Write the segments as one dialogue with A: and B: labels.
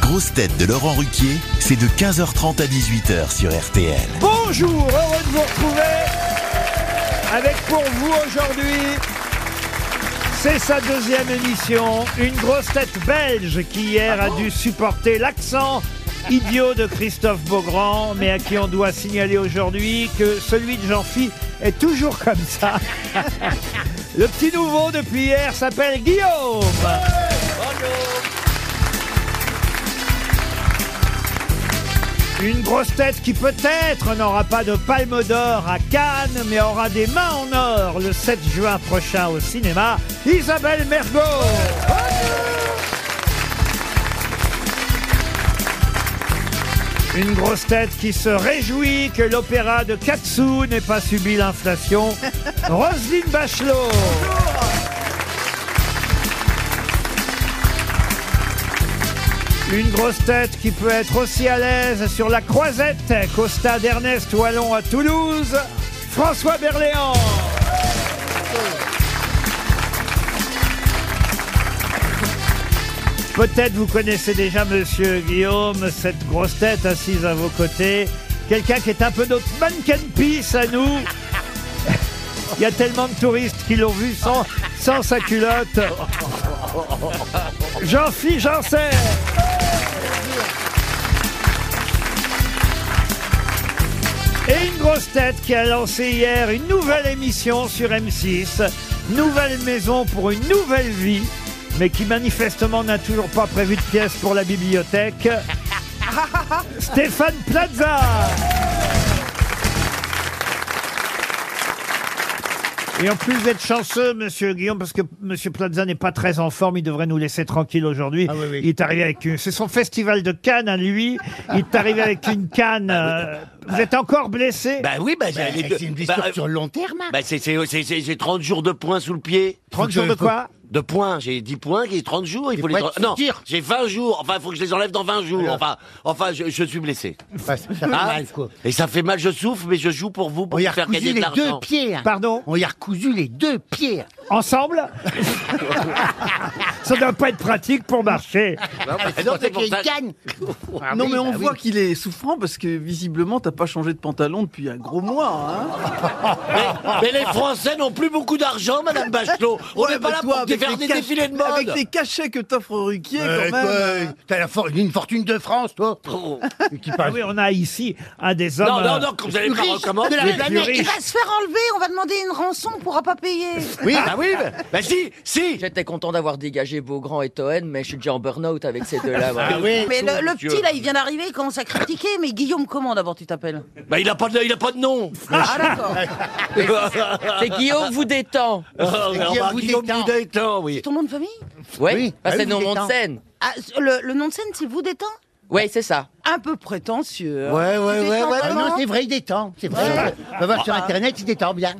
A: grosses têtes de Laurent Ruquier, c'est de 15h30 à 18h sur RTL.
B: Bonjour, heureux de vous retrouver avec pour vous aujourd'hui. C'est sa deuxième émission, une grosse tête belge qui hier a dû supporter l'accent idiot de Christophe Beaugrand, mais à qui on doit signaler aujourd'hui que celui de Jean-Phi est toujours comme ça. Le petit nouveau depuis hier s'appelle Guillaume. Une grosse tête qui peut-être n'aura pas de palme d'or à Cannes, mais aura des mains en or le 7 juin prochain au cinéma, Isabelle Mergot. Une grosse tête qui se réjouit que l'opéra de Katsu n'ait pas subi l'inflation, Roselyne Bachelot. Une grosse tête qui peut être aussi à l'aise sur la croisette qu'au stade Ernest Wallon à Toulouse, François Berléand. Peut-être vous connaissez déjà Monsieur Guillaume, cette grosse tête assise à vos côtés, quelqu'un qui est un peu notre mannequin piece à nous. Il y a tellement de touristes qui l'ont vu sans, sans sa culotte. Jean-Philippe Janssen Et une grosse tête qui a lancé hier une nouvelle émission sur M6, Nouvelle Maison pour une nouvelle vie, mais qui manifestement n'a toujours pas prévu de pièce pour la bibliothèque, Stéphane Plaza Et en plus vous êtes chanceux, monsieur Guillaume, parce que monsieur Plaza n'est pas très en forme, il devrait nous laisser tranquille aujourd'hui.
C: Ah oui, oui.
B: Il est arrivé avec une... C'est son festival de Cannes à lui. Il est arrivé avec une canne. euh, Vous êtes encore blessé
D: Bah oui, bah, j'ai
C: Bah,
D: les deux-
C: c'est une blessure
D: bah, euh,
C: sur le long terme. hein.
D: bah, c'est- c'est- c'est- c'est- j'ai 30 jours de points sous le pied.
B: 30 jours de quoi
D: De points, j'ai 10 points, j'ai 30 jours, il faut les
C: points de
D: tra- Non,
C: suture.
D: j'ai 20 jours, enfin il faut que je les enlève dans 20 jours. Enfin, enfin je, je suis blessé.
C: Ouais, ça fait
D: Ah,
C: mal, quoi.
D: et ça fait mal, je souffre, mais je joue pour vous pour
C: On y a
D: vous faire
C: recousu
D: gagner de
C: les deux
D: l'argent.
C: pieds. hein.
B: Pardon
C: On y a recousu les deux pieds.
B: Ensemble Ça doit pas être pratique pour marcher.
D: Non,
E: Ah,
D: mais c'est
C: Non,
D: pas- c'est
C: c'est
D: pour
C: qu'il
D: ça-
C: gagne. Ah
E: Non
C: oui,
E: mais on
C: bah
E: voit
C: oui.
E: qu'il est souffrant parce que visiblement t'as pas changé de pantalon depuis un gros mois. Hein
D: mais, mais les Français n'ont plus beaucoup d'argent, Madame Bachelot. On n'est
E: Ouais,
D: pas
E: mais
D: là
E: toi,
D: pour
E: avec
D: faire
E: les
D: des
E: cach-
D: défilés de mode.
E: Avec tes cachets que t'offre Ruquier
C: Euh,
E: quand même.
C: toi, T'as la for- une fortune de France, toi. Qui
B: Ah
C: parle.
B: oui, on a ici un des hommes.
D: Oh. Non, non,
B: euh,
D: non, comme vous allez
C: Oh, Plus
D: pas
C: riche
D: recommander.
C: de la
B: les
C: planète.
B: plus
F: Il
B: riches.
F: va se faire enlever, on va demander une rançon, on pourra pas payer.
D: Oui, bah oui, bah, bah si, si.
G: J'étais content d'avoir dégagé Beaugrand et Toen, mais je suis déjà en burn-out avec ces
C: Ah
F: Ah,
G: deux-là. voilà.
D: oui.
F: Mais le, le
D: Dieu.
F: petit là, il vient d'arriver, il commence à critiquer. Mais Guillaume, comment d'abord tu t'appelles
D: Bah il a pas de, il a pas de nom.
F: Ah d'accord.
G: C'est Guillaume vous détend.
D: Ah,
C: Guillaume
D: bah, Guillaume
C: Boudin.
D: Boudin est temps, oui.
F: Ton nom de famille
G: Ouais.
C: Oui,
G: Ah,
C: bah
G: c'est
C: oui,
G: nos
C: vous
G: noms de
C: détend.
G: scène.
F: Ah, le, le nom de scène, c'est vous détend
G: Ouais, c'est ça.
F: Un peu prétentieux. hein.
C: Ouais, ouais,
F: Il
C: ouais, ouais.
F: détend
C: ouais.
F: vraiment.
C: Non, c'est vrai, il détend. C'est vrai. Va voir sur internet, il détend bien.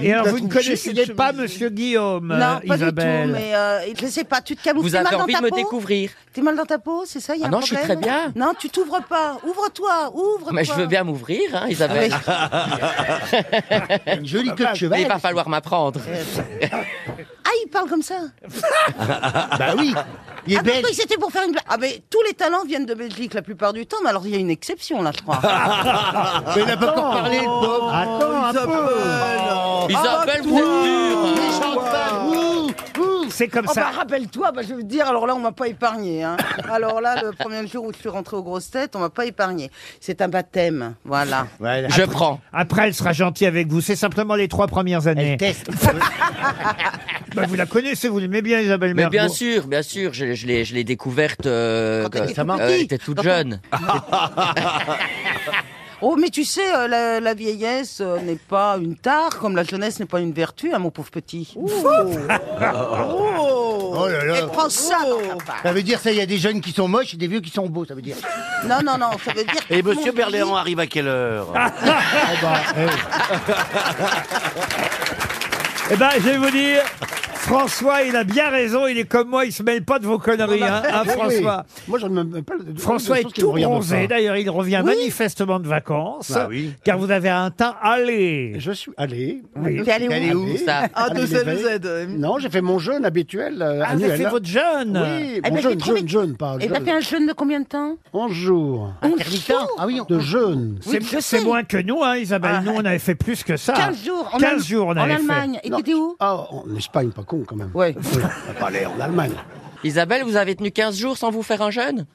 B: Et alors,
E: T'as
B: vous ne
E: trouvé
B: connaissiez
E: chez-
B: pas Monsieur Guillaume,
F: Non,
B: euh,
F: pas
B: Isabelle.
F: du tout, mais euh, je sais pas, tu te camoufles.
G: Vous
F: T'es
G: avez
F: mal dans
G: envie de
F: ta
G: me
F: peau
G: découvrir.
F: T'es mal dans ta peau, c'est ça y a
G: Ah
F: un
G: non, je suis
F: problème
G: très bien.
F: Non, tu t'ouvres pas. Ouvre-toi, ouvre-toi. Ah,
G: Mais je veux bien m'ouvrir, hein, Isabelle.
C: Une jolie queue de
G: Mais il
C: cheval.
G: va falloir m'apprendre.
F: Ah, il parle comme ça.
C: Bah oui. Il
F: Ah,
C: est
F: mais je
C: belge.
F: croyais que c'était pour faire une blague. Ah, mais tous les talents viennent de Belgique la plupart du temps, mais alors il y a une exception là, je crois.
C: Mais il n'a pas encore parlé, le pauvre.
B: Attends un peu. oh,
G: Isabelle, vous êtes dure. hein.
B: C'est comme
F: Oh bah,
B: ça.
F: rappelle-toi, bah, je veux dire, alors là on m'a pas épargné. hein. Alors là, le premier jour où je suis rentrée aux grosses têtes, on m'a pas épargné. C'est un baptême, voilà.
C: Voilà.
G: Je prends.
B: Après, elle sera gentille avec vous. C'est simplement les trois premières années.
C: Elle teste.
B: Bah, vous la connaissez, vous l'aimez bien, Isabelle
G: Mais
B: Mergo.
G: bien sûr, bien sûr, je, je l'ai, je l'ai découverte. euh,
F: Quand t'étais tout
G: euh,
F: petit.
G: t'étais toute
F: Quand-
G: jeune.
F: Oh, mais tu sais, euh, la, la vieillesse euh, n'est pas une tare, comme la jeunesse n'est pas une vertu, hein, mon pauvre petit.
C: Oh là
F: Et
C: là.
F: prends ça dans ta part.
C: Ça veut dire ça, il y a des jeunes qui sont moches et des vieux qui sont beaux, ça veut dire.
F: Non, non, non, ça veut dire. que
D: Et
F: tout le
D: Monsieur
F: monde
D: Berléand
F: dit-
D: arrive à quelle heure
B: Ah. Eh ben, je vais vous dire, François, il a bien raison, il est comme moi, il se mêle pas de vos conneries, hein, hein, François.
H: Moi, je ne me pas. de- de-
B: François
H: de
B: est
H: choses qui me
B: tout
H: regardent
B: bronzé.
H: pas.
B: D'ailleurs, il revient manifestement de vacances.
H: Bah oui.
B: Car vous avez un teint allé.
H: Je suis allé.
B: Oui.
I: T'es allé où Ah,
H: Allé où
G: ça
E: A de Z
H: Allez, les
I: euh,
E: Z.
H: Non, j'ai fait mon jeûne habituel euh,
B: Ah, vous avez
H: annuel.
B: fait votre jeûne.
H: Oui,
I: Eh ben,
H: mon
I: j'ai
H: jeûne,
I: trouvé-
H: jeûne, jeûne,
B: Bah,
H: pas
I: Et t'as
H: jeûne.
I: fait Eh ben, un jeûne de combien de temps
H: 11 jours
I: Intermittent
H: Ah oui, de jeûne.
I: Oui,
B: C'est-
I: je
B: C'est
I: sais.
B: moins que nous, hein, Isabelle.
I: Ah.
B: Nous, on avait fait plus que ça.
I: 15 jours en,
B: 15
I: Allem-
B: jours, on
I: en
B: avait
I: Allemagne. Et
H: Non.
I: t'étais où
C: Oh.
H: Ah, en Espagne, pas con quand même.
I: Ouais.
H: Oui, on va pas aller en Allemagne.
G: Isabelle, vous avez tenu 15 jours sans vous faire un jeûne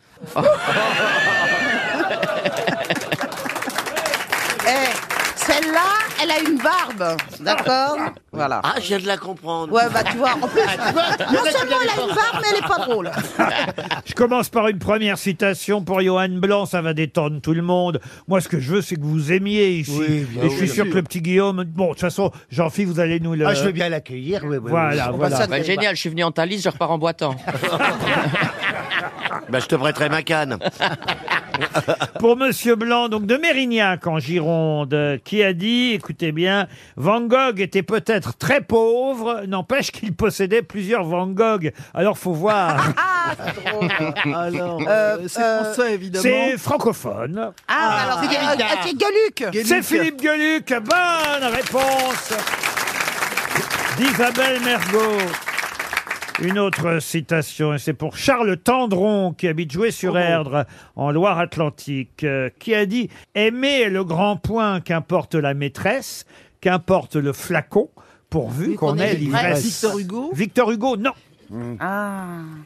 I: Eh, celle-là, elle a une barbe. D'accord Voilà.
D: Ah, je viens de la comprendre. Ah,
I: Ouais, bah tu vois, en plus, non seulement elle a une barbe, mais elle est pas drôle.
B: Je commence par une première citation pour Johan Blanc, ça va détendre tout le monde. Moi, ce que je veux, c'est que vous aimiez ici.
H: Oui, bien
B: Et je suis
H: sûr.
B: sûr que le petit Guillaume. Bon, de toute façon, Jean-Philippe, vous allez nous le.
H: Ah, je veux bien l'accueillir. oui, oui, oui.
B: Voilà,
H: On va
B: voilà.
H: s'en-
G: Bah, Génial, je suis venu en Thalys, je repars en boitant.
D: Bah, je te prêterai ma canne.
B: Pour Monsieur Blanc, donc de Mérignac en Gironde, euh, qui a dit, écoutez bien, Van Gogh était peut-être très pauvre, n'empêche qu'il possédait plusieurs Van Gogh. Alors faut voir.
H: Ah,
E: Alors,
I: Ah, Euh,
E: euh, c'est
I: euh,
E: français évidemment.
B: C'est francophone.
I: Ah, alors, c'est euh, c'est Gueluc.
E: Gueluc.
B: C'est
D: Ah,
B: Philippe Gueluc. Bonne réponse d'Isabelle Mergot. Une autre citation, et c'est pour Charles Tendron, qui habite jouer sur erdre en Loire-Atlantique, euh, qui a dit « Aimer est le grand point qu'importe la maîtresse, qu'importe le flacon, pourvu qu'on ait l'ivresse. »
E: Victor Hugo.
B: Victor Hugo, non.
I: Ah.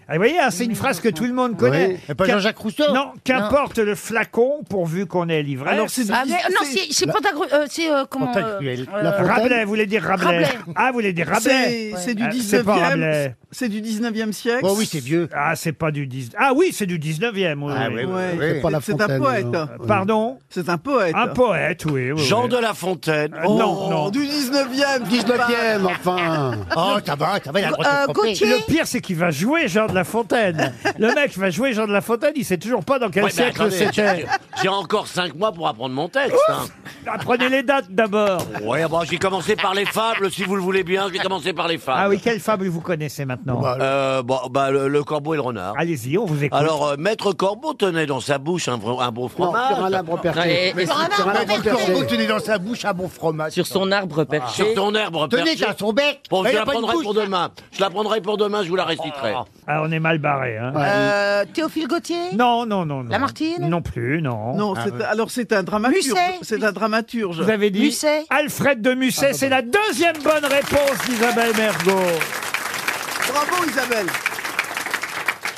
B: Ah, vous voyez, hein, c'est une phrase que tout le monde connaît.
H: Oui. Et pas
B: Qu'im-
H: Jean-Jacques Rousseau
B: Non, qu'importe le flacon, pourvu qu'on ait l'ivresse.
E: Alors c'est Bah, de
I: Ah, mais,
E: Victor-
I: non, c'est c'est Pantagru- euh, c'est euh, comment euh,
H: Pantagruel.
I: euh,
H: La Fontaine.
B: Rabelais, vous voulez dire Rabelais.
I: Rabelais.
B: Ah, vous voulez dire Rabelais
E: c'est- c'est du
B: Ah, c'est pas Rabelais.
E: 19e. C'est du 19e siècle.
H: Oh oui, c'est vieux.
B: Ah, c'est pas du 19 Ah oui, c'est du 19e. oui,
H: Ah,
B: oui. Euh,
H: oui, oui.
E: Ouais,
H: C'est pas la
E: c'est un
H: Fontaine,
E: poète.
H: non.
B: Pardon
E: C'est un poète.
B: Un poète, oui. oui, oui.
D: Jean de la Fontaine.
B: Euh, non,
E: Oh,
B: non.
E: Du 19e.
H: 19e, enfin. Oh, ça va, ça va, il a le droit de
I: euh,
H: se tromper.
I: Gautier
B: Le pire, c'est qu'il va jouer Jean de La Fontaine. Le mec va jouer Jean de La Fontaine, il sait toujours pas dans quel
D: Ouais, mais
B: siècle
D: attendez,
B: c'était.
D: j'ai- J'ai encore 5 mois pour apprendre mon texte. hein.
B: Apprenez les dates d'abord.
D: Ouais, bah, j'ai commencé par les fables, si vous le voulez bien. J'ai commencé par les fables.
B: Ah oui, quelle fable vous connaissez maintenant
H: Bah,
D: Euh, bon, bah, le, le corbeau et le renard.
B: Allez-y, on vous écoute.
D: Alors, euh, Maître Corbeau tenait dans sa bouche un, vrai- un beau
H: non,
D: fromage.
H: sur un labre perché.
G: Et- et sur,
H: Sur un labre perché.
C: tenez dans sa bouche un bon fromage.
G: sur son arbre perché,
D: Sur ton herbe
C: Tenez
D: perchée.
C: dans son bec.
D: Bon,
C: Eh,
D: je
C: y
D: la
C: a pas une
D: prendrai
C: bouche.
D: pour demain. Je la prendrai pour demain, je vous la restituerai.
B: Ah, on est mal barré. Hein.
I: euh, Théophile Gautier
B: Non, non, non, non.
I: Lamartine
B: Non plus, non.
E: Non,
C: Ah,
E: c'est- alors c'est un dramaturge.
I: Musset.
E: C'est un dramaturge.
B: ah Vous avez dit
I: Musset
B: Alfred de Musset, c'est la deuxième bonne réponse d'Isabelle Mergot.
E: Ah, Bravo Isabelle.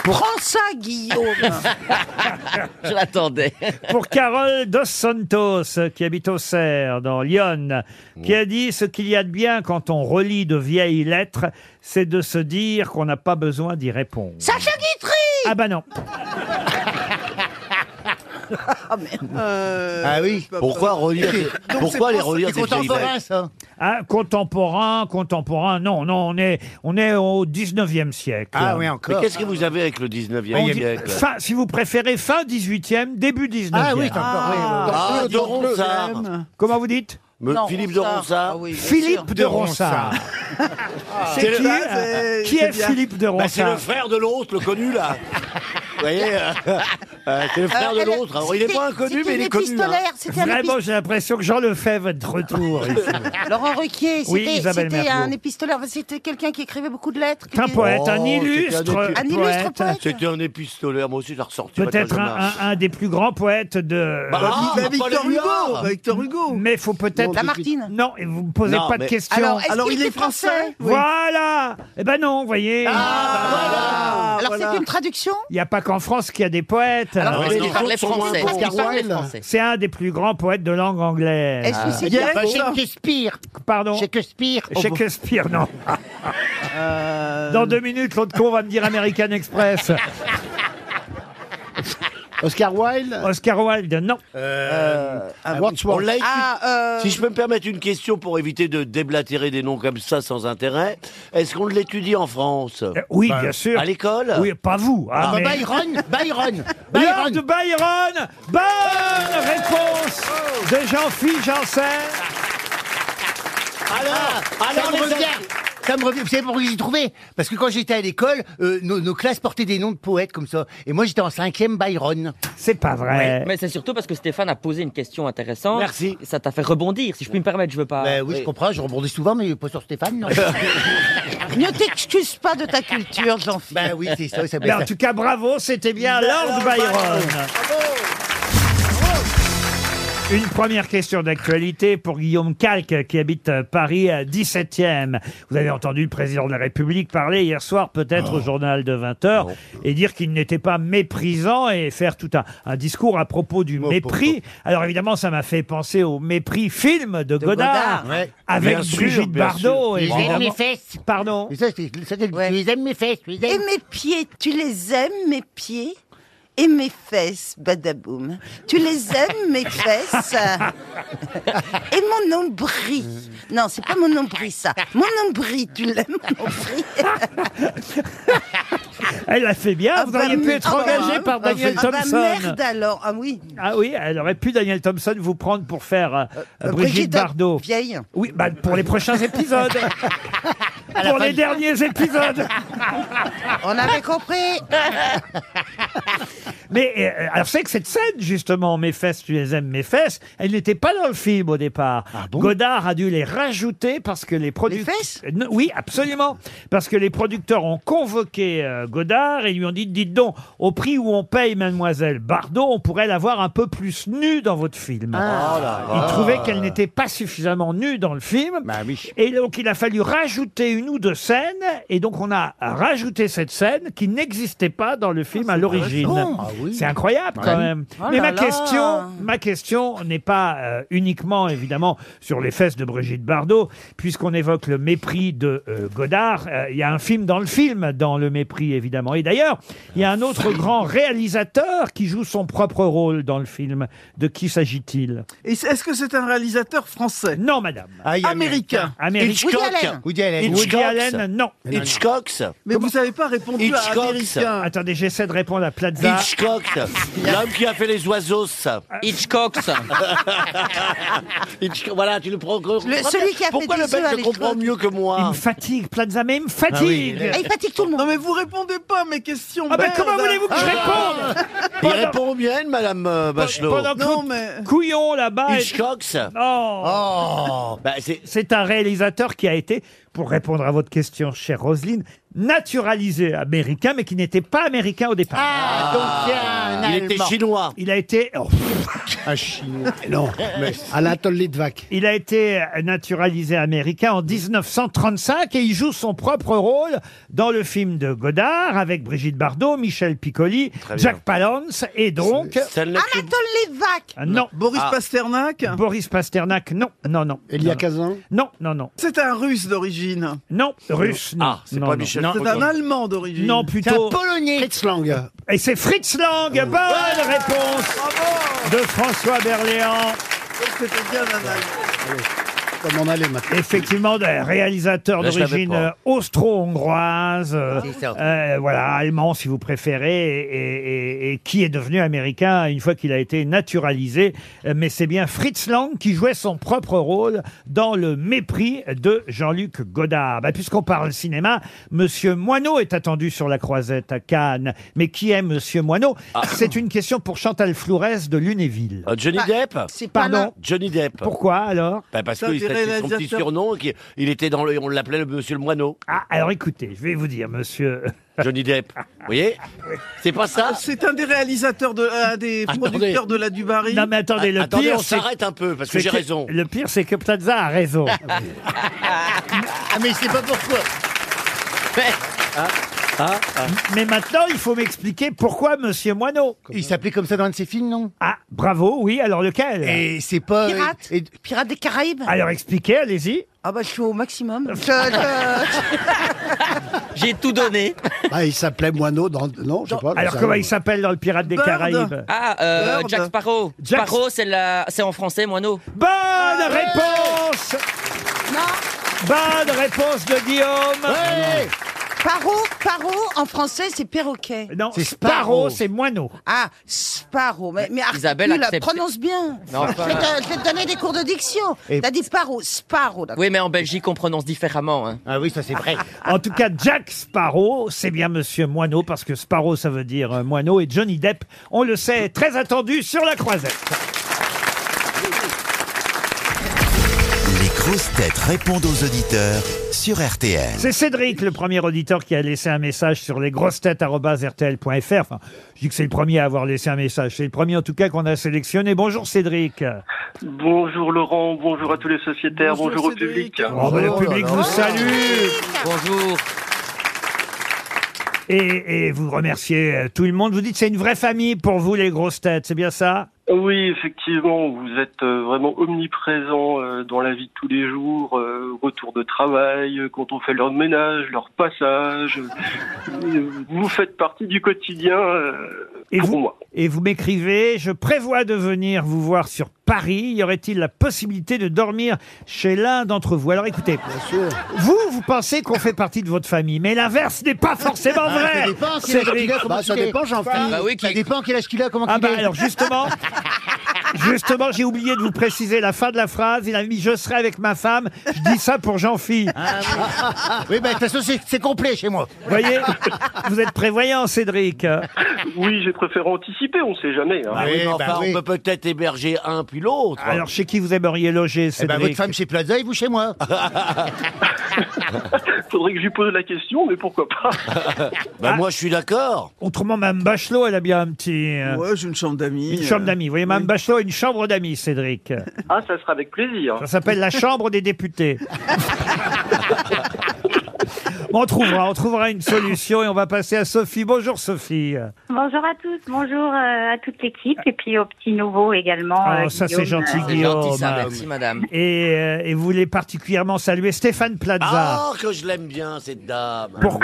I: Prends ça, Guillaume.
G: je l'attendais.
B: pour Carole Dos Santos, qui habite au Cerf, dans Lyon, qui a dit Ce qu'il y a de bien quand on relit de vieilles lettres, c'est de se dire qu'on n'a pas besoin d'y répondre.
I: Sacha Guitry
B: Ah bah non.
E: Euh,
C: Ah oui.
E: pas-
D: Pourquoi relire des-
E: Donc,
D: Pourquoi
E: c'est
D: les
E: pour-
D: relire
C: C'est
D: ces vieilles lettres
C: contemporain,
I: hein.
C: ça.
B: Ah, contemporain, contemporain, non, non, on est, on est au 19e siècle.
C: Ah oui,
D: Mais
C: encore.
D: qu'est-ce que vous avez avec le 19e
B: On dit-
D: siècle
B: fin, si vous préférez, fin 18e, début 19e.
C: Ah oui, c'est encore. oui, oui.
D: Ah,
E: Ah,
D: de Ronsard.
E: Ronsard.
B: Comment vous dites
D: Me-
I: Non,
D: Philippe de Ronsard.
I: Ah oui, bien sûr.
B: Philippe de
C: Ronsard.
B: Ronsard. C'est qui euh,
E: Ah,
C: euh,
E: c'est-
B: Qui
E: c'est
B: est
E: bien.
B: Philippe de
D: Bah, c'est
B: Ronsard
D: le frère de l'autre, le connu, là. vous voyez euh, euh, C'est le frère
I: Euh,
D: de
I: elle-
D: l'autre. Alors, Il n'est
I: c'était-
D: pas inconnu,
I: c'était
D: mais il
I: une
D: est connu. hein.
I: épistolaire, C'était un
B: Vraiment,
I: épistolaire.
B: j'ai l'impression que Jean Lefebvre est de retour. ici.
I: Laurent Requier,
B: Oui,
I: c'était
B: Isabelle
I: c'était
B: Mergo.
I: un épistolaire. Enfin, C'était quelqu'un qui écrivait beaucoup de lettres. qui
B: un
I: était-
B: poète, un
D: Oh,
B: illustre
D: c'était un
B: poète.
D: épi-
I: Un illustre poète.
D: C'était un épistolaire, moi aussi, j'ai ressorti.
B: Peut-être
D: maintenant,
B: un,
D: je marche.
B: un- un des plus grands poètes de...
D: Bah,
B: Euh,
D: ah,
E: Bah,
D: on va pas
E: Victor
D: les
E: Hugo.
D: voir.
E: bah, Victor Hugo.
B: mais faut peut-être...
I: Lamartine.
B: Non, et vous me posez
D: Non,
B: pas de
D: mais-
B: questions.
I: Alors, est-ce
E: Alors,
I: qu'il
E: il est
I: était
E: français. Oui.
B: Voilà Eh ben non, vous voyez, il
E: Ah,
I: Alors,
E: voilà.
I: c'est une traduction
B: n'y a pas qu'en France qu'il y a des poètes.
E: Ah,
G: Alors,
D: ouais,
G: parce
D: non,
G: qu'il parlait
D: sont moins
G: français, parce qu'il parlait français.
B: C'est un des plus grands poètes de langue anglaise.
I: Est-ce que c'est
E: Yes.
C: Bah,
E: Oh.
C: Shakespeare.
B: Pardon
C: Shakespeare.
H: Oh,
B: Shakespeare, non.
E: Euh,
B: Dans deux minutes, l'autre con va me dire American Express.
H: Oscar Wilde,
B: Oscar Wilde, non.
H: ah,
D: Euh, On
H: Wordsworth.
D: l'a écrit-
I: Ah, euh,
D: Si je peux me permettre une question pour éviter de déblatérer des noms comme ça sans intérêt, est-ce qu'on l'étudie en France
B: Euh, oui, bien sûr.
D: À l'école Ah,
B: Oui, pas vous. hein,
H: Ah,
C: Bah,
B: mais-
C: Byron. Byron.
B: Lord
C: Byron.
B: Byron Bonne réponse de Jean-Philippe Janssen
D: Alors, alors
C: Ça me
B: Ah,
D: les,
C: regarde. Ça me revient. Vous savez pourquoi j'ai trouvé Parce que quand j'étais à l'école, euh, nos, nos classes portaient des noms de poètes comme ça. Et moi, j'étais en cinquième Byron.
B: C'est pas Ah, vrai.
G: Mais c'est surtout parce que Stéphane a posé une question intéressante.
D: Merci.
G: Ça t'a fait rebondir, si je puis me permettre, je veux pas.
C: Ben oui, je comprends. Je rebondis souvent, mais pas sur Stéphane. Non.
I: Ne t'excuse pas de ta culture, Jean-Philippe.
C: ben oui, c'est ça. ça
B: Mais en tout cas, bravo,
I: Eh
B: c'était bien Lord Ah, Byron. Une première question d'actualité pour Guillaume Calque qui habite euh, Paris à 17e. Vous avez entendu le président de la République parler hier soir peut-être
D: Ah.
B: au journal de 20h et dire qu'il n'était pas méprisant et faire tout un, un discours à propos
D: Oh,
B: du mépris. Alors évidemment ça m'a fait penser au mépris film de, Godard,
I: Godard.
C: Ouais.
B: avec
D: Bien sûr,
B: Brigitte
D: bien sûr.
B: Bardot.
C: Tu les aimes, mes
B: Oh, évidemment.
C: fesses.
B: Pardon
C: Et ça, c'est- ça, c'est-
I: Ouais.
C: Tu les aimes, mes fesses. Tu les
I: Et
C: aimes.
I: mes pieds, tu les aimes, mes pieds et mes fesses, badaboum. Tu les aimes, mes fesses Et mon nombril. Non, c'est pas mon nombril, ça. Mon nombril, tu l'aimes, mon nombril
B: Elle a fait bien,
I: Ah
B: Ah, vous
I: bah,
B: auriez pu
I: mais-
B: être
I: ah bah,
B: engagé
I: hein.
B: par Daniel
I: Ah bah
B: Thompson.
I: merde alors, ah oui.
B: Ah oui, elle aurait pu, Daniel Thompson, vous prendre pour faire euh,
I: Euh,
B: Brigitte, Bardot.
I: Vieille.
B: Oui, bah, pour les prochains épisodes. pour les derniers épisodes.
I: On avait compris.
B: Mais euh, alors, c'est que cette scène, justement, Mes fesses, tu les aimes, mes fesses, elle n'était pas dans le film au départ. Godard a dû les rajouter parce que les producteurs.
I: fesses
B: Oui, absolument. Parce que les producteurs ont convoqué euh, Godard et lui ont dit dites donc, au prix où on paye Mademoiselle Bardot, on pourrait l'avoir un peu plus nue dans votre film. Il trouvait qu'elle n'était pas suffisamment nue dans le film. Et donc, il a fallu rajouter une ou deux scènes. Et donc, on a rajouté cette scène qui n'existait pas dans le film à l'origine. C'est incroyable, quand même.
I: Oh
B: Mais
I: là
B: ma
I: là.
B: question, ma question n'est pas euh, uniquement, évidemment, sur les fesses de Brigitte Bardot, puisqu'on évoque le mépris de euh, Godard. Euh, Il y a un film dans le film, dans le mépris, évidemment. Et d'ailleurs, il y a un autre grand réalisateur qui joue son propre rôle dans le film. De qui s'agit-il
E: Et Est-ce que c'est un réalisateur français
B: Non, madame.
C: Ah, il y a-
E: Américain
B: Américain.
I: Woody
D: Hitchcock.
I: Allen.
C: Woody Allen.
D: Hitchcock.
B: Woody Allen, non.
D: Hitchcock.
E: Mais vous n'avez pas répondu
D: Hitchcock, ça.
E: à Américain.
B: Attendez, j'essaie de répondre à Plaza.
D: Hitchcock. L'homme qui a fait les oiseaux. ça.
G: Hitchcock, ça.
D: Hitchcock. Voilà, tu le prends.
I: Le- celui qui a fait
D: Pourquoi
I: des
D: le
I: yeux à
D: mec le comprend
I: Hitchcock.
D: mieux que
B: Il
D: moi
B: me fatigue, Plaza, mais il me fatigue. Ah,
I: Et il fatigue tout le
E: Non
I: monde.
E: mais vous répondez pas à mes questions.
B: ben
E: merde.
B: comment voulez-vous que je réponde
D: Il
B: Pendant-
D: répond aux miennes, madame euh, Bachelot.
B: Pendant que
E: Non
B: l'autre
E: mais
B: couillon là-bas. est-
D: Hitchcock.
B: Oh.
D: Bah, c'est-
B: C'est un réalisateur qui a été, pour répondre à votre question, chère Roselyne, naturalisé américain, mais qui n'était pas américain au départ.
C: Ah, donc c'est un
D: il était
C: Allemand.
D: chinois.
B: Il a été, oh,
J: Un chinois. Non, mais Anatole Litvak.
B: il a été naturalisé américain en 1935 et il joue son propre rôle dans le film de Godard avec Brigitte Bardot, Michel Piccoli,
D: bien.
B: Jack Palance et donc
D: Ça ne l'est-
I: Anatole Lévaque.
B: Ah, non,
E: Boris Pasternak,
B: Boris Pasternak, non, non, non,
J: Elia Kazan.
B: non, non, non,
E: c'est un Russe d'origine.
B: non, russe, non,
D: Ah, c'est
B: non,
D: pas
B: non.
D: Michel.
E: C'est un Allemand d'origine.
B: non,
C: C'est un
B: plutôt
C: Polonais. Oh.
J: Fritz Lang.
B: Et c'est Fritz Lang, bonne réponse de François Berléand,
E: C'était bien un Allemand.
J: Comme on allait maintenant.
B: effectivement d'un réalisateur
G: Ben,
D: Là, je l'avais
B: d'origine
D: pas.
B: euh, austro-hongroise, euh,
C: C'est ça.
B: euh, voilà, allemand si vous préférez, et, et- et qui est devenu américain une fois qu'il a été naturalisé. Euh, Mais c'est bien Fritz Lang qui jouait son propre rôle dans le mépris de Jean-Luc Godard. Bah, Puisqu'on parle cinéma, Monsieur Moineau est attendu sur la croisette à Cannes. Mais qui est Monsieur Moineau C'est une question pour Chantal Flourez de Lunéville.
D: Ah, Johnny Depp.
I: C'est pas
B: Pardon
I: là.
D: Johnny Depp.
B: Pourquoi alors
D: Bah, parce
E: Ça,
D: qu'il
E: des
D: c'était son petit
E: réalisateurs.
D: surnom. qui- Il était dans le, on l'appelait le Monsieur le Moineau.
B: Ah, alors écoutez, je vais vous dire, monsieur.
D: Johnny Depp. Vous voyez C'est pas ça
E: C'est un des réalisateurs de, un des
D: Ah, Attendez. Ah,
E: producteurs de la Dubarry.
B: Non, mais attendez, le
D: Attendez,
B: pire,
D: on
B: c'est.
D: s'arrête un peu parce que
B: c'est
D: j'ai
B: que-
D: raison.
B: Le pire, c'est que Plaza a raison.
C: Ah, mais je sais pas pourquoi.
D: Hein
B: mais maintenant, il faut m'expliquer pourquoi Monsieur Moineau.
C: Il s'appelait comme ça dans un de ses films, non
B: Ah, bravo, oui, alors lequel
C: Et c'est pas. euh,
I: Pirate.
C: et-
I: Pirate des Caraïbes.
B: Alors expliquez, allez-y.
I: Ah bah je suis au maximum. Je- je-
G: J'ai tout donné.
J: Ah, il s'appelait Moineau dans. Non, je sais pas.
B: Alors
J: ça-
B: comment il s'appelle dans le Pirate des
E: Bird.
B: Caraïbes
G: Ah, euh,
E: Bird.
G: Jack Sparrow.
B: Jack-
G: Sparrow, c'est la... c'est en français, moineau.
B: Bonne réponse
I: Non.
B: Bonne réponse de Guillaume
C: Ouais
I: Paro, paro, en français, c'est perroquet.
B: Non,
C: C'est
B: Sparrow,
C: Sparrow.
B: c'est moineau.
I: Ah, Sparrow. Mais, mais
G: Isabelle
I: Arthur,
G: accepte-
I: prononce bien.
G: Non, enfin- euh,
I: je, vais te, je vais te donner des cours de diction.
C: Et-
I: T'as dit paro, Sparrow. d'accord.
G: Oui, mais en Belgique, on prononce différemment. hein.
C: Ah oui, ça c'est vrai.
B: En tout cas, Jack Sparrow, c'est bien Monsieur Moineau, parce que Sparrow, ça veut dire euh, moineau, et Johnny Depp, on le sait, est très attendu sur la croisette.
A: Les grosses têtes répondent aux auditeurs sur RTL.
B: C'est Cédric, le premier auditeur, qui a laissé un message sur lesgrossetêtes.rtl.fr. Enfin, je dis que c'est le premier à avoir laissé un message. C'est le premier, en tout cas, qu'on a sélectionné. Bonjour Cédric.
K: Bonjour Laurent, bonjour à tous les sociétaires,
E: Bonjour,
K: bonjour, au
E: Cédric.
K: public.
B: Oh, bah, le public vous salue.
G: Bonjour.
B: Et, et vous remerciez euh, tout le monde. Vous dites c'est une vraie famille pour vous, les grosses têtes. C'est bien ça
K: Oui, effectivement, vous êtes euh, vraiment omniprésent euh, dans la vie de tous les jours, euh, retour de travail, euh, quand on fait leur ménage, leur passage. Euh, vous faites partie du quotidien euh,
B: Et
K: pour
B: vous-
K: moi.
B: Et vous m'écrivez, je prévois de venir vous voir sur Paris. Y aurait-il la possibilité de dormir chez l'un d'entre vous Alors écoutez, vous, vous pensez qu'on fait partie de votre famille, mais l'inverse n'est pas forcément vrai.
C: Ah, Ça dépend quel
J: Bah,
C: âge qu'il a, Ah, comment
J: ça
C: il est.
J: dépend, j'en fais.
G: Bah oui,
C: Ça
G: qui-
C: dépend quel âge qu'il a, comment
B: Ah
C: qu'il
B: bah
C: est.
B: alors justement, justement, j'ai oublié de vous préciser la fin de la phrase. Il a mis je serai avec ma femme. Je dis ça pour Jean-Phi.
C: Ah, Oui,
B: ben,
C: bah de toute façon, c'est- c'est complet chez moi. Ah.
B: Vous voyez, vous êtes prévoyant, Cédric.
K: Oui, j'ai préféré anticiper, on ne sait jamais. hein.
D: Ah oui,
C: Oui,
D: mais enfin,
C: bah oui.
D: on peut peut-être héberger un puis l'autre.
B: Alors chez qui vous aimeriez loger,
C: Eh ben, votre
B: Cédric
C: femme chez Plaza et vous chez moi.
D: Ah,
K: Faudrait que je lui pose la question, mais pourquoi pas
D: Bah, Moi, je suis d'accord.
B: Autrement, Mme Bachelot, elle a bien un petit. euh,
E: Ouais, j'ai une chambre d'amis.
B: Une
E: euh,
B: chambre d'amis. Vous voyez, Mme
E: oui.
B: Bachelot a une chambre d'amis, Cédric.
K: Ah, ça sera avec plaisir.
B: Ça s'appelle la chambre des députés. Bon, on trouvera, on trouvera une solution et on va passer à Sophie. Bonjour Sophie.
L: Bonjour à tous, bonjour euh, à toute l'équipe et puis aux petits nouveaux également.
B: Oh,
C: Ah,
L: euh,
B: ça c'est
L: Guillaume,
B: gentil
L: euh,
G: C'est gentil,
B: Guillaume.
G: ça. Merci, madame.
B: Et, euh, et vous voulez particulièrement saluer Stéphane Plaza.
D: Ah, que je l'aime bien, cette dame.
B: Pour-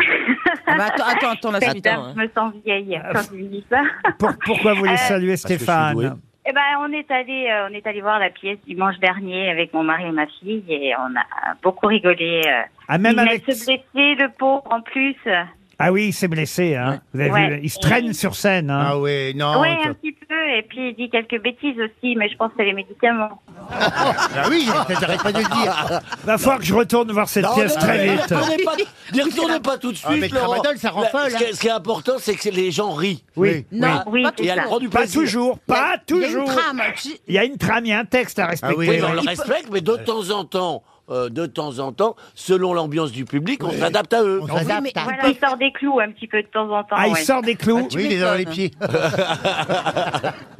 I: Ah bah, attends, attends, attends, la
L: cette
I: suite.
L: dame,
G: hein.
L: Je me sens vieille
C: Ah.
L: quand je lui dis ça.
B: pour- pourquoi vous voulez
L: Euh,
B: saluer
D: que je suis doué.
B: Stéphane
L: Eh ben, on est allé, euh, on est allé voir la pièce dimanche dernier avec mon mari et ma fille et on a beaucoup rigolé. euh.
B: ah, même
L: il
B: avec...
L: va se blesser, le pauvre en plus.
B: ah oui, il s'est blessé. Hein. Vous avez
L: Ouais.
B: vu, il se traîne sur scène. hein.
C: Ah ouais, non.
L: Oui,
C: ça-
L: un petit peu. Et puis il dit quelques bêtises aussi, mais je pense que c'est les médicaments.
C: Ah oui, j'arrête pas de le dire.
B: Va falloir que je retourne voir cette
D: Non,
B: pièce
D: non,
B: très
D: mais
B: vite.
D: n'y retournez pas- N'y retournez pas tout de
C: Ah, mais
D: suite, Laurent.
C: Tramadol, ça rend
D: La-
C: folle, hein.
D: ce, qui est, ce qui est important, c'est que c'est- les gens rient.
B: Oui.
I: Non,
L: Oui,
I: pas
L: c'est
D: Et
I: tout
D: elle
I: ça.
D: prend du
B: Pas
D: plaisir.
B: toujours,
I: Il
B: pas
I: y a une
B: toujours.
I: trame. hein, Tu-
B: Il y a une trame, il y a un texte à respecter.
C: Ah oui,
D: Oui,
C: alors,
D: on le respecte, mais de temps en temps, euh, de temps en temps, selon l'ambiance du public, on s'adapte à eux.
C: On
I: Oui,
C: s'adapte. hein.
I: mais-
L: Voilà, il sort des clous un petit peu de temps en temps.
B: Ah, il
L: ouais.
B: sort des clous.
C: Oui, il est dans les
I: m'étonnes.
C: pieds.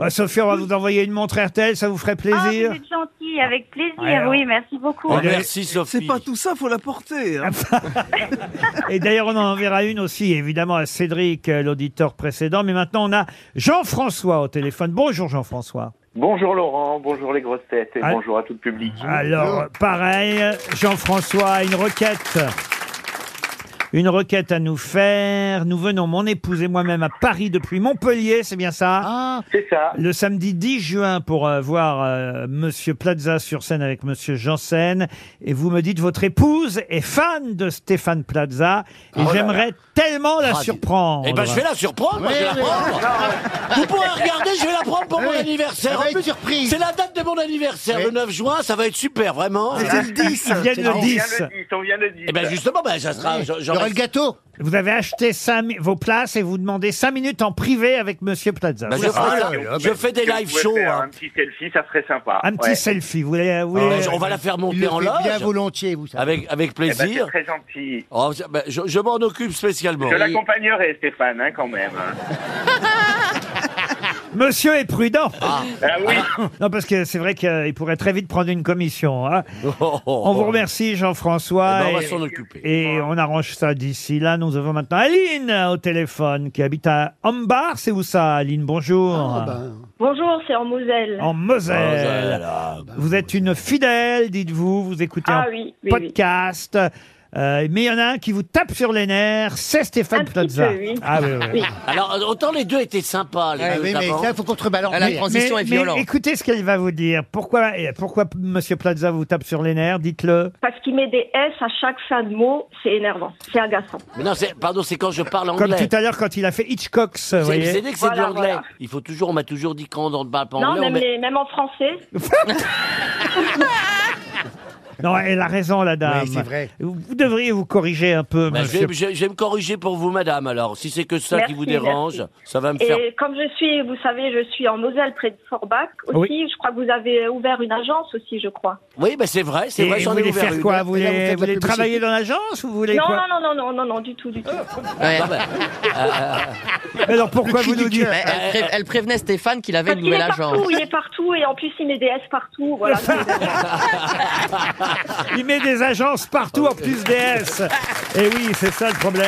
B: Ah, Sophie, on va vous envoyer une montre RTL, ça vous ferait
L: Ah, vous
B: plaisir.
L: êtes gentil, avec plaisir.
B: hein. Ouais, alors.
L: oui, merci beaucoup.
D: Oh, merci, Sophie.
E: C'est pas tout ça, faut la porter. hein.
B: Et d'ailleurs, on en enverra une aussi, évidemment, à Cédric, euh, l'auditeur précédent. Mais maintenant, on a Jean-François au téléphone. Bonjour, Jean-François.
K: Bonjour Laurent, bonjour les grosses têtes et
B: Ah.
K: bonjour à tout le public.
B: Alors, pareil, Jean-François a une requête. Une requête à nous faire. Nous venons, mon épouse et moi-même, à Paris depuis Montpellier, c'est bien ça
C: Ah,
K: C'est ça.
B: Le samedi 10 juin pour euh, voir euh, Monsieur Plaza sur scène avec Monsieur Janssen. Et vous me dites, votre épouse est fan de Stéphane Plaza.
D: Oh
B: Et j'aimerais tellement la
D: Ah, dis-
B: surprendre.
D: Eh ben, je vais la surprendre. moi, je vais la
C: Oui, oui.
D: prendre. Vous pourrez regarder, je vais la prendre pour mon
C: Oui.
D: anniversaire.
C: Elle va
D: En
C: être
D: plus,
C: surprise.
D: C'est la date de mon anniversaire,
C: Oui.
D: le 9 juin. Ça va être super, vraiment.
B: le 10. Ils viennent le 10.
K: on vient le dire.
D: Eh ben, justement, ben, ça sera. j'en-
C: il y
D: j'en
C: aura
D: reste-
C: le gâteau.
B: Vous avez acheté cinq mi- vos places et vous demandez 5 minutes en privé avec Monsieur Plaza.
D: Ben, je, fais,
C: Ah,
D: ça.
C: là, là,
D: Je
C: ben,
D: fais des
K: Que vous
D: live
K: pouvez
D: shows. Ah,
K: faire
D: hein.
K: Un petit selfie, ça serait sympa.
B: Un petit
K: Ouais.
B: selfie. Vous voulez, vous voulez-
D: Ouais, On va la faire
C: Il le
D: monter en
C: fait bien
D: loge.
C: volontiers, vous savez.
D: Avec, avec
K: Eh ben,
D: plaisir.
K: c'est très gentil.
D: Oh, ça- ben, je je m'en occupe spécialement.
K: Je l'accompagnerai, Stéphane, hein, quand même. hein.
B: Monsieur est prudent.
K: Ah oui,
B: Non, parce que c'est vrai qu'il pourrait très vite prendre une commission. hein.
D: Oh, oh,
B: On vous
D: oh.
B: remercie,
D: Eh
B: Jean-François.
D: ben, on
B: Et-
D: va s'en occuper.
B: Et on arrange ça d'ici là. Nous avons maintenant Aline au téléphone qui habite à Ambar. C'est où ça, Aline Bonjour.
L: Bonjour, c'est en Moselle.
D: Ah,
B: En
D: là, là,
B: Moselle.
D: là.
B: Vous êtes une fidèle, dites-vous. Vous écoutez
L: Ah
B: un
L: oui, oui, oui.
B: podcast. Euh, mais il y en a un qui vous tape sur les nerves, c'est Stéphane Plaza. Ah oui, oui, oui.
D: Alors, autant les deux étaient sympas. Les
B: Ah
D: deux
B: oui, mais
D: d'avant.
B: ça, faut
C: contrebalancer.
B: Mais- mais- Mais écoutez ce qu'elle va vous dire. Pourquoi, et pourquoi Monsieur Plaza vous tape sur les nerfs Dites-le.
M: Parce qu'il met des S à chaque fin de mot, c'est énervant, c'est agaçant.
D: Mais non, c'est- pardon, c'est quand je parle anglais.
B: Comme tout à l'heure quand il a fait Hitchcock, vous
D: Vous savez- vous
B: voyez.
D: savez que c'est
M: Voilà,
D: de l'anglais.
M: voilà.
D: Il faut toujours, on m'a toujours dit quand on ne parle pas
M: non,
D: anglais, on
M: même,
D: met-
M: les- même en français.
B: Non, elle a raison, la dame.
D: Oui, c'est vrai.
B: Vous, vous devriez vous corriger un peu,
D: Bah, je,
B: monsieur.
D: vais, je- je vais me corriger pour vous, madame, alors. Si c'est que ça
M: Merci,
D: qui vous dérange,
M: merci.
D: ça va me
M: Et
D: faire...
M: comme je suis, vous savez, je suis en Moselle près de Forbach aussi.
D: Oui.
M: Je crois que vous avez ouvert une agence aussi, je crois.
D: Oui, bah, c'est vrai, c'est
B: Et
D: vrai,
B: vous
D: j'en ai
B: voulez
D: ouvert
B: faire
D: une.
B: quoi Vous voulez- vous voulez travailler dans l'agence ou vous voulez
M: non,
B: quoi
M: non, non, non, non, non, non, du tout, du tout.
G: Ouais.
B: Alors pourquoi vous nous dites
G: Mais elle, pré- Euh, elle prévenait Stéphane qu'il avait
M: Parce
G: une
M: qu'il est
G: nouvelle agence.
M: partout, il est partout, et en plus il met des S partout. Voilà.
B: Il met des agences partout en plus des S. Et oui, c'est ça le problème.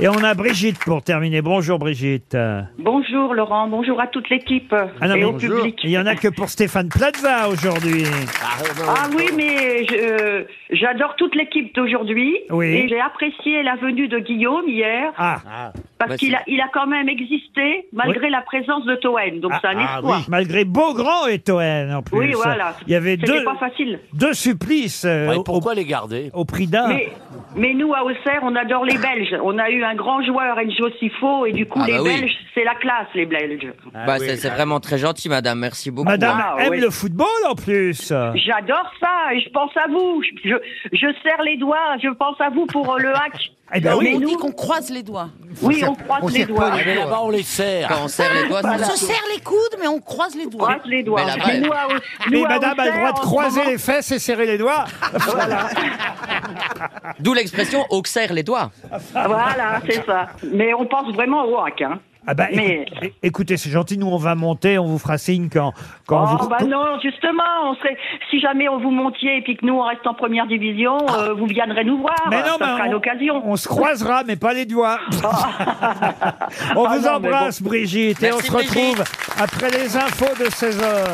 B: Et on a Brigitte pour terminer. Bonjour Brigitte. Ah
N: Bonjour Laurent, bonjour à toute l'équipe
B: non,
N: et
B: mais
N: au public.
B: il y en a que pour Stéphane Plaza aujourd'hui.
N: Ah oui, mais je- euh, j'adore toute l'équipe d'aujourd'hui.
B: Oui.
N: Et j'ai apprécié la venue de Guillaume hier.
B: Ah.
N: Parce
B: Bah,
N: qu'il
B: c'est-
N: a, il a quand même existé malgré
B: Oui.
N: la présence de Toen. Donc c'est un espoir.
B: Ah, oui. Malgré Beaugrand et Toen en plus.
N: Oui, voilà.
B: Il y avait
N: C'était
B: deux,
N: pas facile.
B: deux supplices. euh, au-
D: pourquoi les garder
B: Au prix d'un.
N: Mais, mais nous, à Auxerre, on adore les Belges. On a eu un grand joueur, Enzo Sifo, et du coup,
G: Ah,
N: les
G: bah oui.
N: Belges, c'est la classe, les Belges.
B: Ah
G: Bah, c'est c'est vraiment très gentil, madame. Merci beaucoup.
B: Madame aime
N: oui.
B: le football en plus.
N: J'adore ça, et je pense à vous. Je, je- je serre les doigts, je pense à vous pour euh, le hack.
B: Eh ben oui.
N: Mais
I: On
N: nous-
I: dit qu'on croise les doigts.
N: oui, on croise les doigts.
D: Là-bas, Eh ben, on les serre.
G: Quand Ah, on serre les doigts,
I: On
G: c'est
I: se serre les coudes, mais on croise les doigts.
N: les doigts.
G: Mais là-bas, elle-
B: Mais madame a le droit de croiser les fesses et serrer les doigts.
G: D'où l'expression Auxerre les doigts.
N: Voilà, c'est ça. Mais on pense vraiment au hack. Hein.
B: Ah bah,
N: Mais-
B: écoute- é- écoutez, c'est gentil, nous on va monter, on vous fera signe quand, quand
N: Oh
B: vous...
N: bah non, justement, on serait, si jamais on vous montiez et puis que nous on reste en première division,
I: Ah.
N: euh, vous viendrez nous voir.
B: Mais non,
N: bah, ça
B: mais
N: sera
B: on-
N: l'occasion.
B: On se croisera, mais pas les doigts. on
N: Ah
B: vous
N: non, mais
B: embrasse,
N: bon.
B: Brigitte, et on
N: Merci,
B: se retrouve
N: Brigitte.
B: après les infos de 16h.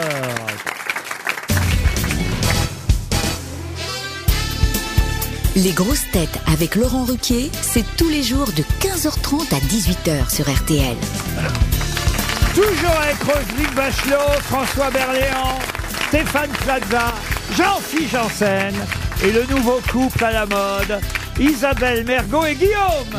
O: Les grosses têtes avec Laurent Ruquier, c'est tous les jours de 15h30 à 18h sur RTL.
B: Toujours avec Roselyne Bachelot, François Berléand, Stéphane Plaza, Jean-Philippe Janssen et le nouveau couple à la mode, Isabelle Mergot et Guillaume.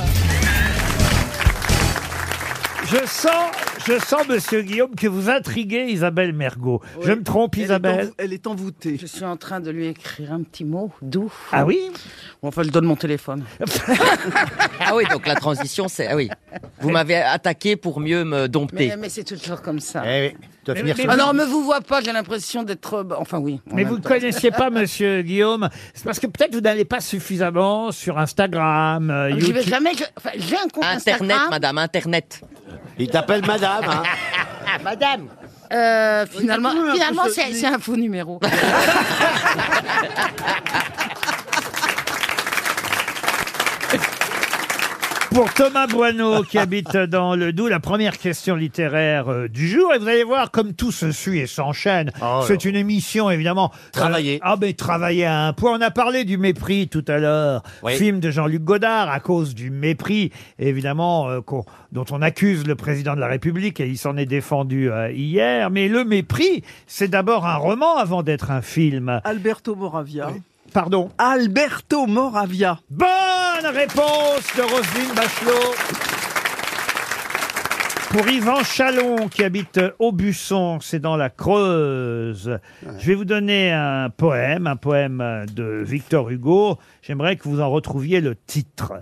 B: Je sens, je sens, monsieur Guillaume, que vous intriguez Isabelle Mergot. Je me trompe, Isabelle
I: Elle est envoûtée. Je suis en train de lui écrire un petit mot doux.
B: Ah oui
I: Enfin, je donne mon téléphone.
G: Ah oui, donc la transition, c'est. Ah oui. Vous m'avez attaqué pour mieux me dompter.
I: Mais, mais c'est toujours comme ça.
G: dois Mais- finir mais- sur-
I: Ah non, me vous vois pas, j'ai l'impression d'être... euh, Enfin oui. en
B: Mais
I: même
B: vous ne
I: temps.
B: connaissiez pas Monsieur Guillaume, c'est parce que peut-être vous n'allez pas suffisamment sur Instagram, euh,
I: Ah, mais j'y
B: YouTube.
I: vais jamais, je- enfin, j'ai un compte
G: Internet,
I: Instagram.
G: madame, Internet.
D: Il t'appelle madame, hein
I: Madame euh, Finalement,
G: Oui, un peu
I: finalement
G: ce-
I: c'est c'est un faux numéro.
B: Pour Thomas Boineau, qui habite dans le Doubs, la première question littéraire euh, du jour. Et vous allez voir, comme tout se suit et s'enchaîne, c'est une émission, évidemment. Travailler. ah, ben, travailler à un point. On a parlé du mépris tout à l'heure.
D: Oui.
B: Film de Jean-Luc Godard, à cause du mépris, évidemment, euh, qu'on- dont on accuse le président de la République, et il s'en est défendu euh, hier. Mais le mépris, c'est d'abord un roman avant d'être un film.
E: Alberto Moravia.
B: Pardon
E: Ah. Alberto Moravia.
B: Bonne réponse de Roselyne Bachelot. Pour Yvan Chalon, qui habite Aubusson, c'est dans la Creuse. Je vais vous donner un poème, un poème de Victor Hugo. J'aimerais que vous en retrouviez le titre.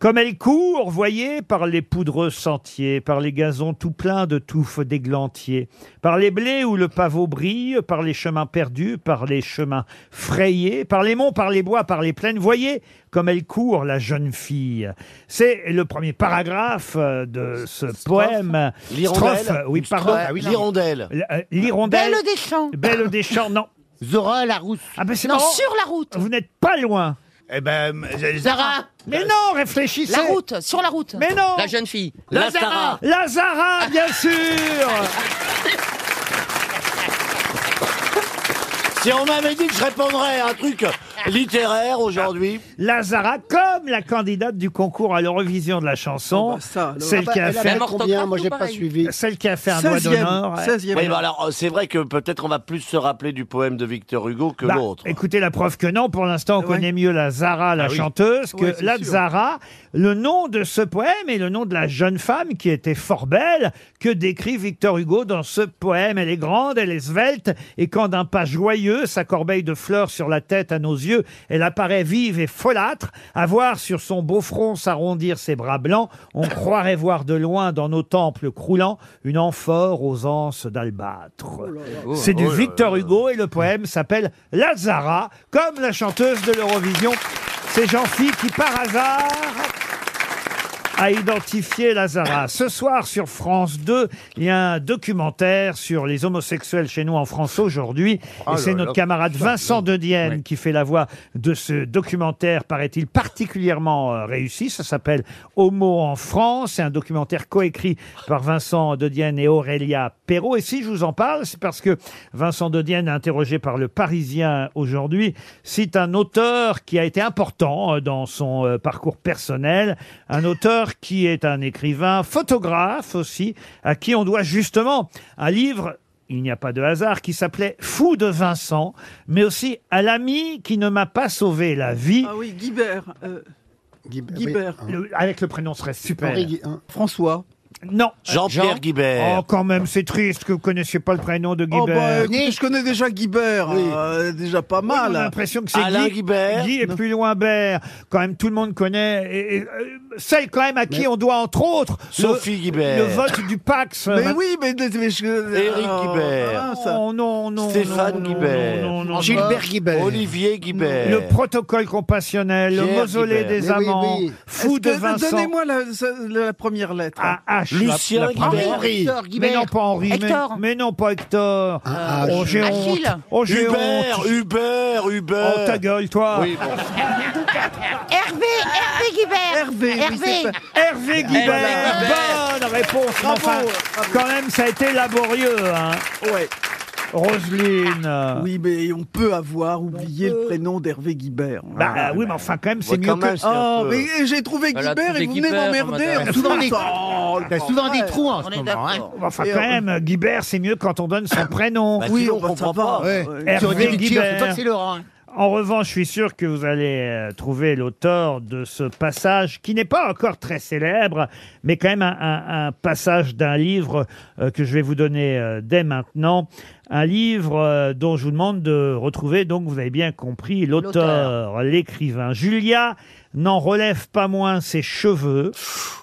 B: Comme elle court, voyez, par les poudreux sentiers, par les gazons tout pleins de touffes d'églantiers, par les blés où le pavot brille, par les chemins perdus, par les chemins frayés, par les monts, par les bois, par les plaines, voyez comme elle court, la jeune fille. C'est le premier paragraphe euh, de ce poème.
D: L'hirondelle
B: Strophe, oui,
D: Une
B: pardon.
D: strophe. Ah oui, l'hirondelle.
B: L- euh, L'hirondelle.
I: Belle des champs.
B: Belle des champs, non. Zora la rousse. Ah ben c'est
I: Non,
B: marrant.
I: sur la route.
B: Vous n'êtes pas loin.
C: Eh ben,
I: Zara.
B: Mais non, réfléchissez.
I: La route, sur la route.
B: Mais non.
G: La jeune fille.
B: Lazara. Lazara, bien sûr.
D: Si on m'avait dit que je répondrais à un truc littéraire aujourd'hui.
B: Ah. Lazara, comme la candidate du concours à l'Eurovision de la chanson, celle
J: Ah bah,
B: qui a
J: elle
B: fait
J: avait combien Moi, j'ai pas suivi.
B: Celle qui a fait un doigt d'honneur.
D: Oui, bah alors, euh, c'est vrai que peut-être on va plus se rappeler du poème de Victor Hugo que
B: Bah,
D: l'autre.
B: Écoutez, la preuve que non, pour l'instant, on connaît mieux la Zara, la
D: Ah oui.
B: chanteuse, que
D: Ouais, c'est
B: la
D: sûr.
B: Zara. Le nom de ce poème est le nom de la jeune femme qui était fort belle, que décrit Victor Hugo dans ce poème. Elle est grande, elle est svelte, et quand d'un pas joyeux, sa corbeille de fleurs sur la tête à nos yeux, elle apparaît vive et folâtre, à voir sur son beau front s'arrondir ses bras blancs, on croirait voir de loin dans nos temples croulants une amphore aux anses d'albâtre. C'est du
D: Oh là
B: Victor Hugo et le poème s'appelle Lazara, comme la chanteuse de l'Eurovision. C'est Jean-Philippe qui, par hasard, a identifié Lazara. Ce soir, sur France 2, il y a un documentaire sur les homosexuels chez nous en France aujourd'hui.
P: Ah
B: et c'est
P: là
B: notre
P: là,
B: camarade
P: putain,
B: Vincent de Dienne qui fait la voix de ce documentaire, paraît-il, particulièrement euh, réussi. Ça s'appelle Homo en France. C'est un documentaire coécrit par Vincent de Dienne et Aurélia Perrault. Et si je vous en parle, c'est parce que Vincent de Dienne, interrogé par le Parisien aujourd'hui, cite un auteur qui a été important euh, dans son euh, parcours personnel, un auteur qui est un écrivain, photographe aussi, à qui on doit justement un livre il n'y a pas de hasard, qui s'appelait Fou de Vincent, mais aussi à l'ami qui ne m'a pas sauvé la vie.
E: Ah oui, Guibert. euh, Guibert.
B: Le- avec le prénom serait super.
E: hein. Henri Gui- hein. François.
B: Non.
D: Jean-Pierre
B: Jean-
D: Guibert.
B: Oh, quand même, c'est triste que vous connaissiez pas le prénom de
E: Oh bah,
B: Guibert.
E: écoutez, je connais déjà Guibert, euh, déjà pas mal.
B: on a l'impression que c'est Guy, Guy est plus loin Bert. Quand même, tout le monde connaît. Et, et, euh, celle quand même à qui on doit entre autres le-
D: Sophie Guibert.
B: le vote du Pax.
E: Mais
B: Vingt-
E: oui, mais, mais je...
D: Éric
E: Ah,
D: Guibert.
E: ah, ça-
B: Oh non, non.
D: Stéphane
B: non, non,
D: Guibert.
B: non, non, non, non.
D: Gilbert Guibert. Olivier Guibert.
B: Le protocole compassionnel, le
D: Pierre
B: mausolée
D: Guibert.
B: des
D: Mais oui,
B: amants,
D: oui.
B: fou
E: Est-ce
B: de
E: que- bah,
B: Vincent.
E: Donnez-moi la, ce- la première lettre. hein.
B: Ah, H, la- la première.
E: Henri.
B: Mais non, pas Henri. mais-
E: Hector.
B: Mais, non, pas Hector.
E: Ah,
B: oh,
E: H.
B: j'ai honte.
E: Achille.
B: Oh, j'ai
D: Hubert,
B: honte.
D: Hubert, Hubert.
B: Oh, ta gueule, toi.
D: Oui, bon.
F: Hervé, Hervé Guibert. Hervé.
B: Hervé
I: Eh,
B: Guibert. Bonne réponse. mais enfin, quand même, ça a été laborieux. Hein.
E: Ouais.
B: Roselyne.
E: Oui, mais on peut avoir oublié le prénom d'Hervé Guibert.
B: Bah, oui, mais enfin, quand même, c'est mieux que-
E: Ah,
B: Oh,
E: mais j'ai trouvé Guibert et vous venez m'emmerder. en
C: souvent des-
E: faisant ça.
C: T'as souvent des
E: Ouais.
C: trous en ce moment. hein.
B: Enfin,
E: Et
B: quand
E: on-
B: même, Guibert, c'est mieux quand on donne son prénom.
C: Bah, Oui, sinon, on on va comprend savoir. pas. Ouais. Tu aurais dû
B: Hervé
C: le dire, c'est
B: Guibert.
C: toi, c'est Laurent, hein.
B: En revanche, je suis sûr que vous allez euh, trouver l'auteur de ce passage qui n'est pas encore très célèbre, mais quand même un, un- un passage d'un livre euh, que je vais vous donner euh, dès maintenant. Un livre euh, dont je vous demande de retrouver, donc vous avez bien compris, l'auteur, l'écrivain. Julia n'en relève pas moins ses cheveux.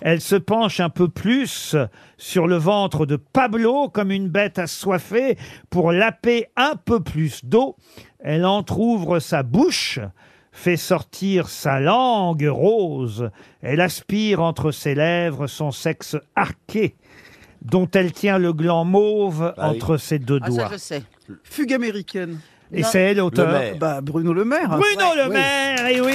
B: Elle se penche un peu plus sur le ventre de Pablo comme une bête assoiffée pour laper un peu plus d'eau. Elle entr'ouvre sa bouche, fait sortir sa langue rose. Elle aspire entre ses lèvres son sexe arqué, dont elle tient le gland mauve
E: oui.
B: entre ses deux
E: Ah,
B: doigts.
E: sais. Fugue américaine.
B: Et c'est elle, auteur Le Maire.
E: Bah, Bruno Le Maire.
B: Bruno Le Maire, et oui.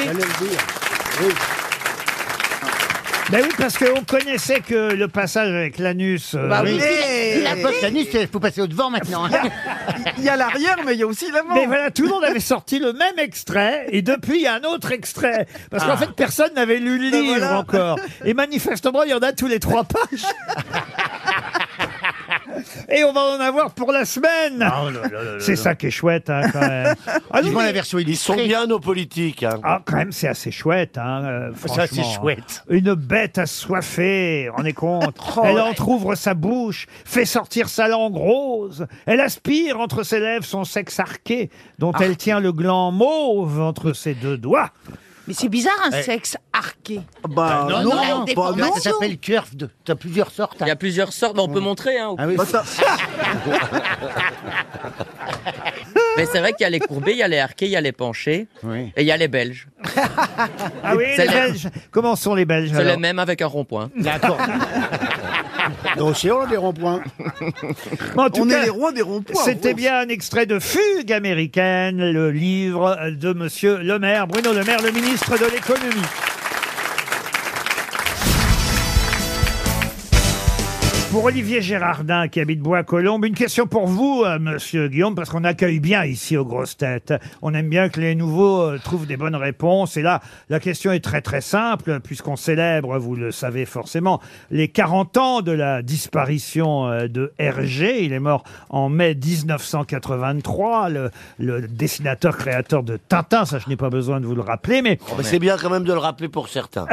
B: Ben oui, parce qu'on connaissait que le passage avec l'anus. euh,
C: Bah oui,
B: oui.
C: c'est la- c'est la poche, l'anus, il faut passer au devant maintenant. hein.
E: Il y a l'arrière, mais il y a aussi l'avant.
B: Mais voilà, tout le monde avait sorti le même extrait, et depuis, il y a un autre extrait. Parce qu'en
E: Ah.
B: fait, personne n'avait lu le
E: Ben
B: livre
E: voilà.
B: encore. Et manifestement, il y en a tous les trois pages. Et on va en avoir pour la semaine.
D: Ah, oh
B: C'est ça qui est chouette, hein, quand même. Ah non, mais-
D: Ils sont bien nos politiques. hein.
B: Ah, quand même, c'est assez chouette, hein, euh,
D: Ça, c'est
B: franchement.
D: chouette.
B: Une bête assoiffée, on est compte. Elle entr'ouvre sa bouche, fait sortir sa langue rose. Elle aspire entre ses lèvres son sexe arqué, dont elle tient le gland mauve entre ses deux doigts.
I: Mais c'est bizarre un
B: Eh.
I: sexe arqué.
E: Bah
I: non, non, bah non.
C: Ça s'appelle curve. de- T'as plusieurs sortes. hein.
G: Il y a plusieurs sortes, bah, on peut montrer. Hein, au-
C: Ah oui, faut-
G: Mais c'est vrai qu'il y a les courbés, il y a les arqués, il y a les penchés, et il y a les belges.
B: Ah oui,
G: C'est
B: les
G: la-
B: Belges. Comment sont les Belges
G: C'est le
B: alors
G: même avec un rond-point. Euh,
B: D'accord.
J: Dans l'océan, des ronds-points.
B: Mais en tout
J: On est
B: cas,
J: les rois des ronds-points,
B: C'était
J: en gros.
B: bien un extrait de Fugue américaine, le livre de Monsieur Le Maire, Bruno Le Maire, le ministre de l'économie. Pour Olivier Gérardin, qui habite Bois-Colombes, une question pour vous, euh, monsieur Guillaume, parce qu'on accueille bien ici aux grosses têtes. On aime bien que les nouveaux euh, trouvent des bonnes réponses. Et là, la question est très très simple, puisqu'on célèbre, vous le savez forcément, les 40 ans de la disparition euh, de Hergé. Il est mort en mai 1983, le, le dessinateur créateur de Tintin. Ça, je n'ai pas besoin de vous le rappeler, mais.
D: Oh, Mais c'est bien quand même de le rappeler pour certains.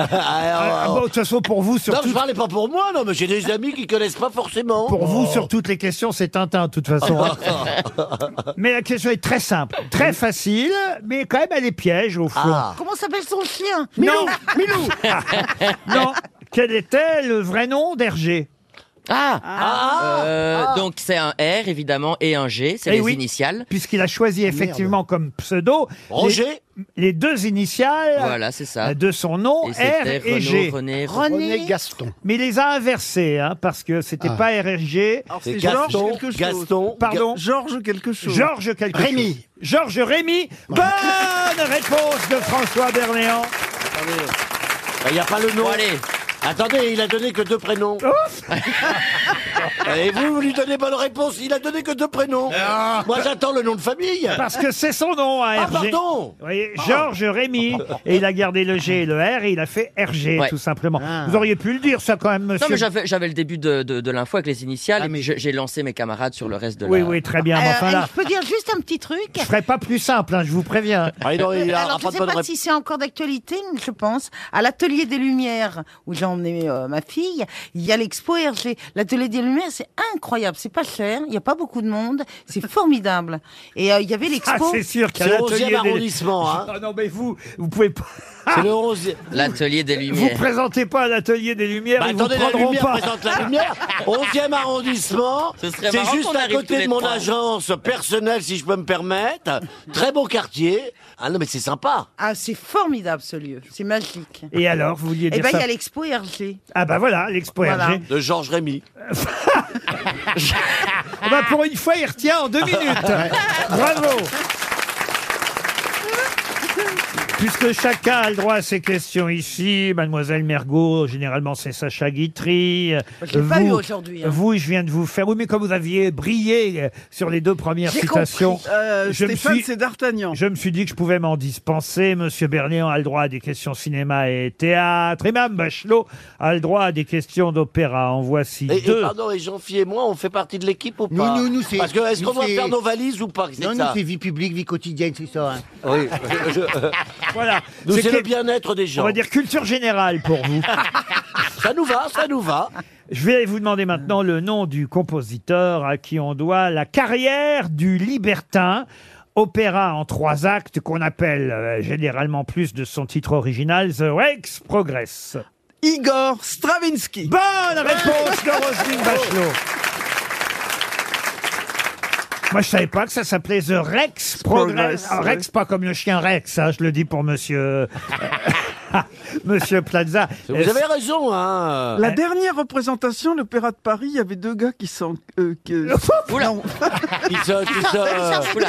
B: Ah, bon, de toute façon, pour vous,
D: surtout... Non, je parlais pas pour moi, non, mais j'ai des amis qui connaissent pas forcément.
B: Pour vous, sur toutes les questions, c'est Tintin, de toute façon. hein. mais la question est très simple, très facile, mais quand même, elle est piège, au fond.
G: Ah.
I: Comment s'appelle son chien
B: Non.
I: Milou
B: non, quel était le vrai nom d'Hergé
G: Ah, Euh, Donc c'est un R évidemment et un G, c'est
B: Eh
G: les
B: oui.
G: initiales.
B: Puisqu'il a choisi
G: Ah,
B: effectivement comme pseudo...
G: Roger
B: les, les deux initiales
G: Voilà, c'est ça.
B: de son nom,
G: Et
B: R
G: c'était
B: et
G: Renaud,
B: G.
G: René,
J: René Gaston.
B: Mais il les a inversés, hein, parce que c'était
J: Ah.
B: pas RSG.
J: Alors, c'est C'est Georges Gaston, quelque chose. Gaston,
B: Pardon.
J: Ga-
B: Georges quelque
J: chose.
B: Georges quelque
J: Rémi.
B: chose. Georges Rémi. Bonne réponse de François Berléand.
D: Il n'y a pas le nom. Attendez, il a donné que deux prénoms.
B: Oh.
D: Et vous, vous lui donnez bonne réponse. Il a donné que deux prénoms. Moi, j'attends le nom de famille.
B: Ah. Parce que c'est son nom, hein,
D: Ah,
B: RG.
D: pardon Ah.
B: Vous voyez, Georges Rémy. Et il a gardé le G et le R et il a fait RG,
G: Ouais.
B: tout simplement.
D: Ah.
B: Vous auriez pu le dire, ça, quand même, monsieur.
G: Non mais j'avais, j'avais le début de, de- de l'info avec les initiales et puis je- j'ai lancé mes camarades sur le reste de
B: Oui,
G: la... Ah,
B: oui, très bien. mais
I: Euh,
B: enfin, là,
I: Je peux dire juste un petit truc
B: je ferai pas plus simple, hein, je vous préviens.
D: Ah,
I: Alors, je ne sais pas si c'est encore d'actualité, mais je pense. À l'atelier des Lumières, où j'ai emmené euh, ma fille, il y a l'expo RG. L'atelier des Lumières, c'est incroyable. C'est pas cher, il n'y a pas beaucoup de monde. C'est formidable. Et euh, il y avait
B: Ah,
I: l'expo.
B: c'est sûr qu'il y a
D: C'est au
B: l'atelier
D: 11e
B: des-
D: arrondissement, hein.
B: Ah non, mais vous, vous pouvez pas.
D: C'est le 11
G: L'atelier des
B: Vous
G: lumières.
B: présentez pas à l'atelier des Lumières,
D: Bah,
B: ils
D: attendez,
B: vous
D: la
B: prendront
D: lumière
B: pas.
D: présente la lumière. 11e arrondissement.
G: Ce serait
D: C'est
G: marrant
D: juste
G: qu'on
D: à
G: arrive tous
D: côté
G: les
D: de mon
G: trois.
D: agence personnelle, si je peux me permettre. Très beau quartier. Ah non, mais c'est sympa.
I: Ah, c'est formidable ce lieu. C'est magique.
B: Et alors, vous vouliez
I: Eh
B: dire
I: ben, il
B: ça
I: y a l'expo RG.
B: Ah bah voilà, l'expo
I: Voilà.
B: RG.
D: De Georges Rémy.
B: Ah bah, pour une fois, il retient en deux minutes. Bravo. Puisque chacun a le droit à ses questions ici, Mademoiselle Mergot, généralement c'est Sacha Guitry. euh,
I: Je l'ai pas
B: vous-
I: eu aujourd'hui, hein.
B: Vous, je viens de vous faire. Oui, mais comme vous aviez brillé euh, sur les deux premières
E: J'ai
B: citations,
E: compris. Euh, Stéphane, c'est
B: d'Artagnan. Je me suis dit que je pouvais m'en dispenser. Monsieur Berléand a le droit à des questions cinéma et théâtre. Et Mme Bachelot a le droit à des questions d'opéra. En voici
D: Et, et
B: deux.
D: pardon, et Jean-Philippe et moi, on fait partie de l'équipe ou pas
C: Nous, nous, nous, c'est-
D: Parce que est-ce qu'on
C: nous,
D: doit
C: c'est-
D: faire nos valises ou pas c'est
C: Non,
D: ça
C: non, c'est vie publique, vie quotidienne, c'est ça. hein.
D: Oui.
B: voilà.
D: Nous,
B: C'est
D: c'est le
B: que-
D: bien-être des gens.
B: On va dire culture générale pour vous.
D: Ça nous va, ça nous va.
B: Je vais vous demander maintenant le nom du compositeur à qui on doit la carrière du libertin. Opéra en trois actes qu'on appelle euh, généralement plus de son titre original The Rex Progress.
E: Igor Stravinsky.
B: Bonne réponse de Roselyne Bachelot. Moi, je savais pas que ça s'appelait The Rex Progress.
E: Progress,
B: Ah, Rex, pas comme le chien Rex, hein, je le dis pour monsieur. monsieur Plaza.
D: Vous avez raison, hein.
E: La dernière représentation, l'Opéra de Paris, il y avait deux gars qui sont. euh, que- Non.
D: Ils se- ils se- Ils se-
E: Oula.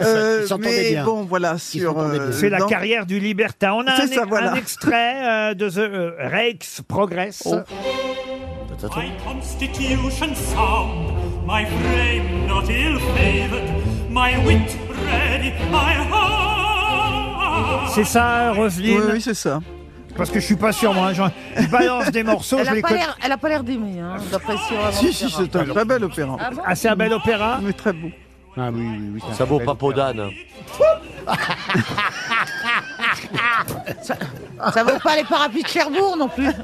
E: Euh,
D: Ils s'entendaient
E: mais
D: bien.
E: bon, voilà, sur. euh,
B: C'est la
E: dans-
B: carrière du libertin. On a un,
E: C'est ça,
B: un
E: voilà.
B: extrait euh, de The euh, Rex Progress.
D: Oh,
I: Oh.
P: My constitution sound, my frame not ill favored, my wit ready, my heart.
B: C'est ça, Roselyne
E: Oui, oui, c'est ça.
B: Parce que je suis pas sûr, moi. hein, j'en- Je balance des morceaux,
I: Elle
B: je
I: a
B: les
I: pas
B: connais.
I: l'air- elle a pas l'air d'aimer, hein, d'après ce qu'on
E: Si, si,
I: entend.
E: c'est un très bel opéra.
I: Ah bon
B: Ah, c'est un bel opéra
E: Mais très beau.
C: Ah oui, oui, oui.
D: Ça vaut pas peau d'âne.
I: Ça vaut pas les parapluies de Cherbourg non plus.
D: Non,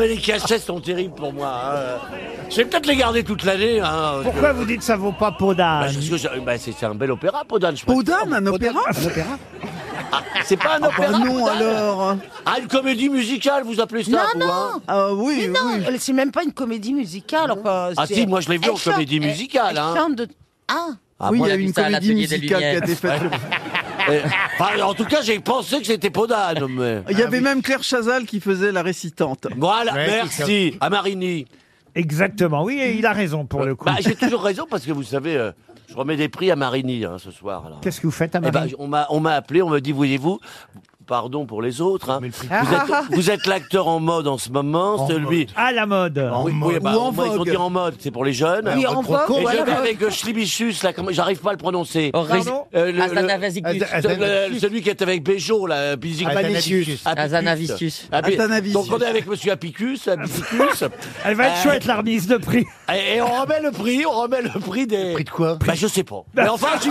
D: mais les cachettes sont terribles pour moi. hein. Je vais peut-être les garder toute l'année. hein.
B: Pourquoi vous dites ça vaut pas peau d'âne
D: Bah, parce que j'ai- bah, c'est c'est un bel opéra, Podane. je
E: Peau d'âne, un opéra
D: préfère. C'est pas un
E: Ah bah
D: opéra.
E: non,
D: Podane
E: alors.
D: Ah, une comédie musicale, vous appelez ça
I: Non,
D: vous, hein
I: non
E: Ah
I: Mais
E: oui,
I: non, elle- c'est même pas une comédie musicale. Enfin,
D: Ah
I: c'est-
D: si, moi, je l'ai vu
I: elle
D: en
I: chante-
D: comédie
I: elle-
D: musicale,
I: Elle,
D: hein.
I: chante de... Ah
D: Ah,
E: oui,
D: moi,
E: il y a
D: j'ai
E: eu une
D: vu ça à
E: comédie
D: l'Atelier des
E: musicale qui a
D: Lumières.
E: été faite.
D: Euh, enfin, en tout cas, j'ai pensé que c'était Podane. Mais...
B: Ah
E: Il y avait même Claire Chazal qui faisait la récitante.
D: Voilà,
E: Ouais,
D: merci. À Marigny.
B: Exactement, oui, et il a raison pour le coup.
D: Bah, j'ai toujours raison parce que vous savez, euh, je remets des prix à Marigny hein, ce soir. alors.
B: Qu'est-ce que vous faites à
D: Eh ben,
B: Marie
D: on m'a on m'a appelé, on me dit voyez-vous, pardon pour les autres. hein.
B: Ah.
D: Vous êtes, vous êtes l'acteur en mode en ce moment, celui.
B: À la mode.
D: oui, oui, bah,
B: Ou en
D: en mode, ils vont
B: vogue.
D: dire en mode, c'est pour les jeunes.
B: Oui, en vogue,
D: Et
B: voilà.
D: je vais avec euh, Schlibichus, là, comment- j'arrive pas à le prononcer.
B: Oh,
G: Pardon
D: Euh, le-
G: Athanasius.
D: le- le- le- Celui qui est avec Béjot, là, Pisic-
G: Athanasius.
D: Apicus.
G: Athanasius.
D: Api-
G: Athanasius.
D: Donc on est avec Monsieur Apicus, Apicus.
B: Elle va être
D: Euh,
B: chouette la remise de prix.
D: Et, et on remet le prix, on remet le prix des. prix de quoi Bah je sais pas. Mais enfin, j'y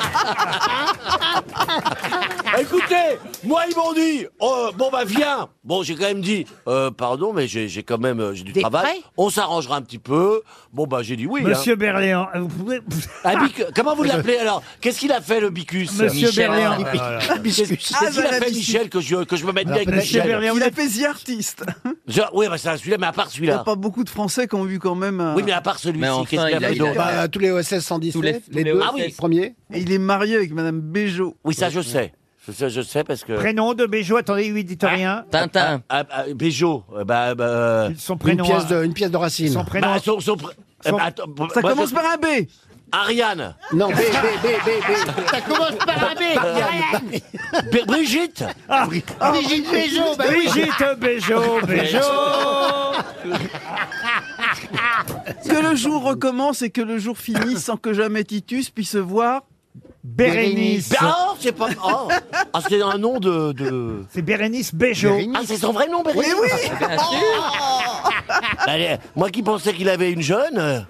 D: vais. Bah, Écoutez, moi ils m'ont dit, euh, bon bah viens. Bon j'ai quand même dit, euh, pardon mais j'ai j'ai quand même euh, j'ai du
B: Des
D: travail.
B: frais
D: On s'arrangera un petit peu. Bon bah j'ai dit oui.
B: Monsieur
D: hein.
B: Berléand, vous pouvez.
D: Ah, Bic- Comment vous l'appelez alors Qu'est-ce qu'il a fait le Bicus euh,
B: Monsieur Michel. Berléand.
D: Qu'est-ce-
B: Ah, là, là, là.
D: Qu'est-ce qu'il a fait Michel que je que je me mette bien avec Michel
E: il a fait The Artist.
D: Je- Oui bah c'est un celui-là mais à
E: Il
D: part
E: n'y a
D: celui-là.
E: pas beaucoup de Français qui ont vu quand même. euh,
D: Oui, mais à part celui-ci, Mais enfin, qu'est-ce qu'il a il a- fait il a- d'autre
E: Bah, Tous les OSS 117,
D: Tous les- tous les
E: deux
D: Ah oui.
E: premiers. Et il est marié avec Madame Béjot.
D: Oui ça je sais. Je sais, je sais parce que.
B: Prénom de Béjot, attendez, oui, dites rien.
D: Ah, Tintin. Ah, ah, Béjot. euh, Bah, bah,
B: Son
J: Une pièce,
E: hein.
J: de, une pièce de Racine.
B: hein. Son
D: Bah, son, son pr- Eh ben, attends,
J: Ça
D: moi,
J: commence
D: je-
J: par
E: un B.
D: Ariane.
J: Non, B, B, B, B, B.
C: Ça commence par un B, Ariane.
D: Bri- Brigitte.
B: Ah,
C: Brigitte Béjot, bah oui.
B: Brigitte Béjot, Béjot.
E: Que le jour recommence et que le jour finisse sans que jamais Titus puisse voir.
B: Bérénice.
D: Bah, oh, c'est pas. oh. Ah, c'est un nom de. de...
B: C'est Bérénice Béjot.
D: Ah, c'est son vrai nom, Bérénice
B: Oui, oui.
D: Bien sûr. Bah, allez, moi qui pensais qu'il avait une jeune. euh,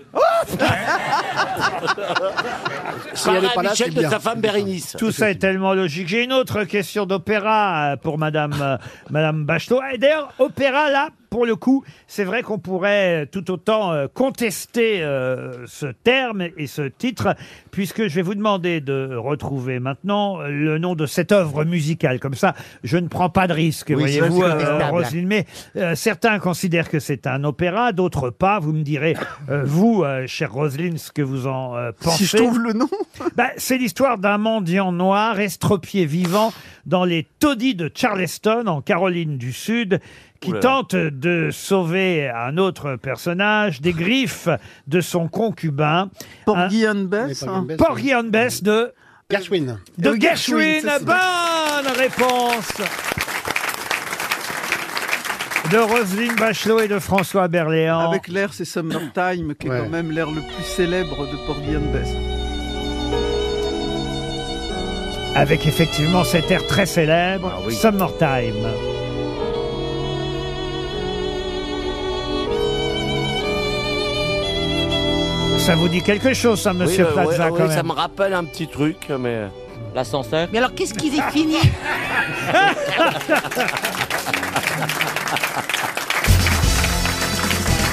J: Si elle est pas là,
D: Michel
J: c'est
D: de
J: bien.
D: sa femme Bérénice.
B: Tout ça est tellement logique. J'ai une autre question d'opéra euh, pour Madame, euh, Madame Bachelot. Et d'ailleurs, opéra, là, pour le coup, c'est vrai qu'on pourrait euh, tout autant euh, contester euh, ce terme et ce titre, puisque je vais vous demander de retrouver maintenant le nom de cette œuvre musicale. Comme ça, je ne prends pas de risque,
Q: Oui,
B: voyez-vous,
Q: c'est
B: euh,
Q: contestable.
B: Roselyne. Mais euh, certains considèrent que c'est un opéra, d'autres pas. Vous me direz, euh, vous, euh, chère Roselyne, ce que vous en euh, pensez.
E: Si je trouve le nom.
B: Bah, c'est l'histoire d'un mendiant noir estropié vivant dans les taudis de Charleston, en Caroline du Sud, qui
Q: Ouh là là.
B: tente de sauver un autre personnage des griffes de son concubin. Porgy
E: and Bess
J: hein.
B: Porgy and Bess de...
J: Gershwin.
B: De
J: Euh,
B: Gershwin,
J: Gershwin, ça, c'est-
B: bonne réponse de Roselyne Bachelot et de François Berléand.
E: Avec l'air, c'est Summertime, qui est quand même l'air le plus célèbre de Porgy and Bess.
B: Avec effectivement cet air très
D: Ah
B: célèbre, Summertime. Ça vous dit quelque chose, ça, monsieur
D: oui, bah,
B: Plaza,
D: ouais,
B: quand
D: ouais,
B: même
D: Ça me rappelle un petit truc, mais. euh, L'ascenseur.
I: Mais alors, qu'est-ce qu'il est fini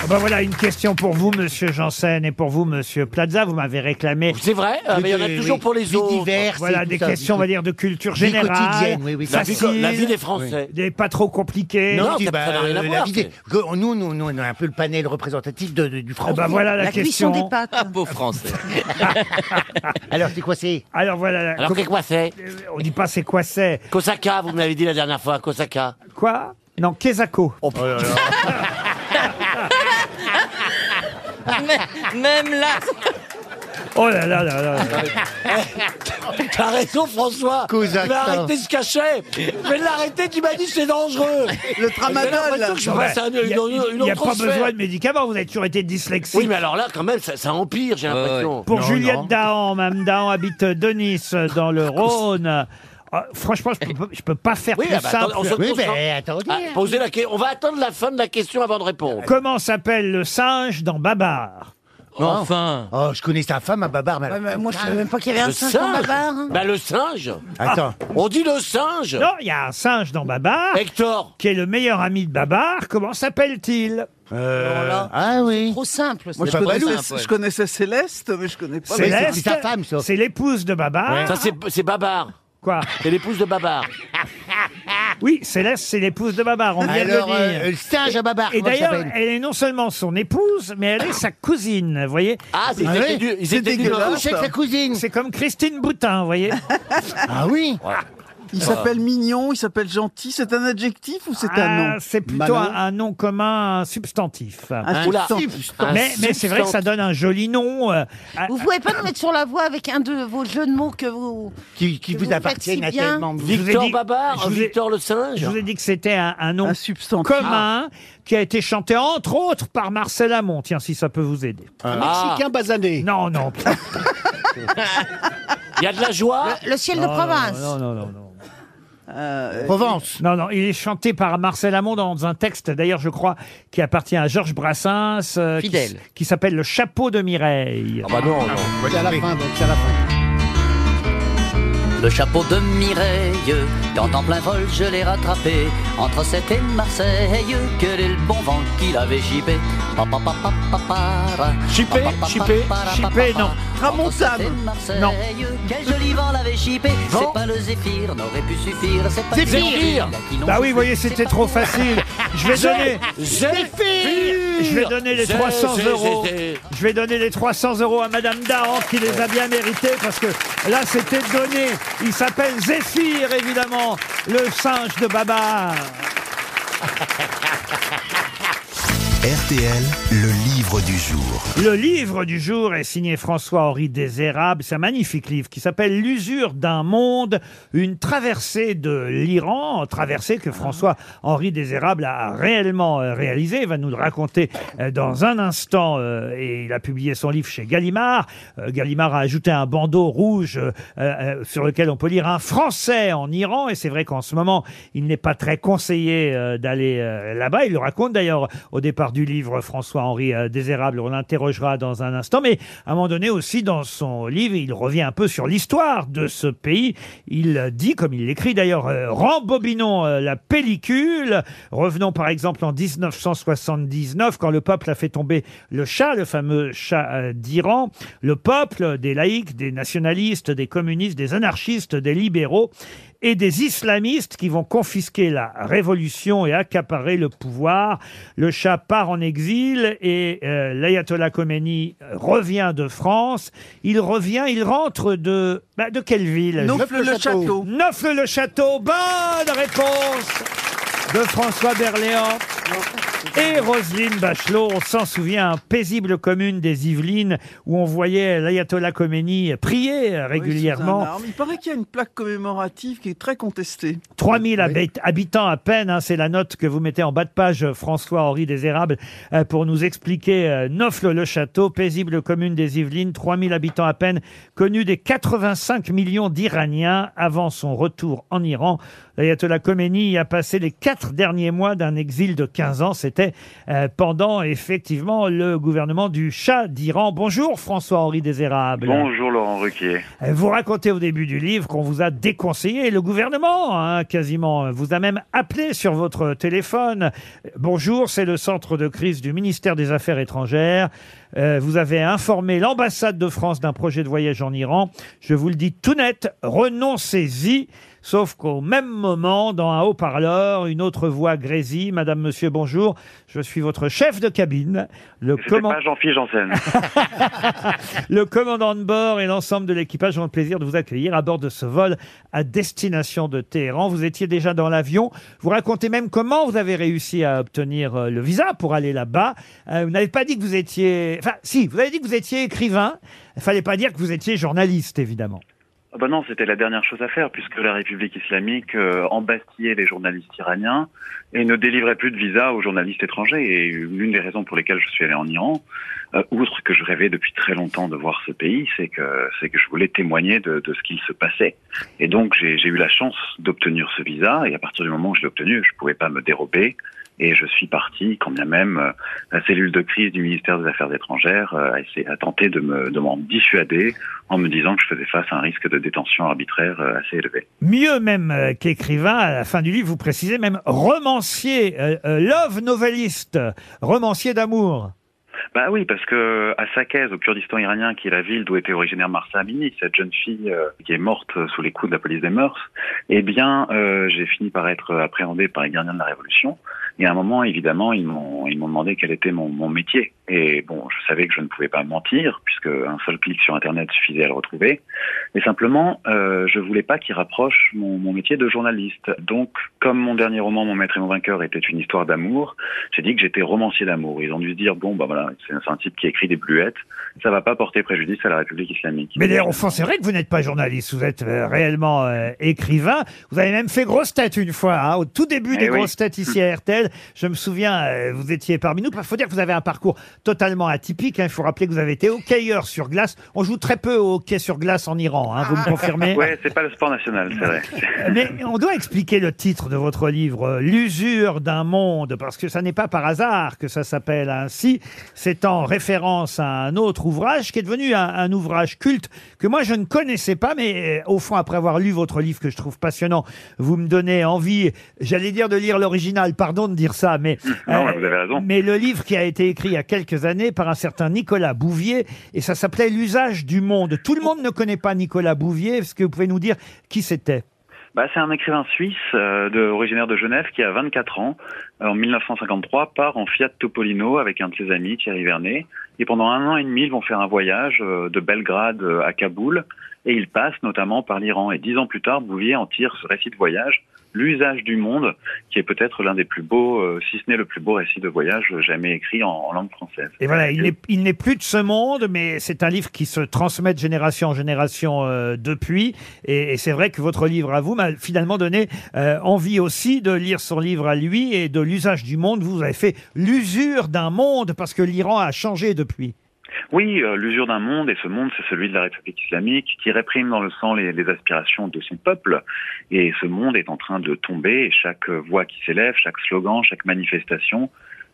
B: Ah bah voilà une question pour vous, monsieur Janssen, et pour vous, monsieur Plaza. Vous m'avez réclamé.
D: C'est vrai, euh, mais il y en a toujours pour les autres.
B: Voilà des questions, on va dire, de culture générale.
D: La vie-
B: facile,
D: la vie des Français.
B: Des pas trop compliquées.
C: Non, tu- bah, euh, la vidéo- que- nous, nous, nous, on a un peu le panel représentatif de- de- du français.
B: bah, voilà la La cuisson question. des pâtes.
G: Ah, pauvre français.
C: Alors, c'est quoi c'est
B: Alors voilà.
D: Alors, c'est quoi c'est
B: Euh, On dit pas c'est quoi c'est.
D: Kosaka, vous me l'avez dit la dernière fois, Kosaka.
B: Quoi Non, Kezako.
D: Oh,
G: Même là.
B: Oh là là là là. là.
D: T'as raison, François.
B: Cosaque,
D: Mais
B: hein.
D: arrêtez de se cacher. Mais de l'arrêter, tu m'as dit c'est dangereux.
E: Le
D: J'ai l'impression que je passe à une, une- une autre
B: Il n'y a pas
D: sphère.
B: besoin de médicaments, vous avez toujours été dyslexique.
D: Oui, mais alors là, quand même, ça, ça empire, j'ai l'impression.
B: Pour Juliette Dahan, Mme Dahan habite Denis dans le Rhône. Ah, franchement, je peux, pas- je peux pas faire
D: Oui,
B: plus
D: ah bah, attendez,
B: simple.
D: on se Ah, posez la que- On va attendre la fin de la question avant de répondre.
B: Comment s'appelle le singe dans Babar
G: Enfin
C: Oh, je connais sa femme à Babar, mais... Ah.
I: Moi, je savais même pas qu'il y avait un
D: Le
I: singe dans hein. ma barre.
D: Bah, le singe. Ah.
C: Attends.
D: On dit le singe.
B: Non, il y a un singe dans Babar.
D: Hector.
B: Qui est le meilleur ami de Babar. Comment s'appelle-t-il
C: Ah oui.
I: Trop simple.
E: Moi, je connaissais, je connaissais Céleste, mais je connais pas.
B: Céleste, C'est l'épouse de Babar.
D: Ça, c'est c'est Babar.
B: Quoi
D: C'est l'épouse de Babar.
I: Ah.
B: Oui, Céleste, c'est l'épouse de Babar, on vient de le
C: Alors,
B: dire.
C: euh, le singe à Babar,
B: Et
C: comment il
B: d'ailleurs,
C: s'appelle
B: elle est non seulement son épouse, mais elle est sa cousine, vous voyez
D: Ah, c'est- Ah ils étaient ouais du- ils étaient du Nord.
E: Ah,
B: C'est comme Christine Boutin, vous voyez
C: Ah oui
E: Il s'appelle mignon, il s'appelle gentil. C'est un adjectif ou c'est un
B: Ah,
E: nom
B: C'est plutôt un, un nom commun, un substantif.
E: Un Oula. substantif. Un
B: Mais, mais c'est vrai que ça donne un joli nom. euh, à-
I: Vous pouvez pas nous mettre sur la voie avec un de vos jeux de mots que vous.
C: Qui,
I: que vous faites si bien.
D: Victor Babar,
B: Victor
D: le singe.
B: Je vous ai dit que c'était un, un nom commun qui a été chanté entre autres par Marcel Amont. Tiens, si ça peut vous aider.
J: Un Ah. Mexicain
B: basané. Non, non.
D: Il y a de la joie.
I: Le, ciel de
B: Non, non,
I: province.
B: Non, non, non. non, non. Provence. Non, non, il est chanté par Marcel Amont dans un texte, d'ailleurs, je crois, qui appartient à Georges Brassens. euh, qui-
G: Fidèle.
B: Qui s'appelle Le chapeau de Mireille. Ah, bah non, non.
J: C'est à la fin, donc c'est à la fin.
Q: Le chapeau de Mireille, quand en plein vol je l'ai rattrapé, entre cette et Marseille, quel est le bon vent qu'il avait chipé.
B: Chippé, chippé, chippé, non.
Q: Ramontable.
B: Non.
Q: Quel joli vent l'avait chipé.
B: Vent.
Q: C'est pas le zéphyr, n'aurait pu suffire. C'est pas
B: Zéphyr.
Q: le zéphyr. là, qui n'ont
B: Bah oui,
Q: soufflé.
B: vous voyez, c'était trop facile. Je vais
Q: Zé-
B: donner.
Q: Zéphyr.
B: Je vais donner les
Q: Zé-
B: 300
Q: Zé-
B: euros.
Q: Zé-
B: Je vais donner les 300 euros à Madame Dahan qui les a bien mérités parce que là, c'était donné. Il s'appelle Zéphyr, évidemment, le singe de Babar.
A: RTL, le livre du jour.
B: Le livre du jour est signé François-Henri Désérable. C'est un magnifique livre qui s'appelle L'usure d'un monde, une traversée de l'Iran, traversée que François-Henri Désérable a réellement euh, réalisée. Il va nous le raconter euh, dans un instant euh, et il a publié son livre chez Gallimard. Euh, Gallimard a ajouté un bandeau rouge euh, euh, sur lequel on peut lire un Français en Iran et c'est vrai qu'en ce moment, il n'est pas très conseillé euh, d'aller euh, là-bas. Il le raconte d'ailleurs au départ du livre François-Henri euh, Désérable. On l'interrogera dans un instant. Mais à un moment donné aussi, dans son livre, il revient un peu sur l'histoire de ce pays. Il euh, dit, comme il l'écrit d'ailleurs, euh, rembobinons euh, la pellicule. Revenons par exemple en 1979, quand le peuple a fait tomber le chat, le fameux chat euh, d'Iran. Le peuple des laïcs, des nationalistes, des communistes, des anarchistes, des libéraux et des islamistes qui vont confisquer la révolution et accaparer le pouvoir. Le chat part en exil et euh, l'ayatollah Khomeini revient de France. Il revient, il rentre de... bah, de quelle ville
E: Neufle-le-Château.
B: Neufle-le-Château. Bonne réponse de François Berléand. Et Roselyne Bachelot, on s'en souvient, un paisible commune des Yvelines où on voyait l'ayatollah Khomeini prier régulièrement.
E: C'est un arbre. Il paraît qu'il y a une plaque commémorative qui est très contestée.
B: 3000 habit- habitants à peine, hein, c'est la note que vous mettez en bas de page, euh, François-Henri Désérable, euh, pour nous expliquer euh, Neufle-le-Château, paisible commune des Yvelines, 3000 habitants à peine, connue des 85 millions d'Iraniens avant son retour en Iran. L'ayatollah Khomeini y a passé les quatre derniers mois d'un exil de 15 ans. C'était euh, pendant, effectivement, le gouvernement du Shah d'Iran. Bonjour François-Henri Désérable.
R: Bonjour Laurent Ruquier.
B: Euh, Vous racontez au début du livre qu'on vous a déconseillé, le gouvernement hein, quasiment, vous a même appelé sur votre téléphone. Euh, Bonjour, c'est le centre de crise du ministère des Affaires étrangères. Euh, vous avez informé l'ambassade de France d'un projet de voyage en Iran. Je vous le dis tout net, renoncez-y. Sauf qu'au même moment, dans un haut-parleur, une autre voix grésille. Madame, monsieur, bonjour. Je suis votre chef de cabine. Le
R: C'était
B: command-
R: pas Jean-Philippe Janssen.
B: le commandant de bord et l'ensemble de l'équipage ont le plaisir de vous accueillir à bord de ce vol à destination de Téhéran. Vous étiez déjà dans l'avion. Vous racontez même comment vous avez réussi à obtenir euh, le visa pour aller là-bas. Euh, vous n'avez pas dit que vous étiez... Enfin, si, vous avez dit que vous étiez écrivain. Il fallait pas dire que vous étiez journaliste, évidemment.
R: Ah bah non, c'était la dernière chose à faire puisque la République islamique euh, embastillait les journalistes iraniens et ne délivrait plus de visa aux journalistes étrangers. Et l'une des raisons pour lesquelles je suis allé en Iran, euh, outre que je rêvais depuis très longtemps de voir ce pays, c'est que c'est que je voulais témoigner de, de ce qu'il se passait. Et donc j'ai j'ai eu la chance d'obtenir ce visa et à partir du moment où je l'ai obtenu, je pouvais pas me dérober. Et je suis parti, quand bien même euh, la cellule de crise du ministère des Affaires étrangères euh, a, essayé, a tenté de me de m'en dissuader en me disant que je faisais face à un risque de détention arbitraire euh, assez élevé.
B: Mieux même euh, qu'écrivain, à la fin du livre, vous précisez même romancier, euh, euh, love noveliste, romancier d'amour.
R: Bah oui, parce que à Sakez, au Kurdistan iranien, qui est la ville d'où était originaire Marsa Amini, cette jeune fille euh, qui est morte sous les coups de la police des mœurs, eh bien, euh, j'ai fini par être appréhendé par les gardiens de la Révolution. Et à un moment, évidemment, ils m'ont ils m'ont demandé quel était mon, mon métier. Et bon, je savais que je ne pouvais pas mentir, puisque un seul clic sur Internet suffisait à le retrouver. Mais simplement, euh, je voulais pas qu'il rapproche mon, mon métier de journaliste. Donc, comme mon dernier roman, Mon maître et mon vainqueur, était une histoire d'amour, j'ai dit que j'étais romancier d'amour. Ils ont dû se dire, bon, bah voilà, c'est c'est un type qui écrit des bluettes, ça va pas porter préjudice à la République islamique.
B: Mais d'ailleurs, au fond, c'est vrai que vous n'êtes pas journaliste, vous êtes euh, réellement euh, écrivain. Vous avez même fait grosse tête une fois, hein, au tout début
R: Eh
B: des
R: oui.
B: grosses têtes ici à RTL. Je me souviens, euh, vous étiez parmi nous. Il faut dire que vous avez un parcours totalement atypique. hein. Il faut rappeler que vous avez été hockeyeur sur glace. On joue très peu au hockey sur glace en Iran, hein, vous me confirmez
R: Ah. Ouais, c'est pas le sport national, c'est vrai.
B: Mais on doit expliquer le titre de votre livre, euh, L'usure d'un monde, parce que ça n'est pas par hasard que ça s'appelle ainsi. C'est en référence à un autre ouvrage qui est devenu un, un ouvrage culte que moi je ne connaissais pas, mais euh, au fond, après avoir lu votre livre que je trouve passionnant, vous me donnez envie, j'allais dire de lire l'original, pardon de dire ça, mais. euh,
R: Non, mais vous avez raison.
B: Mais le livre qui a été écrit il y a quelques années par un certain Nicolas Bouvier, et ça s'appelait L'usage du monde. Tout le monde ne connaît pas Nicolas Bouvier. Est-ce que vous pouvez nous dire qui c'était
R: Bah, c'est un écrivain suisse euh, de, originaire de Genève qui a 24 ans. euh, En 1953, part en Fiat Topolino avec un de ses amis, Thierry Vernet. Et pendant un an et demi, ils vont faire un voyage euh, de Belgrade euh, à Kaboul. Et ils passent notamment par l'Iran. Et dix ans plus tard, Bouvier en tire ce récit de voyage, L'usage du monde, qui est peut-être l'un des plus beaux, euh, si ce n'est le plus beau récit de voyage jamais écrit en, en langue française.
B: Et voilà, il n'est- il n'est plus de ce monde, mais c'est un livre qui se transmet de génération en génération euh, depuis. Et, et c'est vrai que votre livre à vous m'a finalement donné euh, envie aussi de lire son livre à lui et de l'usage du monde. Vous avez fait l'usure d'un monde parce que l'Iran a changé depuis.
R: Oui, euh, l'usure d'un monde, et ce monde, c'est celui de la République islamique, qui réprime dans le sang les, les aspirations de son peuple. Et ce monde est en train de tomber, et chaque euh, voix qui s'élève, chaque slogan, chaque manifestation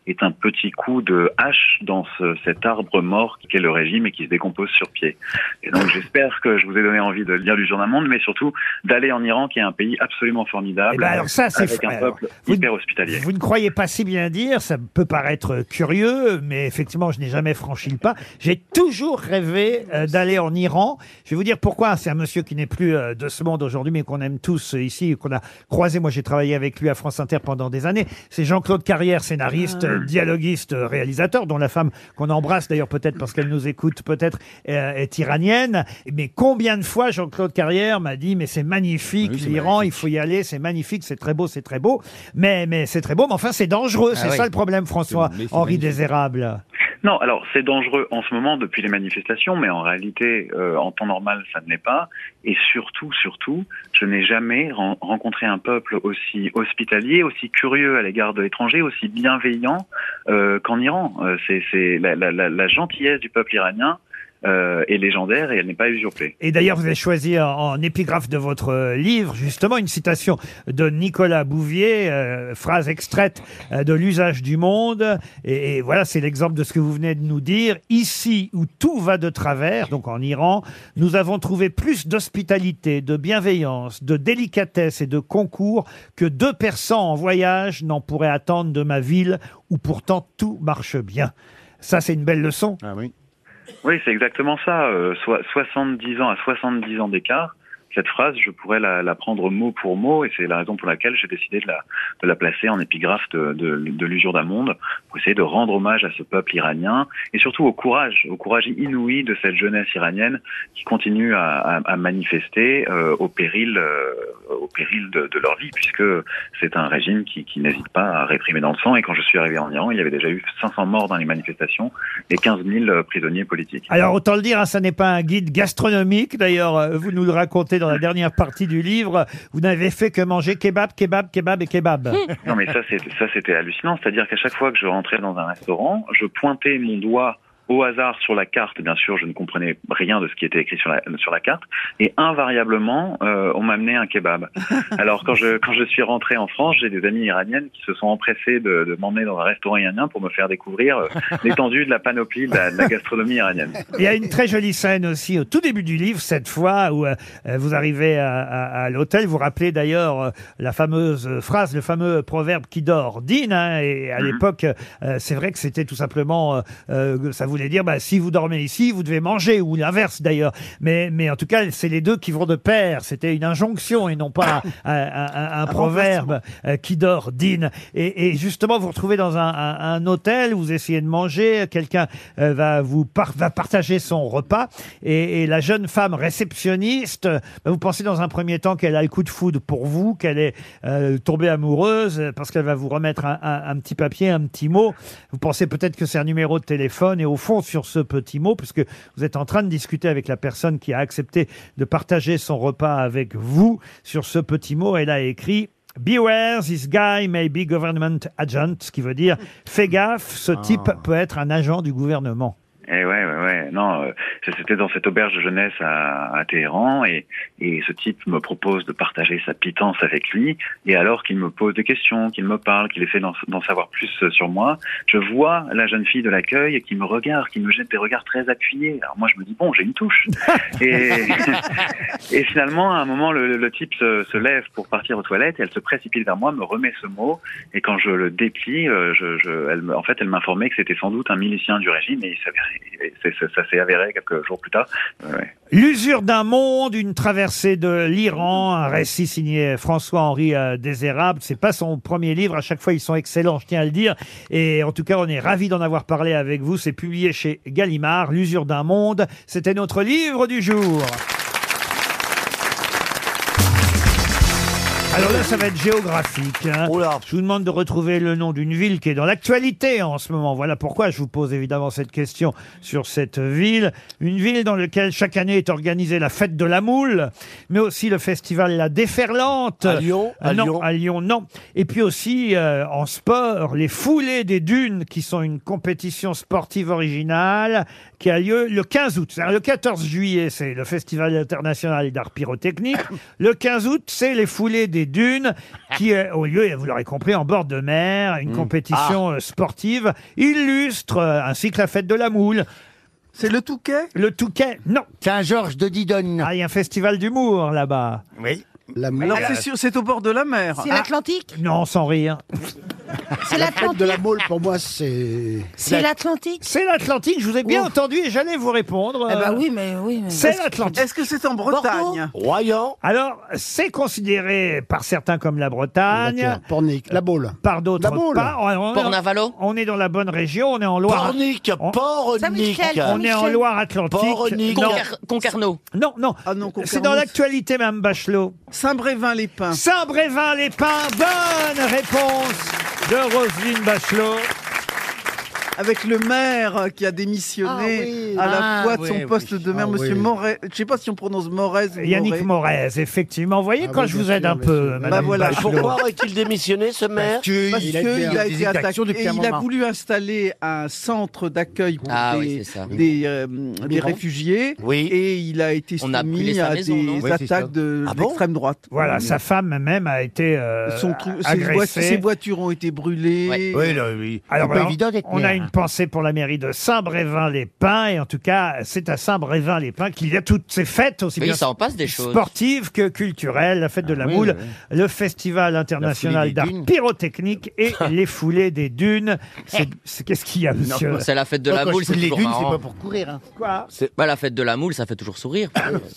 R: est un petit coup de hache dans ce- cet arbre mort qu'est le régime et qui se décompose sur pied. Et donc j'espère que je vous ai donné envie de lire l'usure d'un monde, mais surtout d'aller en Iran, qui est un pays absolument formidable,
B: Eh ben alors ça, c'est
R: avec
B: fou.
R: un
B: Alors,
R: peuple hyper hospitalier.
B: Vous ne croyez pas si bien dire, ça peut paraître curieux, mais effectivement, je n'ai jamais franchi le pas. J'ai toujours rêvé euh, d'aller en Iran. Je vais vous dire pourquoi. C'est un monsieur qui n'est plus euh, de ce monde aujourd'hui, mais qu'on aime tous euh, ici, qu'on a croisé. Moi, j'ai travaillé avec lui à France Inter pendant des années. C'est Jean-Claude Carrière, scénariste, euh, dialoguiste, euh, réalisateur, dont la femme qu'on embrasse d'ailleurs peut-être parce qu'elle nous écoute, peut-être euh, est iranienne. Mais combien de fois Jean-Claude Carrière m'a dit, mais c'est magnifique, l'Iran, il faut y aller, c'est magnifique, c'est très beau, c'est très beau. Mais, mais c'est très beau, mais enfin, c'est dangereux.
R: Ah
B: c'est
R: oui.
B: ça le problème, François,
R: Mais c'est
B: Henri
R: magnifique.
B: des Érables.
R: Non, alors c'est dangereux en ce moment depuis les manifestations, mais en réalité, euh, en temps normal, ça ne l'est pas. Et surtout, surtout, je n'ai jamais ren- rencontré un peuple aussi hospitalier, aussi curieux à l'égard de l'étranger, aussi bienveillant euh, qu'en Iran. Euh, c'est c'est la, la- la- la gentillesse du peuple iranien euh, est légendaire et elle n'est pas usurpée.
B: Et d'ailleurs, vous avez choisi en, en épigraphe de votre euh, livre, justement, une citation de Nicolas Bouvier, euh, phrase extraite euh, de l'usage du monde. Et, et voilà, c'est l'exemple de ce que vous venez de nous dire. Ici où tout va de travers, donc en Iran, nous avons trouvé plus d'hospitalité, de bienveillance, de délicatesse et de concours que deux persans en voyage n'en pourraient attendre de ma ville où pourtant tout marche bien. Ça, c'est une belle leçon. Ah oui.
R: Oui, c'est exactement ça. Euh, soit 70 ans à 70 ans d'écart, cette phrase, je pourrais la, la prendre mot pour mot, et c'est la raison pour laquelle j'ai décidé de la, de la placer en épigraphe de, de, de l'usure d'un monde, pour essayer de rendre hommage à ce peuple iranien, et surtout au courage, au courage inouï de cette jeunesse iranienne qui continue à, à- à manifester euh, au péril, euh, au péril de, de leur vie, puisque c'est un régime qui, qui n'hésite pas à réprimer dans le sang. Et quand je suis arrivé en Iran, il y avait déjà eu 500 morts dans les manifestations et 15 000 prisonniers politiques.
B: Alors autant le dire, hein, ça n'est pas un guide gastronomique. D'ailleurs, euh, vous nous le racontez dans la dernière partie du livre. Vous n'avez fait que manger kebab, kebab, kebab et kebab.
R: Non, mais ça, c'est, ça, c'était hallucinant. C'est-à-dire qu'à chaque fois que je rentrais dans un restaurant, je pointais mon doigt au hasard sur la carte. Bien sûr, je ne comprenais rien de ce qui était écrit sur la, sur la carte. Et invariablement, euh, on m'amenait un kebab. Alors, quand je, quand je suis rentré en France, j'ai des amies iraniennes qui se sont empressées de, de m'emmener dans un restaurant iranien pour me faire découvrir euh, l'étendue de la panoplie de la, de la gastronomie iranienne.
B: Il y a une très jolie scène aussi au tout début du livre, cette fois, où euh, euh, vous arrivez à, à- à l'hôtel. Vous rappelez d'ailleurs euh, la fameuse euh, phrase, le fameux proverbe qui dort dîne. hein, et à l'époque, euh, c'est vrai que c'était tout simplement, euh, euh, ça voulez dire, bah, si vous dormez ici, vous devez manger, ou l'inverse d'ailleurs. Mais, mais en tout cas, c'est les deux qui vont de pair. C'était une injonction et non pas un, un- un- un proverbe euh, qui dort dîne. Et, et justement, vous vous retrouvez dans un, un- un hôtel, vous essayez de manger, quelqu'un euh, va vous par- va partager son repas, et, et la jeune femme réceptionniste, euh, bah, vous pensez dans un premier temps qu'elle a le coup de foudre pour vous, qu'elle est euh, tombée amoureuse, euh, parce qu'elle va vous remettre un, un- un petit papier, un petit mot. Vous pensez peut-être que c'est un numéro de téléphone, et au fond, sur ce petit mot, puisque vous êtes en train de discuter avec la personne qui a accepté de partager son repas avec vous, sur ce petit mot, elle a écrit Beware, this guy may be government agent, ce qui veut dire fais gaffe, ce type peut être un agent du gouvernement.
R: Et Eh ouais, ouais, ouais. Non, euh, c'était dans cette auberge de jeunesse à, à Téhéran et, et ce type me propose de partager sa pitance avec lui. Et alors qu'il me pose des questions, qu'il me parle, qu'il essaie d'en d'en savoir plus euh, sur moi, je vois la jeune fille de l'accueil qui me regarde, qui me jette des regards très appuyés. Alors moi, je me dis bon, j'ai une touche. et, et finalement, à un moment, le, le type se, se lève pour partir aux toilettes et elle se précipite vers moi, me remet ce mot. Et quand je le déplie, euh, je, je- elle, me- en fait, elle m'informait que c'était sans doute un milicien du régime et il s'avérait- et c'est- ça, ça s'est avéré quelques jours plus tard. Ouais, ouais.
B: L'usure d'un monde, une traversée de l'Iran, un récit signé François-Henri euh, Désérable. C'est pas son premier livre. À chaque fois, ils sont excellents, je tiens à le dire. Et en tout cas, on est ravis d'en avoir parlé avec vous. C'est publié chez Gallimard, L'usure d'un monde. C'était notre livre du jour. Alors là, ça va être géographique. hein. Je vous demande de retrouver le nom d'une ville qui est dans l'actualité en ce moment. Voilà pourquoi je vous pose évidemment cette question sur cette ville. Une ville dans laquelle chaque année est organisée la fête de la moule, mais aussi le festival La Déferlante.
D: À Lyon
B: Ah
D: À
B: non,
D: Lyon
B: à Lyon, non. Et puis aussi, euh, en sport, les foulées des dunes, qui sont une compétition sportive originale, qui a lieu le 15 août. C'est-à-dire Le 14 juillet, c'est le Festival international d'art pyrotechnique. Le 15 août, c'est les foulées des dunes, qui euh, au lieu, vous l'aurez compris, en bord de mer, une compétition euh, sportive illustre, euh, ainsi que la fête de la moule. C'est le Touquet Le Touquet, non. C'est un Georges de Didonne. Ah, il y a un festival d'humour là-bas. Oui.
E: Alors c'est sûr, c'est au bord de la mer.
B: C'est
E: Ah.
I: l'Atlantique
B: Non, sans rire.
I: C'est
J: La fête de la Mole, pour moi, c'est.
I: C'est l'Atlantique
B: C'est l'Atlantique, je vous ai bien entendu et j'allais vous répondre.
I: Eh
B: euh,
I: ben oui, mais oui. mais-
B: C'est l'Atlantique.
E: Est-ce que c'est en Bretagne
B: Royan. Alors, c'est considéré par certains comme la Bretagne.
J: D'accord. Pornic, la boule.
B: Par d'autres
J: La Baule.
B: pas. On- on-
J: Port-Navallo
B: On est dans la bonne région, on est en Loire.
D: Pornic,
B: on-
D: Pornic. Saint-Michel,
B: On est en
D: Saint-Michel.
B: Loire-Atlantique.
D: Pornic.
B: Non.
D: Concar-
G: Concarneau.
B: Non, non.
E: Ah
B: C'est dans l'actualité, même, Bachelot.
E: Saint-Brévin-les-Pins.
B: Saint-Brévin-les-Pins, bonne réponse de Roselyne Bachelot.
E: Avec le maire qui a démissionné
B: Ah oui.
E: à la
B: Ah
E: fois de
B: oui,
E: son
B: oui.
E: poste de maire,
B: Ah
E: Monsieur
B: oui.
E: Morez. Je sais pas si on prononce Morez ou
B: Yannick Morez, effectivement. Vous voyez,
E: Ah
B: quand
E: oui,
B: je
E: bien
B: vous aide
E: sûr,
B: un
E: bien
B: peu,
E: sûr.
B: madame
E: Bah voilà.
B: Bachelot.
D: Pourquoi aurait-il démissionné ce maire
E: Parce qu'il a été attaqué et il a voulu installer un centre d'accueil pour
G: Ah oui,
E: des,
G: c'est ça.
E: des, euh, des
G: Migrants.
E: réfugiés. Et il a été
G: On a brûlé
E: soumis
G: sa
E: à
G: maison, non
E: des
G: Oui, c'est ça.
E: attaques de
G: Ah bon
E: l'extrême droite.
B: Voilà, sa femme même a été euh,
E: Son trou- ses,
B: agressée.
E: voitures, ses voitures ont été brûlées.
B: Alors, voilà, on a une pensée pour la mairie de Saint-Brévin-les-Pins, et en tout cas, c'est à Saint-Brévin-les-Pins qu'il y a toutes ces fêtes, aussi
G: Oui,
B: bien
G: ça en passe des choses.
B: sportives que culturelles, la
G: Ah
B: fête de la moule, le festival international
G: des
B: d'art
G: dunes.
B: pyrotechnique et les foulées des dunes. C'est- c'est- Qu'est-ce qu'il y a, monsieur
G: C'est la fête de la moule, c'est toujours marrant.
C: courir. Hein.
B: Quoi
G: C'est- bah, la fête de la moule, ça fait toujours sourire.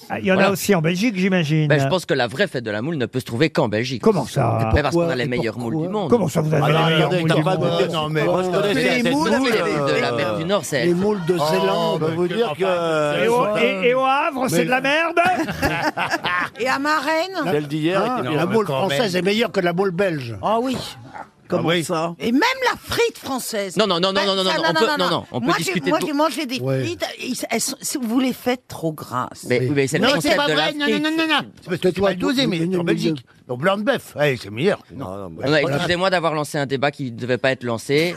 B: Ah, Il y en
G: Voilà.
B: a aussi en Belgique, j'imagine.
G: Ben, je pense que la vraie fête de la moule ne peut se trouver qu'en Belgique.
B: Comment ça
G: Ben, Parce qu'on
B: Pourquoi
G: a les meilleures moules du monde.
B: Comment ça, vous avez
G: Ah,
B: les
G: non,
B: meilleures
G: regardez,
B: moules
G: t'as
B: du
G: pas
B: monde Oh,
G: de- Non, mais- Moi, je connais
B: Les
G: cette
B: moules,
G: moule,
B: c'est-
G: euh, de la mer du Nord, c'est-
J: Les moules de
B: Oh,
J: Zélande.
D: On peut vous dire que.
B: Et au, Oh, et- et au Havre, bah c'est
J: Mais-
B: de la merde
F: Et à Marraine
D: Celle d'hier
J: Ah,
D: était
J: la
D: bien.
J: boule
D: Quand même.
J: française est meilleure que la boule belge.
F: Ah oui.
C: Ah
J: Comment ça
F: Et même la frite française.
G: Non, non, non, non,
F: Bah,
G: non, non,
F: ça,
G: non, on peut- non, non, on peut
F: Moi, j'ai-
G: discuter
F: Moi,
G: de-
F: j'ai mangé des
G: Ouais.
F: frites. ils- elles sont- si vous les faites trop grasses.
G: Mais, oui, mais c'est le
C: Non, c'est
G: concept
C: pas
G: de la
C: vrai. Non, non, non, non, non. C'est parce que tu vas doser, mais en Belgique. Donc, blanc de bœuf. Ouais, c'est meilleur. Non,
G: Ouais, Excusez-moi bah, d'avoir lancé un débat qui ne devait pas être lancé.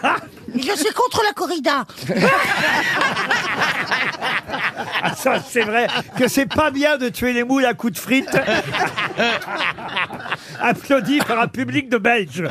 F: Et je suis contre la corrida.
B: Ah, ça, c'est vrai que c'est pas bien de tuer les moules à coups de frites. Applaudi par un public de Belges.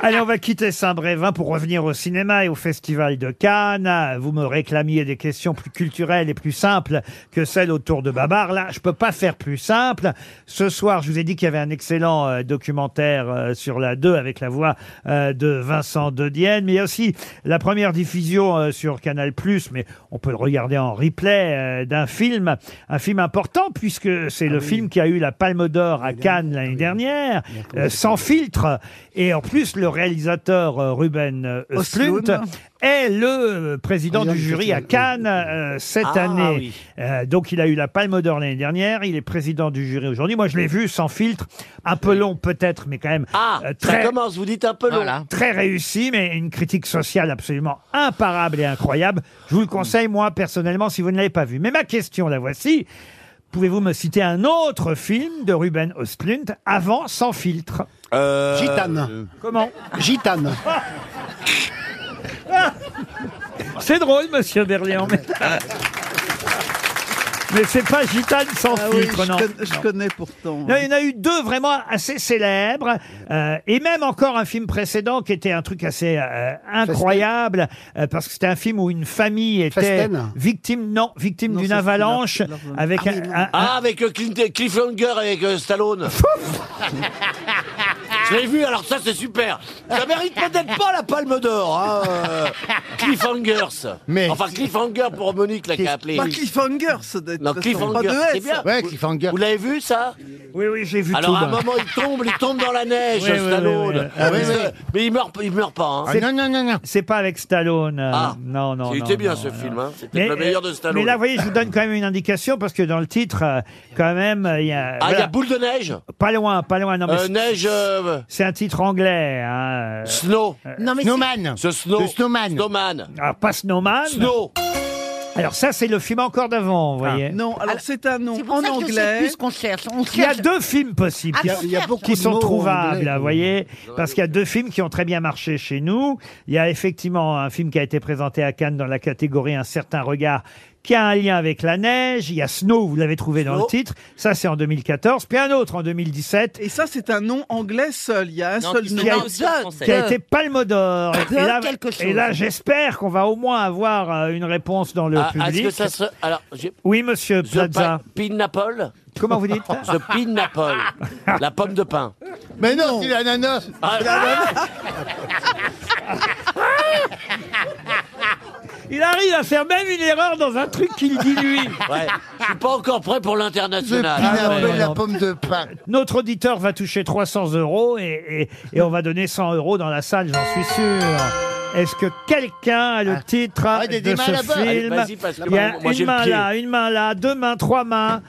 B: Allez, on va quitter Saint-Brévin pour revenir au cinéma et au Festival de Cannes. Vous me réclamiez des questions plus culturelles et plus simples que celles autour de Babar. Là, je peux pas faire plus simple. Ce soir, je vous ai dit qu'il y avait un excellent euh, documentaire euh, sur la 2 avec la voix euh, de Vincent Dedienne, mais il y a aussi aussi la première diffusion euh, sur Canal+, mais on peut le regarder en replay euh, d'un film, un film important puisque c'est
E: Ah
B: le film qui a eu la Palme d'Or à Cannes l'année dernière, euh, sans filtre. Et en plus, le réalisateur euh, Ruben euh,
E: Östlund.
B: Östlund est le euh, président
E: Président
B: du
E: du festival,
B: jury à
E: Ah oui.
B: Cannes euh, cette
E: Ah,
B: année.
E: oui.
B: Euh, donc il a eu la Palme d'Or l'année dernière, il est président du jury aujourd'hui. Moi je l'ai vu sans filtre, un peu long peut-être, mais quand même
E: Ah,
B: euh,
D: Ça
B: très,
D: commence, vous dites un peu long.
B: très réussi, mais une critique sociale absolument imparable et incroyable. Je vous le conseille moi personnellement si vous ne l'avez pas vu. Mais ma question la voici. Pouvez-vous me citer un autre film de Ruben Östlund avant sans filtre
D: Euh,
J: Gitane.
D: euh,
B: Comment
J: Gitane.
B: C'est drôle, monsieur Berlian. Mais,
E: Ah
B: mais c'est pas gitane sans
E: Ah oui,
B: filtre,
E: je
B: non.
E: con- je
B: Non.
E: connais pourtant.
B: Non, il y en a eu deux vraiment assez célèbres, euh, et même encore un film précédent qui était un truc assez euh, incroyable, euh, parce que c'était un film où une famille était
J: Fasten
B: victime, non, victime d'une avalanche avec un- un- un,
D: Ah, avec euh, Clint- Cliffhanger, avec euh, Stallone. Je l'ai vu, alors ça c'est super. Ça mérite peut-être pas la palme d'or. Hein, euh, cliffhangers.
C: Mais-
D: enfin, Cliffhanger pour Monique là, qui a
B: bah,
D: appelé.
E: Pas Cliffhanger, ça doit être
D: Non,
E: parce qu'on parle
D: Cliffhanger,
E: pas de
D: c'est
E: S.
D: bien. Ouais, Cliffhanger. Vous l'avez vu ça
B: Oui, oui, j'ai vu
D: Alors
B: tout,
D: à un
B: ben.
D: moment il tombe, il tombe dans la neige,
B: Oui, oui,
D: Stallone.
B: oui, oui. Ah, oui,
D: mais,
B: oui. Ah,
D: euh, mais il meurt, il meurt pas. Hein.
B: C'est- C'est pas avec Stallone. euh,
D: Ah.
B: non, non.
D: Il
B: non,
D: était bien
B: non,
D: ce
B: non.
D: film, hein. C'était le meilleur de Stallone.
B: Mais là, vous voyez, je vous donne quand même une indication parce que dans le titre, euh, quand même, euh, il y a.
D: Ah, il y
B: voilà.
D: a boule de neige
B: Pas loin, pas loin. Non, mais
D: Euh,
B: c'est-
D: Neige. euh,
B: C'est un titre anglais. hein, euh,
D: Snow.
F: Non, mais
C: Snowman.
D: Ce snow.
C: Le snowman.
D: Snowman.
B: Alors, pas Snowman.
D: Snow.
B: Alors, ça, c'est le film encore d'avant, vous voyez.
E: Non, alors c'est un nom
F: C'est pour
E: en
F: ça que je sais
E: anglais.
F: plus ce qu'on cherche. On
B: Il y a
F: cherche-
B: deux films possibles
F: Ah,
B: qui,
F: mais on Il y a cherche. beaucoup
B: qui
F: de
B: sont
F: mots en
B: trouvables,
F: anglais,
B: là, vous voyez, parce qu'il y a deux films qui ont très bien marché chez nous. Il y a effectivement un film qui a été présenté à Cannes dans la catégorie Un certain regard qui a un lien avec la neige. Il y a Snow, vous l'avez trouvé dans le
E: Snow.
B: titre. Ça, c'est en 2014. Puis un autre en 2017
E: Et ça, c'est un nom anglais seul. Il y a un
G: Non,
E: seul
G: qui
E: nom.
B: qui a, qui a été Palme d'Or.
E: De
B: Et là,
E: quelque chose.
B: et là, j'espère qu'on va au moins avoir euh, une réponse dans le
D: Ah, Est-ce
B: public.
D: que ça se. Alors, j'ai-
B: Oui, monsieur
D: The
B: Plaza.
D: pa- Pineapple
B: Comment vous dites
D: The pineapple. la pomme de pain.
C: Mais non, c'est l'ananas.
D: Ah,
B: Il arrive à faire même une erreur dans un truc qu'il dit lui. Ah,
D: ouais. Je suis pas encore prêt pour
C: Le
D: l'international.
C: pineapple,
B: non,
C: la
B: non.
C: pomme de pain.
B: Notre auditeur va toucher 300 euros et, et- et on va donner 100 euros dans la salle, j'en suis sûr. Est-ce que quelqu'un a le
C: Ah.
B: titre
C: des-
B: de
C: des mains
B: ce
C: là-bas.
B: film
D: Allez, vas-y, parce que
B: Il y a
D: moi, moi, j'ai
B: une
D: le
B: main
D: pied.
B: là, une main là, deux mains, trois mains.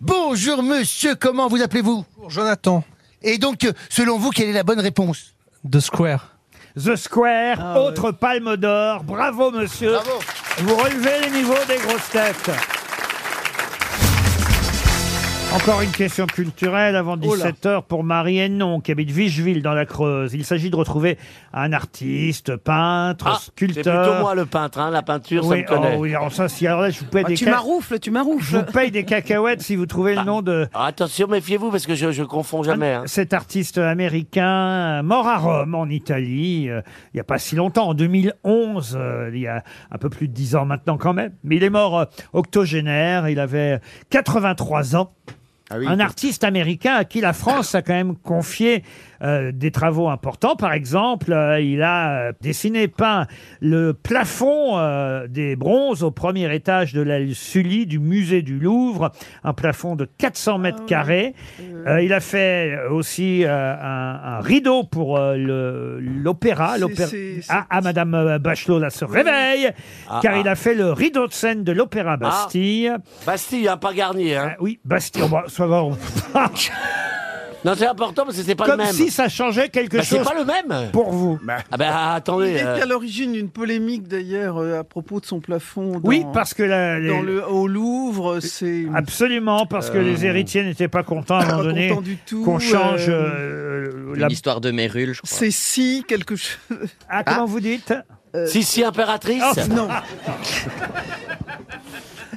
C: Bonjour monsieur, comment vous appelez-vous
S: Jonathan,
C: Et donc, euh, selon vous, quelle est la bonne réponse
S: de Square.
B: The Square,
D: Ah.
B: Oh. autre palme d'or. Bravo monsieur. Vous relevez les niveaux des grosses têtes. Encore une question culturelle avant
E: Oh là.
B: 17h pour Marie Hennon, qui habite Vigeville dans la Creuse. Il s'agit de retrouver un artiste, peintre,
D: Ah, c'est
B: sculpteur.
D: plutôt moi le peintre, hein, la peinture, ça
B: Oui,
D: me connaît.
B: oh oui, alors ça, si, alors là, je vous paye
E: Ah,
B: des
E: tu
B: ca-
E: m'aroufles, tu
B: Je
E: m'aroufles.
B: vous paye des cacahuètes si vous trouvez le nom de Ah,
D: Alors, Bah, ah, attention, méfiez-vous parce que je, je confonds jamais. hein.
B: cet artiste américain euh, mort à Rome, en Italie, euh, il n'y a pas si longtemps, en 2011, euh, il y a un peu plus de 10 ans maintenant quand même. Mais il est mort euh, octogénaire, il avait 83 ans. un artiste américain à qui la France a quand même confié euh, des travaux importants. Par exemple, euh, il a euh, dessiné, peint le plafond euh, des bronzes au premier étage de l'aile Sully du musée du Louvre, un plafond de 400
E: Ah
B: mètres carrés. Euh, il a fait aussi euh, un, un rideau pour euh, le- l'opéra.
E: C'est-
B: l'opéra-
E: c'est- c'est-
B: Ah, ah, Madame euh, Bachelot là se réveille,
D: Ah,
B: car
D: ah.
B: il a fait le rideau de scène de l'opéra Bastille. Ah
D: Bastille, hein, pas Garnier. hein.
B: Oui, Bastille, bon, ça va, on-
D: Non, c'est important parce que c'est pas
B: Comme
D: le même.
B: si ça changeait quelque
D: Bah, c'est
B: chose
D: pas le même.
B: pour vous.
D: Ah ben
E: Il
D: attendez.
E: est
D: euh,
E: à l'origine d'une polémique d'ailleurs euh, à propos de son plafond. dans-
B: Oui, parce que la- les-
E: dans le au Louvre, c'est
B: absolument parce que
E: Euh,
B: les héritiers n'étaient pas contents à un moment
E: pas
B: donné
E: content du tout,
B: qu'on change euh, la.
G: Une histoire de Mérule, je crois.
E: c'est si quelque chose.
B: Ah, comment vous dites
D: Si, si, impératrice.
B: Oh,
E: non,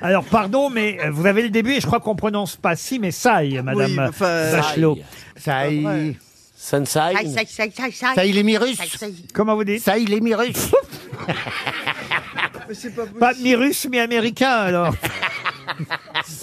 B: Alors pardon, mais euh, vous avez le début et je crois qu'on prononce pas si mais saille, Madame euh,
E: Oui, enfin, euh,
B: Bachelot.
C: Ça y
D: Sensei.
F: Aïe, aïe, aïe, aïe, aïe.
C: Ça y est, les Mirus.
F: Aïe, aïe.
B: Comment vous dites
C: Ça y est, les Mirus.
E: mais c'est pas possible.
B: Pas mi-russe, mais américain alors.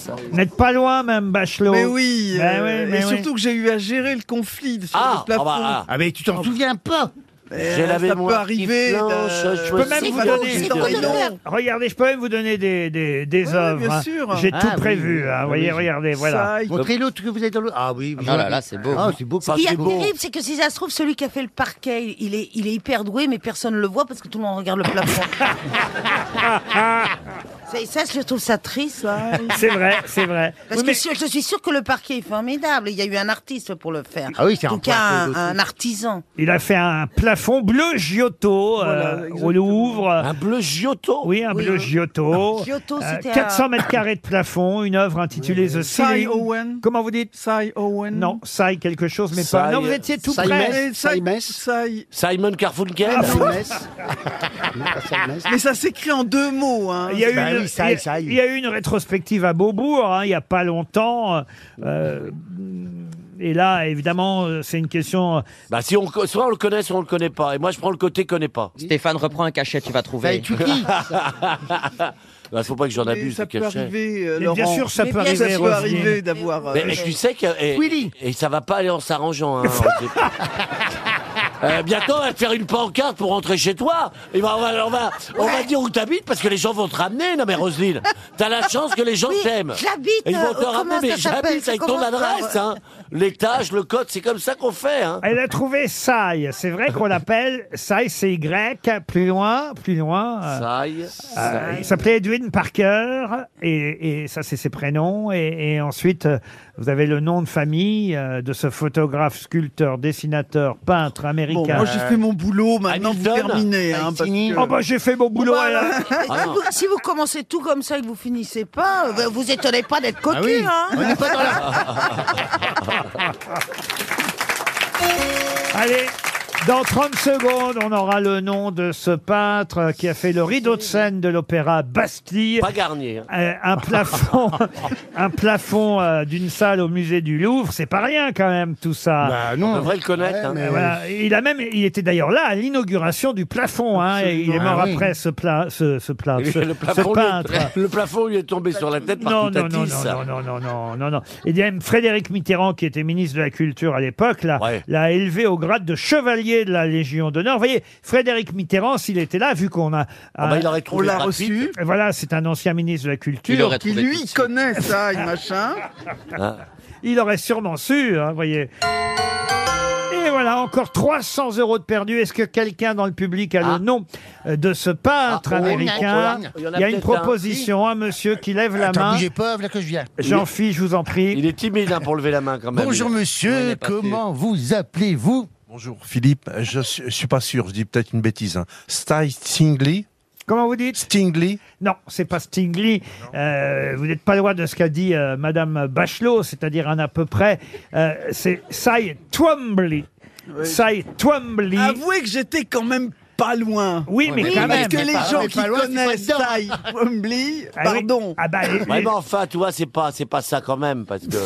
B: Vous n'êtes pas loin, même Bachelot.
E: Mais oui,
B: Ben
E: euh,
B: oui, mais
E: et
B: oui.
E: surtout que j'ai eu à gérer le conflit sur
D: Ah,
E: le plafond.
D: ah euh, bah, ah.
C: Ah mais tu t'en souviens pas
B: Euh,
D: J'ai la mémoire qui flanche, je
B: Je peux même
D: choisis
B: vous
D: pas
B: donner.
D: d'identité. C'est trop de faire.
B: Regardez, je peux même vous donner des des des
D: oui,
B: œuvres.
D: bien
B: hein.
D: sûr.
B: J'ai
D: Ah,
B: tout
D: oui.
B: prévu. hein.
D: Ah,
B: Vous voyez,
D: oui.
B: regardez,
D: Ça,
B: voilà.
D: il-
C: Montrez l'autre que vous avez dans le. Ah oui.
G: Ah là là, c'est beau.
C: Ah, c'est beau.
F: Ce qui est
C: c'est beau.
F: terrible, c'est que si ça se trouve, celui qui a fait le parquet, il est, il est hyper doué, mais personne ne le voit parce que tout le monde regarde le plafond. C'est- ça, je trouve ça triste. hein.
B: C'est vrai, c'est vrai.
F: Parce que je- je suis sûre que le parquet est formidable. Il y a eu un artiste pour le faire.
B: Ah oui, c'est
F: En
B: un
F: tout cas,
B: parquet
F: un,
B: d'autres.
F: un artisan.
B: Il a fait un plafond bleu Giotto euh, au Louvre. Un
D: bleu Giotto
B: Oui, un
F: Oui,
B: bleu
F: oui.
D: Ah,
B: Giotto.
F: Giotto, c'était
B: 400
F: un-
B: mètres carrés de plafond, une œuvre intitulée The
E: Cy
B: Ceiling.
E: Owen.
B: Comment vous dites
E: Cy Owen.
B: Non, Cy quelque chose, mais pas.
D: Cy-
B: Non, vous étiez tout
D: Cy
B: près.
D: Mess. Cy
E: Cy-
D: Simon Carfunkel
B: Ah,
E: Mais ça s'écrit en deux mots. Hein.
B: Il y, a eu une, il y a- il y a eu une rétrospective à Beaubourg, hein, il n'y a pas longtemps. euh, et là, évidemment, euh, c'est une question. euh,
D: Bah, si on, co- soit on le connaît, soit on le connaît pas. Et moi, je prends le côté connaît pas.
G: Stéphane, reprends un cachet, Bah, tu vas trouver.
D: Il Bah, faut pas que j'en
G: Mais
D: abuse
G: ça
D: du
G: peut
D: cachet.
G: arriver,
E: euh,
G: Mais bien Laurent. sûr, ça peut
E: Ça
G: arriver,
E: peut
G: Roselyne.
E: arriver d'avoir. euh,
D: Mais mais je sais que et,
E: Willy.
D: et ça va pas aller en s'arrangeant. hein. Euh, bientôt, on va te faire une pancarte pour rentrer chez toi. Et ben, on va, on va, on va dire où t'habites parce que les gens vont te ramener. Non mais Roselyne, t'as la chance que les gens
F: Oui,
D: t'aiment.
F: j'habite,
D: Et Ils vont te
F: euh,
D: ramener,
F: comment
D: mais
F: ça s'appelle,
D: j'habite
F: ça
D: avec ton
F: commence par-
D: adresse. Hein. L'étage, le code, c'est comme ça qu'on fait. Hein.
B: Elle a trouvé Sai. C'est vrai qu'on l'appelle Sai, c'est Y. Plus loin, plus loin. euh,
D: Saï.
B: Euh, il s'appelait Edwin Parker, et, et ça c'est ses prénoms. Et, et ensuite, euh, vous avez le nom de famille euh, de ce photographe, sculpteur, dessinateur, peintre américain.
E: Bon, moi j'ai fait mon boulot, maintenant vous terminez. Hein, parce que...
B: Oh bah j'ai fait mon boulot. hein. alors.
F: Si vous- si vous commencez tout comme ça et que vous finissez pas, euh, vous étonnez pas d'être
B: Ah
C: Ah
F: cocu. hein.
B: Allez, dans 30 secondes, on aura le nom de ce peintre qui a fait le rideau de scène de l'opéra Bastille.
D: Pas Garnier. hein.
B: Euh, un plafond, un plafond euh, d'une salle au musée du Louvre, c'est pas rien quand même tout ça.
D: Bah, non. On devrait le connaître, Ouais, hein. mais-
B: Euh, voilà. Il a même, il était d'ailleurs là à l'inauguration du plafond. hein, et il est
D: Absolument.
B: mort
D: Ah oui.
B: après ce pla- ce, ce pla-
D: Et
B: ce-
D: le,
B: ce
D: plafond, lui est-
B: Ah, peintre.
D: le plafond lui est tombé sur la tête par
B: Non, non, non,
D: Toutatis.
B: non, non, non, non, non, non. Il y a même Frédéric Mitterrand, qui était ministre de la Culture à l'époque, l'a l'a élevé au grade de chevalier de la Légion d'honneur. Vous voyez, Frédéric Mitterrand, s'il était là, vu qu'on a...
D: Ah bah, il aurait trouvé
B: on l'a
D: rapide.
B: reçu. Voilà, c'est un ancien ministre de la Culture.
E: Il aurait Qui, trouvé lui, tout de suite. connaît ça, et machin.
B: Ah, Il aurait sûrement su, hein, vous voyez. Et voilà, encore 300 euros de perdu. Est-ce que quelqu'un dans le public a le nom euh, de ce peintre
C: Ah, oh,
B: américain
C: oh, oh,
B: Il
C: il y en a
B: y a une
C: peut-être un.
B: proposition, un monsieur qui lève la
C: Attends,
B: main.
C: bougez pas, là que je viens.
B: J'en fiche, je vous en prie.
D: Il est timide hein, pour lever la main quand même.
C: Bonjour
D: Il-
C: monsieur, comment vous appelez-vous
S: Bonjour Philippe, je suis, je suis pas sûr, je dis peut-être une bêtise. Hein. Sty Stingley
B: Comment vous dites
S: Stingley
B: Non, c'est pas Stingley. Euh, vous n'êtes pas loin de ce qu'a dit euh, Madame Bachelot, c'est-à-dire un à peu près. Euh, c'est Cy Twombly. Cy Twombly.
E: Avouez que j'étais quand même pas loin.
B: Oui, mais quand
E: parce
B: même.
E: que
B: Mais
E: les
B: pas-
E: gens
B: mais
E: qui
B: pas loin, c'est pas
E: connaissent
B: dedans.
E: Cy Twombly,
B: Ah oui.
E: pardon.
B: Ah bah, les-
D: Ouais, mais enfin, tu vois, c'est pas, c'est pas ça quand même, parce que.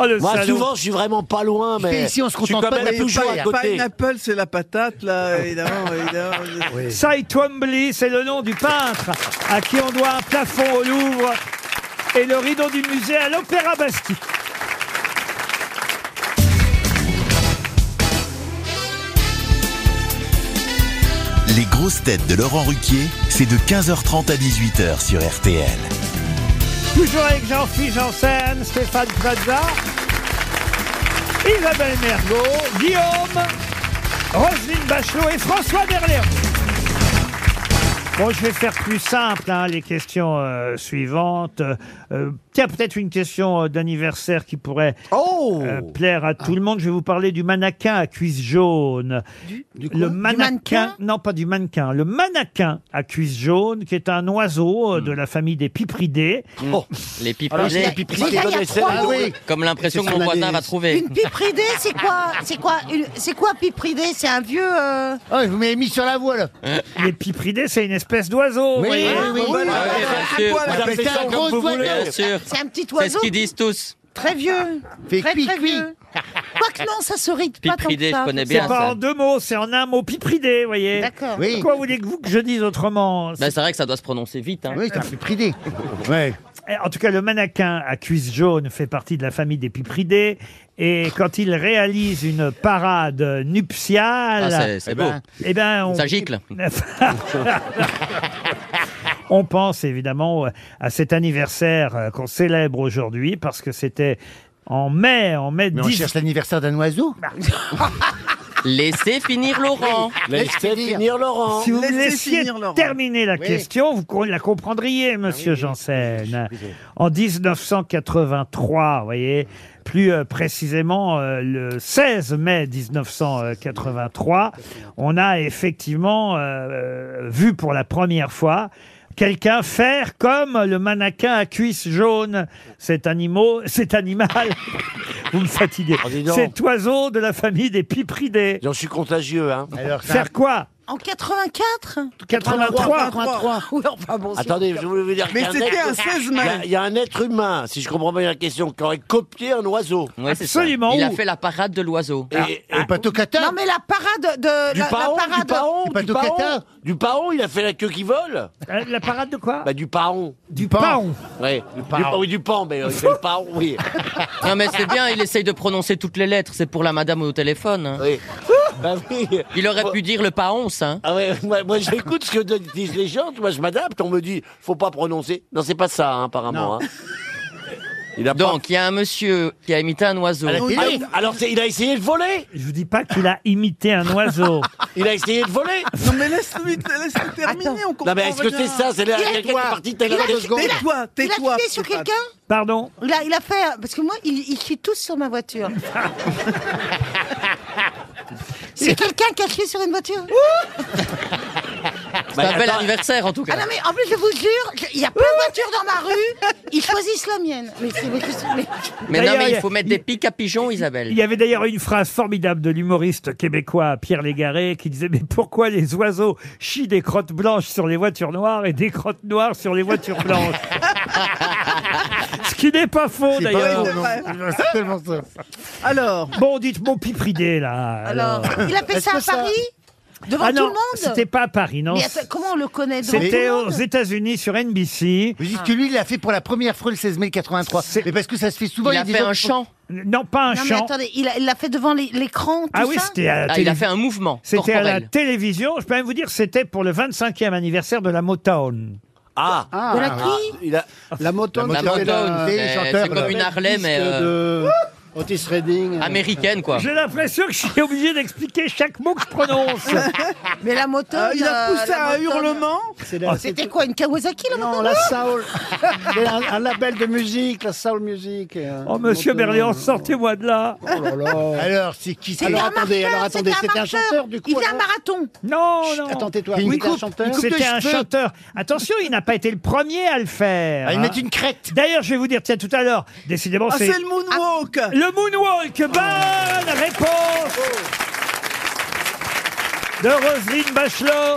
B: Oh, le
D: Moi,
B: salaud.
D: souvent, je suis vraiment pas loin, mais. je suis quand même toujours à côté.
E: Pineapple, c'est la patate, là, évidemment. évidemment.
B: Cy Twombly, c'est le nom du peintre à qui on doit un plafond au Louvre et le rideau du musée à l'Opéra Bastille.
A: Les grosses têtes de Laurent Ruquier, c'est de 15h30 à 18h sur RTL.
B: Toujours avec Jean-Philippe Janssen, Stéphane Plaza, Isabelle Mergot, Guillaume, Roselyne Bachelot et François Berléand. Bon, je vais faire plus simple hein, les questions euh, suivantes. Euh, euh, tiens, peut-être une question euh, d'anniversaire qui pourrait
G: Oh
B: euh, plaire à tout le monde. Je vais vous parler du mannequin à cuisse jaune. le mannequin, non pas du mannequin, le mannequin à cuisse jaune, qui est un oiseau
G: Hmm.
B: euh, de la famille des pipridés.
G: Oh. Les pipes
B: Alors,
G: ridées.
B: les pipes ridées. Déjà, il y a trois
G: Ah oui.
B: mots.
G: Comme l'impression
B: C'est
G: que mon
B: ce qu'on a
G: voisin
B: des-
G: va trouver.
F: Une pipe ridée, c'est quoi C'est quoi une- C'est quoi pipe ridée C'est un vieux. euh,
C: Oh, je vous m'avez mis sur la voie là.
B: Hein Les pipridés, c'est une espèce d'oiseau.
C: Oui,
B: vous voyez.
C: oui, oui.
B: Voilà.
C: Ah,
G: bien sûr.
C: quoi, là,
G: Vous
C: appelez
G: appelez
C: ça
G: ça
C: un
G: comme
C: gros
G: vous voulez,
C: oiseau
G: bien sûr.
F: C'est un petit
G: C'est ce
F: oiseau.
G: qu'ils disent tous.
F: Très vieux.
C: Fait
F: très,
C: cuit,
F: très
C: cuit.
F: vieux. Quoique non, ça se ride pas tant
G: Pipridé,
F: que ça.
G: je connais
B: C'est
G: bien
B: pas
G: ça.
B: en deux mots, c'est en un mot pipridé, vous voyez.
F: D'accord.
C: Oui.
B: Pourquoi voulez-vous que je dise autrement
G: Ben, c'est vrai que ça doit se prononcer vite. Hein.
C: Oui, c'est un peu pridé. Ouais.
B: Eh, en tout cas, le mannequin à cuisse jaune fait partie de la famille des Pipridés. Et quand il réalise une parade nuptiale.
G: Ah, c'est- c'est
B: eh
G: beau.
B: ben- Eh ben, on.
G: Ça gicle.
B: On pense évidemment euh, à cet anniversaire euh, qu'on célèbre aujourd'hui parce que c'était en mai, en mai. Bah,
C: Mais on cherche
B: l'anniversaire d'un oiseau.
G: Laissez finir Laurent.
B: Si vous me laissiez terminer la question, vous con- la comprendriez,
D: Ah
B: monsieur Janssen. En 1983, vous voyez, plus euh, précisément euh, le 16 mai 1983, on a effectivement euh, vu pour la première fois quelqu'un faire comme le mannequin à cuisse jaune, cet animal, cet animal, vous me fatiguez,
D: Oh, donc.
B: cet oiseau de la famille des pipridés.
D: J'en suis contagieux, hein.
B: faire quoi
F: En 84
D: 83.
F: Oui, enfin bon, c'est-
D: Attendez, je voulais vous dire qu'il y a être- Il y a- il y, a un être humain, si je comprends bien la question, qui aurait copié un oiseau.
G: Absolument. Il a fait la parade de l'oiseau.
B: Ah,
D: Et, et
F: Non, mais la parade de.
D: du
F: la, la
D: paon, du
F: parade.
D: paon,
F: du
D: du paon, du paon, il a fait la queue qui vole.
B: Euh, la parade de quoi
D: Bah du paon.
B: Du paon.
D: Ouais. Du paon. Oui, du paon, mais euh, il fait le paon, oui.
G: Non mais c'est bien, il essaye de prononcer toutes les lettres, c'est pour la madame au téléphone. hein. Il aurait pu dire le paonce. Hein.
D: Ah ouais, moi, moi, j'écoute ce que de- disent les gens, tu vois, je m'adapte, on me dit, faut pas prononcer. Non, c'est pas ça, hein, apparemment. hein.
G: Donc il y a un monsieur qui a imité un oiseau.
D: Ah, alors, c'est- il a essayé de voler
B: Je vous dis pas qu'il a imité un oiseau.
D: Il a essayé de voler
E: Non mais laisse-le laisse terminer, on comprend
D: Non, mais est-ce que
E: rien.
D: c'est ça C'est la- Il a- quelqu'un qui est parti telle-
F: il a-
D: deux secondes.
F: il a-
E: Tais-toi,
F: Il a
E: tais-toi,
F: cliqué sur
E: Stéphane.
F: quelqu'un
B: Pardon
F: il a, il a fait. Parce que moi, il, il chie tous sur ma voiture. C'est quelqu'un qui a chié sur une voiture
G: C'est un Bah, bel anniversaire en tout cas.
F: Ah non, mais en plus, je vous jure, je- il y a plein de voitures dans ma rue, ils choisissent la mienne. Mais c'est. mais c'est- mais-
G: Mais non
B: D'ailleurs,
G: mais
B: il y
G: il
B: a-
G: faut mettre des pics à pigeons Isabelle.
B: Il y avait d'ailleurs une phrase formidable de l'humoriste québécois Pierre Légaré qui disait Mais pourquoi les oiseaux chient des crottes blanches sur les voitures noires et des crottes noires sur les voitures blanches Ce qui n'est pas faux
E: C'est pas
B: d'ailleurs.
E: faux, non.
B: Non,
E: C'est
B: tellement ça. Alors Bon, dites mon pipridé là.
F: Alors, il a fait ça à Paris Devant
B: Ah
F: tout
B: non,
F: le monde
B: C'était pas à Paris, non.
F: Mais attends, comment on le connaît devant tout
B: C'était
F: le
B: aux
F: monde
B: États-Unis sur NBC.
C: Vous dites que lui, il l'a fait pour la première fois le 16 mai 83. Mais parce que ça se fait souvent. y des gens qui font-
B: Euh, Non, pas un
F: Non, mais
B: chant.
F: attendez, il a- il l'a fait devant les- l'écran. tout
B: Ah oui,
F: ça
B: c'était à la télé- C'était à la
G: corporel.
B: télévision. Je peux même vous dire, c'était pour le 25e anniversaire de la Motown.
D: Ah,
B: De la qui
D: il a-
J: La moto,
B: La Motown, c'est- c'est comme une Harley, mais, euh,
J: De Otis Redding. euh.
B: J'ai l'impression que je suis obligé d'expliquer chaque mot que je prononce.
F: Mais la moto.
E: Euh, il a poussé un hurlement.
B: Oh,
J: la-
F: C'était quoi, une Kawasaki la moto
J: Non, la Soul. C'est un, un label de musique, la Soul Music. euh,
B: Oh, monsieur
J: moto.
B: Berléand, sortez-moi de là.
J: Oh là là.
C: Alors, c'est qui
F: C'était
J: Alors
F: un
J: attendez,
F: marcheur,
J: alors attendez, c'était un
F: marcheur.
J: chanteur du coup.
F: Il fait un
J: alors
F: marathon.
B: Non, non.
J: attends, tais-toi.
B: Il
J: C'était un
B: coupe-
J: chanteur
B: C'était un chanteur. Attention, il n'a pas été le premier à le faire.
C: Ah, il
B: hein.
C: met une crête.
B: D'ailleurs, je vais vous dire, tiens, tout à l'heure, décidément,
E: Ah,
B: c'est... Ah,
E: c'est le moonwalk. Oh.
B: Le moonwalk, bonne réponse de Roselyne Bachelot.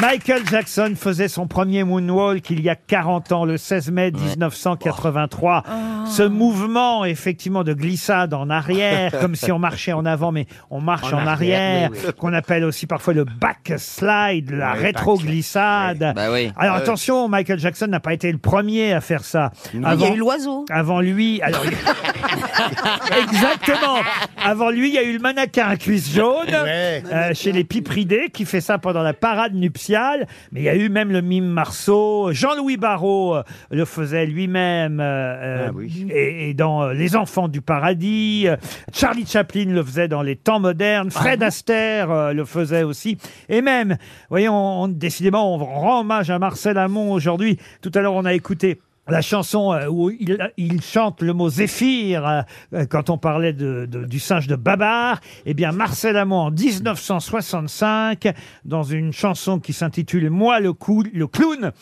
B: Michael Jackson faisait son premier moonwalk il y a 40 ans, le 16 mai 1983. Ce mouvement, effectivement, de glissade en arrière, comme si on marchait en avant, mais on marche en,
J: En
B: arrière,
J: arrière, oui, oui.
B: qu'on appelle aussi parfois le backslide, la
J: Oui,
B: rétroglissade.
F: Bah
B: Alors
J: Ah oui.
B: attention, Michael Jackson n'a pas été le premier à faire ça.
F: Il y a eu l'oiseau.
B: Avant lui, alors Exactement. Avant lui, il y a eu le mannequin à cuisse jaune
J: Ouais.
B: euh, chez les Pipridés qui fait ça pendant la parade nuptiale. Mais il y a eu même le mime Marceau. Jean-Louis Barrault euh, le faisait lui-même. euh,
J: Ah oui.
B: et, et dans euh, Les Enfants du Paradis. euh, Charlie Chaplin le faisait dans Les Temps Modernes.
F: Ah
B: Fred Astaire euh, le faisait aussi. Et même, voyons, on, décidément, on rend hommage à Marcel Amont aujourd'hui. Tout à l'heure, on a écouté la chanson euh, où il, il chante le mot zéphyr euh, euh, quand on parlait de- de- du singe de Babar, eh bien Marcel Amont en 1965 dans une chanson qui s'intitule Moi le cou- le clown,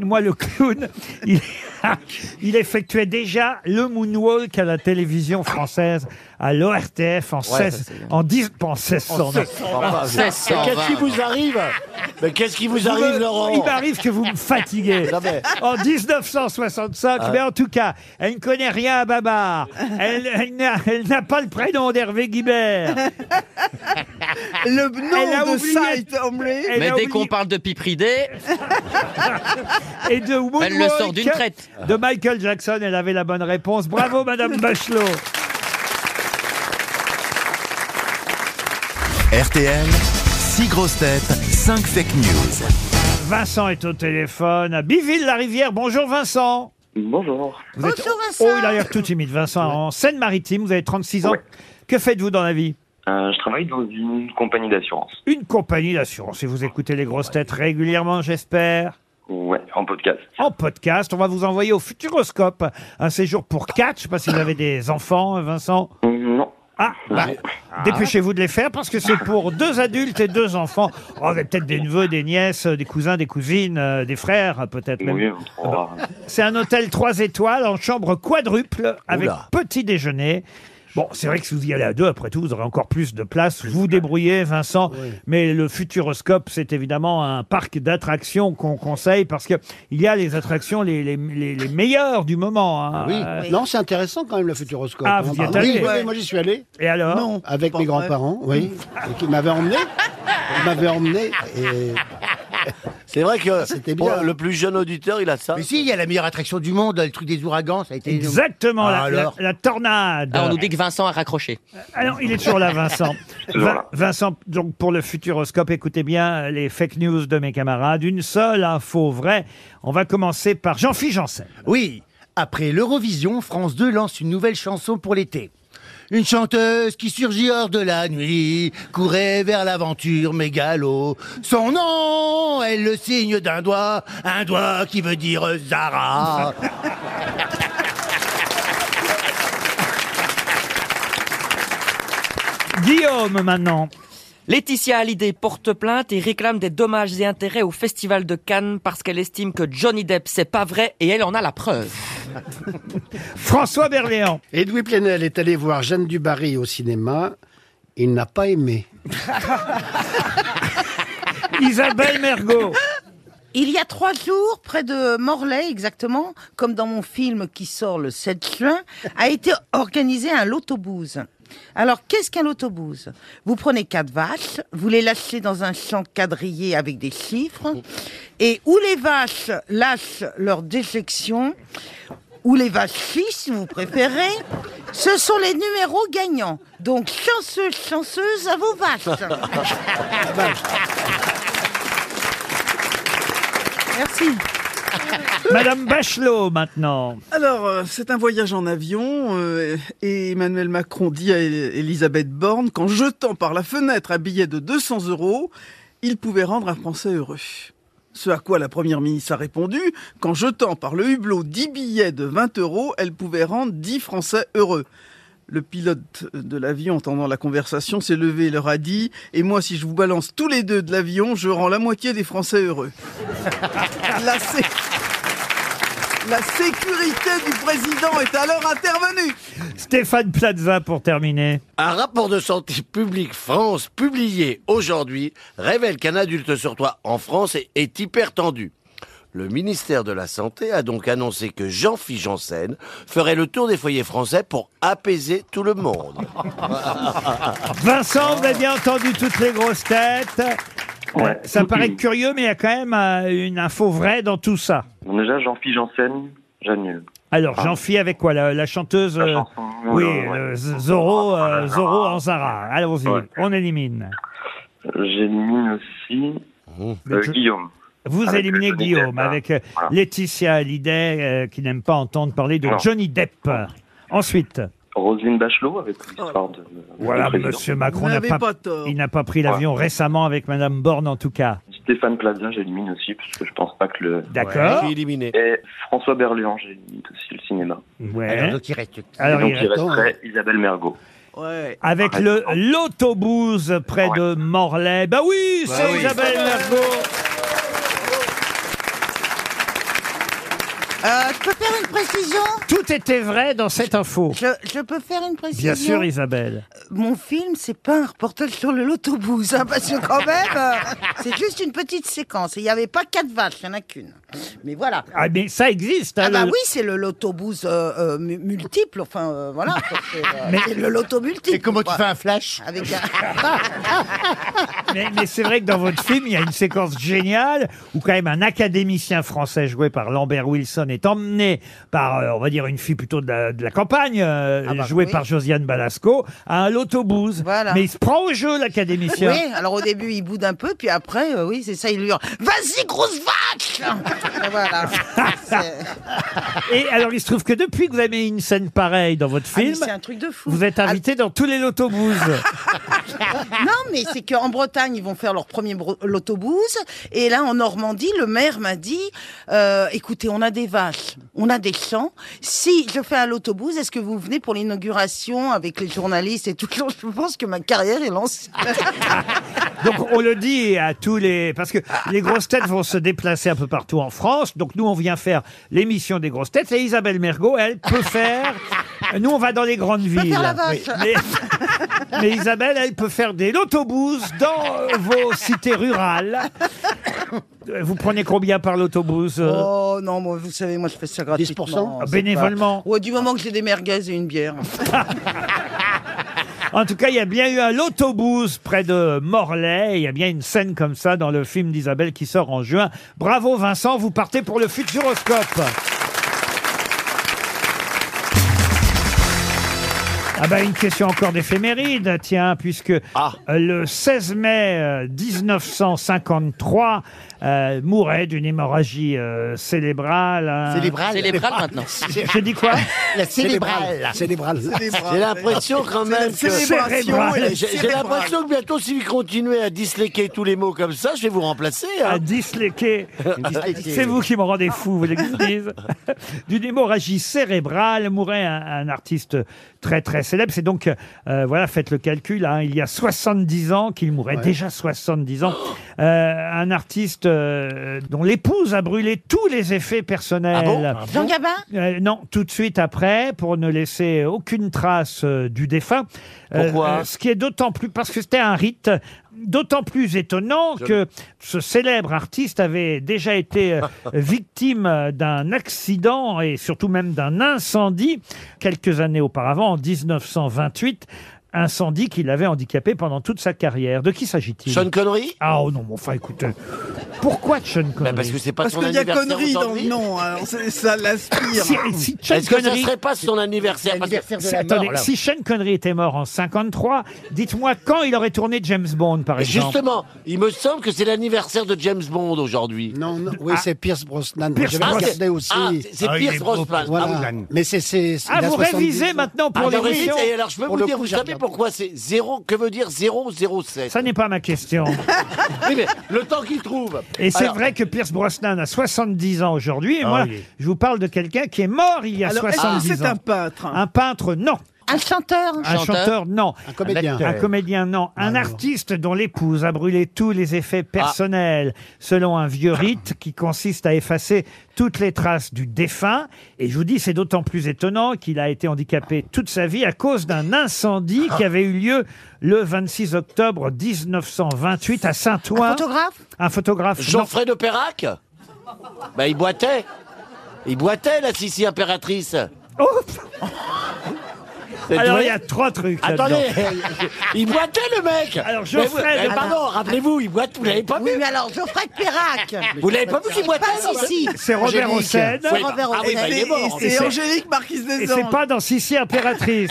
B: moi le clown, il, il effectuait déjà le moonwalk à la télévision française à l'ORTF en
D: Ouais,
B: 16
D: ça, c'est
B: en 10 pas en 1600
D: Oh,
B: non.
D: Enfin,
B: En
D: Mais Qu'est-ce qui vous arrive Mais qu'est-ce qui vous
B: vous
D: arrive,
B: me-
D: Laurent
B: Il m'arrive que vous me fatiguez.
D: Non, mais-
B: En 1965,
D: Ah.
B: mais en tout cas, elle ne connaît rien à Babar. Elle, elle n'a- elle n'a pas le prénom d'Hervé Guibert.
E: Le nom de site anglais.
G: Mais dès qu'on parle de piperidé,
B: Et de Moonwalk,
G: Elle le sort d'une traite.
B: De Michael Jackson, elle avait la bonne réponse. Bravo, Madame Bachelot.
A: RTL, 6 grosses têtes, 5 fake news.
B: Vincent est au téléphone à Biville-la-Rivière. Bonjour, Vincent.
T: Bonjour.
B: Vous êtes- Oh, il a l'air tout timide, Vincent. En Seine-Maritime, vous avez 36 ans. Que faites-vous dans la vie
T: Euh, je travaille dans une compagnie d'assurance.
B: Une compagnie d'assurance. Et vous écoutez les grosses têtes régulièrement, j'espère.
T: Ouais, en podcast.
B: En podcast, on va vous envoyer au Futuroscope un séjour pour quatre. Je sais pas si vous avez des enfants, hein, Vincent.
T: Non.
B: Ah, bah, dépêchez-vous de les faire parce que
T: Ah.
B: c'est pour deux adultes et deux enfants. Oh, vous avez peut-être des neveux, des nièces, des cousins, des cousines, euh, des frères, peut-être même.
T: Oui, on trouvera.
B: C'est un hôtel 3 étoiles en chambre quadruple avec
T: Oula.
B: petit déjeuner. Bon, c'est vrai que si vous y allez à deux, après tout, vous aurez encore plus de place. Vous vous débrouillez, Vincent. Mais le Futuroscope, c'est évidemment un parc d'attractions qu'on conseille parce que il y a les attractions les, les, les- les meilleures du moment. hein.
J: Ah Oui.
B: Euh,
J: Non, c'est intéressant quand même le futuroscope.
B: Ah, vous y
J: hein.
B: êtes
J: Oui,
B: allé
J: oui, oui, moi j'y suis allé.
B: Et alors
J: Non. Avec
B: pas
J: mes
B: vrai. Mm.
J: grands-parents, oui. Et qui m'avaient emmené. Ils m'avaient emmené. Et...
D: C'est vrai que
J: C'était
D: bon,
J: bien.
D: le plus jeune auditeur, il a ça.
C: Mais si, il y a la meilleure attraction du monde, le truc des ouragans, ça a été.
B: Exactement, la-
C: Ah,
B: la,
C: alors.
B: la tornade.
G: Ah, on nous dit que Vincent a raccroché.
B: Ah non, il est toujours là, Vincent.
G: Toujours
B: Vin-
G: là.
B: Vincent, donc pour le futuroscope, écoutez bien euh, les fake news de mes camarades. Une seule info vraie. On va commencer par Jean-Philippe Janssen.
C: Oui, après l'Eurovision, France 2 lance une nouvelle chanson pour l'été. Une chanteuse qui surgit hors de la nuit, courait vers l'aventure mégalo. Son nom, elle le signe d'un doigt, un doigt qui veut dire Zara.
B: Guillaume maintenant.
G: Laetitia Hallyday porte plainte et réclame des dommages et intérêts au Festival de Cannes parce qu'elle estime que Johnny Depp c'est pas vrai et elle en a la preuve.
B: François Berléand.
J: Edoui Plenel est allé voir Jeanne Dubarry au cinéma. Il n'a pas aimé.
B: Isabelle Mergot.
F: Il y a trois jours, près de Morlaix exactement, comme dans mon film qui sort le 7 juin, a été organisé un lotobouze. Alors, qu'est-ce qu'un lotobouze Vous prenez quatre vaches, vous les lâchez dans un champ quadrillé avec des chiffres, et où les vaches lâchent leur déjection, ou les vaches filles, si vous préférez, ce sont les numéros gagnants. Donc, chanceux, chanceuse à vos vaches.
E: Merci.
B: Madame Bachelot maintenant.
E: Alors, euh, c'est un voyage en avion euh, et Emmanuel Macron dit à El- Elisabeth Borne qu'en jetant par la fenêtre un billet de 200 euros, il pouvait rendre un Français heureux. Ce à quoi la Première ministre a répondu qu'en jetant par le hublot 10 billets de 20 euros, elle pouvait rendre 10 Français heureux. Le pilote de l'avion, entendant la conversation, s'est levé et leur a dit « Et moi, si je vous balance tous les deux de l'avion, je rends la moitié des Français heureux. » La sé-
F: Bah,
E: La sécurité du président est alors intervenue.
B: Stéphane Plaza pour terminer.
D: Un rapport de santé publique France publié aujourd'hui révèle qu'un adulte sur trois en France est, est hypertendu. Le ministère de la Santé a donc annoncé que Jean-Philippe Janssen ferait le tour des foyers français pour apaiser tout le monde.
B: Vincent, vous avez bien entendu toutes les grosses têtes. Euh,
T: Ouais.
B: Ça paraît curieux, mais il y a quand même euh, une info vraie dans tout ça.
T: Bon, déjà, Jean-Philippe Janssen, j'annule.
B: Alors, jean phi avec quoi La, la chanteuse euh, Oui,
T: ouais, ouais.
B: euh, Z- Zorro, euh, Zorro en Zara. Allons-y,
T: Ouais.
B: on élimine.
T: J'élimine aussi euh,
B: Mmh. Mais je-
T: Guillaume.
B: Vous
I: Ah,
T: Avec
B: éliminez
T: Johnny
B: Guillaume
T: Depp, hein.
B: avec euh,
T: Voilà.
B: Laetitia Hallyday euh, qui n'aime pas entendre parler de
T: Non.
B: Johnny Depp. Ensuite,
T: Roselyne Bachelot avec l'histoire de. de
B: voilà,
T: président.
B: Monsieur Macron
E: Vous
B: n'a
E: n'avez
B: pas,
E: pas tort.
B: il n'a pas pris l'avion récemment avec Madame Borne en tout cas.
T: Stéphane Plaza, j'élimine aussi, parce que je pense pas que le.
B: D'accord.
D: Je suis éliminé.
T: Et François Berléand, j'élimine aussi le cinéma.
B: Ouais.
C: Alors, donc, il reste qui
B: Alors,
T: Et donc,
B: il
T: il
B: reste-
T: resterait Isabelle Mergot.
E: Ouais.
B: Avec le l'autobus près de Morlaix. Bah oui,
T: Bah
B: c'est
T: oui.
B: Isabelle Mergo.
F: Euh, je peux faire une précision
B: Tout était vrai dans cette info.
F: je, je peux faire une précision Euh,
B: Bien sûr, Isabelle.
F: Mon film, c'est pas un reportage sur le l'autobus, hein, parce que quand même, euh, c'est juste une petite séquence. Et Il n'y avait pas quatre vaches, il n'y en a qu'une. Mais voilà.
B: Ah, mais ça existe. hein,
F: Ah bah
B: le-
F: oui, c'est le l'autobus euh, euh, mu- multiple, enfin euh, voilà. C'est euh,
B: Mais-
F: c'est le loto multiple.
B: Et comment tu fais un
F: flash Avec un...
B: Mais, mais c'est vrai que dans votre film, il y a une séquence géniale où quand même un académicien français joué par Lambert Wilson est emmené par, euh, on va dire, une fille plutôt de la, de la campagne, euh,
F: Ah bah
B: jouée
F: oui.
B: par Josiane Balasco, à un lotobuse. Mais il se prend au jeu, l'académicien.
F: Oui, alors au début, il boude un peu, puis après, euh, oui, c'est ça, il lui hurle « Vas-y, grosse vache !» Voilà.
B: Et alors, il se trouve que depuis que vous avez mis une scène pareille dans votre
F: Ah, mais
B: film,
F: c'est un truc de fou. Ah.
B: vous êtes invité dans tous les lotobus.
F: non, mais c'est qu'en Bretagne, ils vont faire leur premier bro- l'autobus. Et là, en Normandie, le maire m'a dit euh, écoutez, on a des vaches, on a des champs. Si je fais un l'autobus, est-ce que vous venez pour l'inauguration avec les journalistes et tout le monde Je pense que ma carrière est lancée.
B: Donc on le dit à tous les parce que les grosses têtes vont se déplacer un peu partout en France. Donc nous on vient faire l'émission des grosses têtes et Isabelle Mergot elle peut faire. Nous on va dans les grandes villes.
F: faire la vache.
B: Mais... mais Isabelle elle peut faire des autobus dans euh, vos cités rurales. Euh, Vous prenez combien par l'autobus euh
F: Oh non, moi, vous savez, moi je fais ça gratuitement.
B: Ah, bénévolement.
F: c'est pas- Ouais, du moment que j'ai des merguez et une bière.
B: En tout cas, il y a bien eu un autobus près de Morlaix. Il y a bien une scène comme ça dans le film d'Isabelle qui sort en juin. Bravo Vincent, vous partez pour le Futuroscope. Ah bah une question encore d'éphéméride, tiens, puisque euh, le 16 mai euh, 1953 euh, mourait d'une hémorragie euh, cérébrale.
G: Euh,
B: hein.
D: Célébrale. Célébrale maintenant.
B: J'ai dit quoi
D: La célébrale.
J: Célébrale.
D: J'ai l'impression quand même que... J'ai- J'ai l'impression que bientôt, si vous continuez à disléquer tous les mots comme ça, je vais vous remplacer. hein.
B: À disléquer. Ah, C'est vous qui me rendez fou, vous voulez que je vous dise. D'une hémorragie cérébrale mourait un, un artiste très très célèbre. C'est donc, euh, voilà, faites le calcul, hein, il y a 70 ans qu'il mourait, déjà 70 ans. Euh, un artiste euh, dont l'épouse a brûlé tous les effets personnels.
F: Jean Gabin
B: Euh, non, tout de suite après, pour ne laisser aucune trace euh, du défunt. Euh,
D: Pourquoi
B: Ce qui est d'autant plus, parce que c'était un rite, d'autant plus étonnant que ce célèbre artiste avait déjà été euh, victime euh, d'un accident et surtout même d'un incendie quelques années auparavant, en 1928. Incendie qui l'avait handicapé pendant toute sa carrière. De qui s'agit-il
D: Sean Connery
B: Ah oh non, mais enfin écoutez. Pourquoi de Sean Connery
D: Ben, parce que c'est pas
E: Parce
D: son
E: qu'il y a
D: anniversaire
E: connerie dans le
D: aujourd'hui.
E: nom, alors c'est- ça l'aspire.
D: Est-ce que ça serait pas son anniversaire parce que-
B: Si- Attendez, si Sean Connery était mort en 53, dites-moi quand il aurait tourné James Bond, par
D: Et
B: exemple.
D: Justement, il me semble que c'est l'anniversaire de James Bond aujourd'hui.
J: Non, non,
B: Ah.
J: oui, c'est Pierce Brosnan.
D: Ah. Pierce
J: J'avais
D: Brosnan.
J: regardé aussi.
D: Ah, c'est- c'est Ah, il Pierce est beau, Brosnan.
J: Voilà.
D: Ah oui.
J: Mais c'est. c'est-
D: Ah,
J: il a
D: vous
J: 70
D: révisez
J: ans.
D: maintenant
C: Ah,
B: pour
D: Alors,
B: l'émission.
D: Et alors, Ah, je peux
B: Pour
D: vous
B: le
D: dire,
B: coup,
D: vous
B: j'ai
D: savez pourquoi c'est 0 Que veut dire 007
B: Ça n'est pas ma question.
D: Oui, mais le temps qu'il trouve.
B: Et c'est
D: Alors, Ah
B: vrai que Pierce Brosnan a 70 ans aujourd'hui. Et moi,
J: oui.
B: je vous parle de quelqu'un qui est mort il y a
E: Alors, est-ce que
B: 70 ans.
E: c'est un peintre
B: Un peintre, non.
F: Un chanteur
B: Un chanteur, non.
J: Un comédien.
B: Un comédien, non. Un artiste dont l'épouse a brûlé tous les effets personnels selon un vieux rite qui consiste à effacer toutes les traces du défunt. Et je vous dis, c'est d'autant plus étonnant qu'il a été handicapé toute sa vie à cause d'un incendie qui avait eu lieu le 26 octobre 1928 à Saint-Ouen. Un
F: photographe
B: Un photographe. non.
D: Geoffrey de Perrac Bah, il boitait. Il boitait, la Sissi impératrice.
B: Oh
D: C'est
B: Alors
D: vrai
B: il y a trois trucs.
D: Attendez,
B: là-dedans.
D: il boitait le mec
B: Alors,
D: Mais
B: Geoffrey
D: vous-
B: de-
D: eh, Pardon, rappelez-vous, il boite, vous l'avez pas
F: Oui,
D: vu
F: mais alors, Geoffrey Perrac
D: Vous l'avez pas vu qu'il boitait
F: Pas
D: non
F: ici.
B: C'est Robert
D: Angélique.
B: Hossein.
D: Oui, bah- ah oui, bah, il est mort.
E: Et
B: Et c'est-
E: Angélique Marquise
B: Et
E: des
B: c'est
E: Anges.
B: pas dans Sissi impératrice.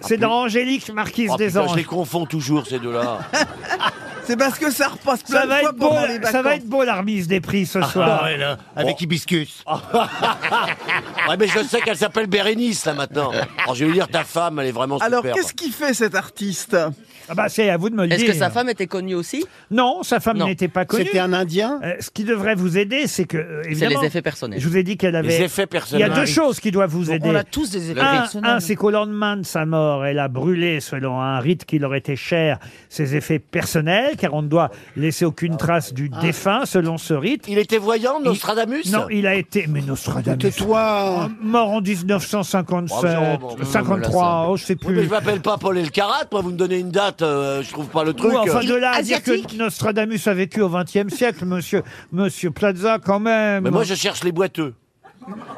B: C'est dans Angélique Marquise
D: Oh,
B: des
D: putain,
B: Anges.
D: Je les confonds toujours, ces deux-là.
E: C'est parce que ça repasse plein
B: Ça
E: de
B: va,
E: fois
B: être beau,
E: pendant
B: la-
E: les
B: ça va
E: vacances.
B: être beau la remise des prix ce soir.
D: Ah, ouais, là,
C: Avec hibiscus.
D: ouais, mais je sais qu'elle s'appelle Bérénice, là, maintenant. Alors, je vais lui dire, ta femme, elle est vraiment
E: Alors,
D: superbe.
E: qu'est-ce qu'il fait cet artiste
B: Ah bah, c'est à vous de me le
G: Est-ce
B: dire.
G: que sa femme était connue aussi
B: Non, sa femme
G: Non.
B: n'était pas connue.
J: C'était un Indien
B: Euh, ce qui devrait vous aider, c'est que. euh, évidemment,
G: les effets personnels.
B: Je vous ai dit qu'elle avait.
D: Les effets personnels.
B: Il y a deux choses qui doivent vous aider.
F: On a tous des effets
B: Un,
F: personnels.
B: un, c'est qu'au lendemain de sa mort, elle a brûlé, selon un rite qui leur était cher, ses effets personnels car on ne doit laisser aucune trace du défunt selon ce rite. Il était voyant,
D: Nostradamus
B: Non, il a été. Mais Nostradamus. toi Mort en 1957,
D: Bravo, bravo, bravo,
B: 53,
D: là,
B: oh, je sais
D: hein. Oui,
B: plus.
D: mais je m'appelle pas Paul Elkarat, moi vous me donnez une date, euh, je trouve pas le truc.
B: Ou enfin, de là à dire
D: Asiatique.
B: que Nostradamus a vécu au XXe siècle, monsieur, monsieur Plaza, quand même.
D: Mais moi je cherche les boiteux.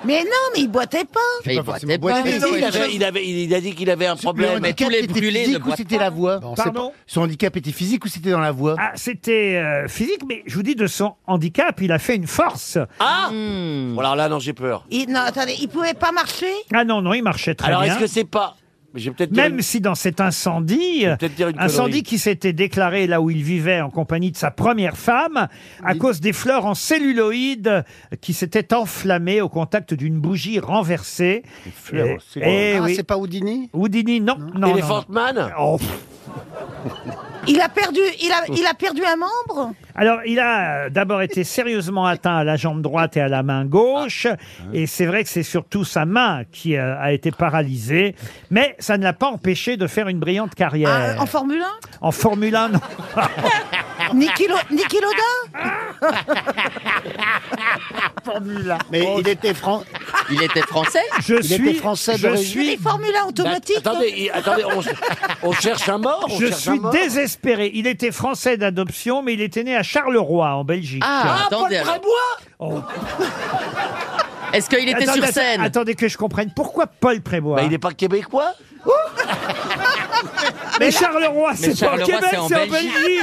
F: Mais non, mais il boitait pas.
D: Mais il boitait pas. Mais si, il, avait, il, avait- il a dit qu'il avait un
C: Le
D: problème.
C: handicap était physique ou c'était la voix
D: Bon,
B: c'est Pardon
C: Son handicap était physique ou c'était dans la voix
B: Ah, c'était euh, physique, mais je vous dis de son handicap, il a fait une force.
D: Ah Bon, Alors là, non, j'ai peur.
F: Il- non, attendez, il pouvait pas marcher
B: Ah non, non, il marchait très
D: Alors
B: bien.
D: est-ce que c'est pas. Mais j'ai peut-être.
B: Même si dans cet incendie,
D: peut-être dire une
B: incendie
D: connerie.
B: qui s'était déclaré là où il vivait en compagnie de sa première femme, à cause des fleurs en celluloïd qui s'étaient enflammées au contact d'une bougie renversée.
J: fleurs en celluloïd. Ah, c'est
B: pas Houdini Houdini, non. non, non,
D: Elephant
B: non.
D: Man
B: Oh, pff.
F: Il a perdu, il a, il a perdu un membre
B: Alors, il a euh, d'abord été sérieusement atteint à la jambe droite et à la main gauche.
D: Ah.
B: Et c'est vrai que c'est surtout sa main qui euh, a été paralysée. Mais ça ne l'a pas empêché de faire une brillante carrière.
F: euh, en Formule
B: En Formule 1, non.
F: 1 Niki Lo- Niki Loda
J: Formule Mais il était français.
Q: Il était français
B: Je
J: Il était français
B: je
J: d'origine.
B: suis-
F: Les formules automatiques
D: Bah, Attendez, il- attendez, on, on cherche un mort on
B: Je
D: cherche un
B: suis
D: mort
B: désespéré. Il était français d'adoption, mais il était né à Charleroi, en Belgique.
D: Ah, Paul Prébois
B: Est-ce qu'il
D: était sur scène
B: Attendez que je comprenne. Pourquoi Paul hein Prébois
D: Bah, Il n'est pas québécois
B: Mais, Charleroi,
D: Mais
B: c'est pas au
D: Charleroi,
B: Québec,
D: c'est en
B: c'est en
D: Belgique.
B: Belgique.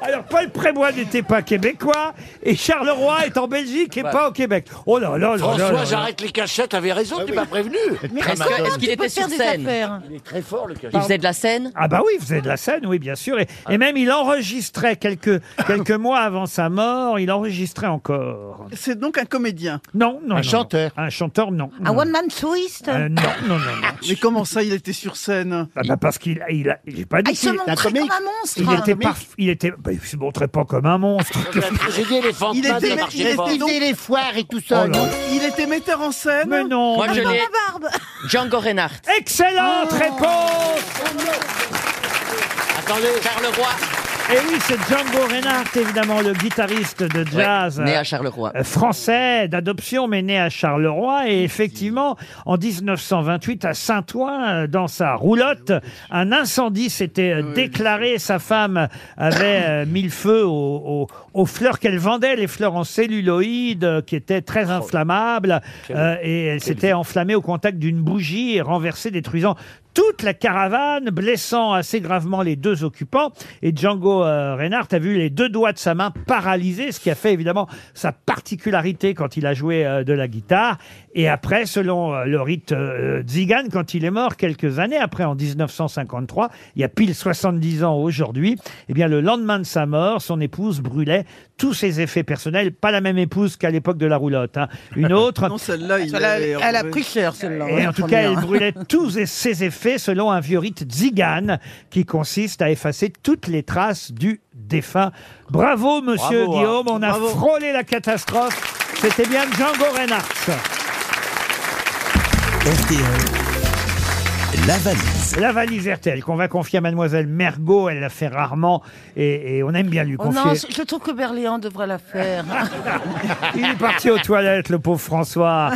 B: Alors, Paul Prébois n'était pas québécois et Charleroi est en Belgique et pas au Québec. Oh là là là là là là.
D: François, j'arrête les cachettes, t'avais raison, tu m'as prévenu.
F: Mais Ah Très comment mal. est-ce qu'il tu peux était faire sur des scène affaires
D: Il Ah. est très fort le cachet.
B: Il faisait de
G: la scène
B: Ah bah oui, il faisait de la scène, oui, bien sûr. Et, et même, il enregistrait quelques, quelques mois avant sa mort, il enregistrait encore.
E: C'est donc un comédien.
B: Non, non.
E: Un
B: chanteur. Un chanteur, non.
E: Un
B: non.
E: one-man touriste
B: Euh, non, non, non, non.
E: Mais comment ça, il était sur scène
B: Ah bah parce qu'il a, il a- j'ai pas dit
E: Ah, il se
B: qu'il-
E: montrait comme un monstre.
B: Il était
E: Un
B: pas,
E: mec.
B: il était, bah, il se montrait pas comme un monstre.
D: J'ai dit Elephant
E: Il
D: Man,
E: était-
D: ça marchait
E: il était
D: pas.
E: donc-
C: les foires et tout
B: ça, Oh là non là.
E: Il était metteur en scène.
B: Mais non.
G: Moi, je l'ai.
F: barbe.
G: Django Reinhardt.
E: Oh.
B: Excellente réponse
D: Attendez,
G: Charleroi.
B: Et Eh oui, c'est Django Reinhardt, évidemment, le guitariste de jazz.
G: Ouais, né à
B: euh,
G: Charleroi.
B: euh, Français d'adoption, mais né à Charleroi. Et effectivement, en 1928, à Saint-Ouen, euh, dans sa roulotte, un incendie s'était euh, déclaré. Sa femme avait euh, mis le feu aux, aux- aux fleurs qu'elle vendait, les fleurs en celluloïd, euh, qui étaient
G: Oh
B: très inflammables. euh, et elle s'était enflammée au contact d'une bougie et renversée, détruisant toute la caravane, blessant assez gravement les deux occupants. Et Django euh, Reinhardt a vu les deux doigts de sa main paralysés, ce qui a fait évidemment sa particularité quand il a joué euh, de la guitare. Et après, selon euh, le rite euh, Zigan, quand il est mort quelques années après, en 1953, il y a pile 70 ans aujourd'hui, eh bien le lendemain de sa mort, son épouse brûlait tous ses effets personnels. Pas la même épouse qu'à l'époque de la roulotte. hein. Une autre.
E: Non, celle-là, il
F: Elle a-
E: avait-
F: Ah, elle a pris cher, celle-là.
B: Et
F: hein,
B: en tout cas,
F: première.
B: elle brûlait tous ses effets selon un vieux rite tzigane qui consiste à effacer toutes les traces du défunt. Bravo, monsieur
P: Bravo, hein.
B: Guillaume, on a
P: Bravo.
B: frôlé la catastrophe. C'était bien Django Reinhardt.
A: La valise.
B: La valise RTL qu'on va confier à mademoiselle Mergot, elle la fait rarement et, et on aime bien lui
F: Oh
B: confier.
F: non, je trouve que Berléand devrait la faire.
B: Il est parti aux toilettes, le pauvre François.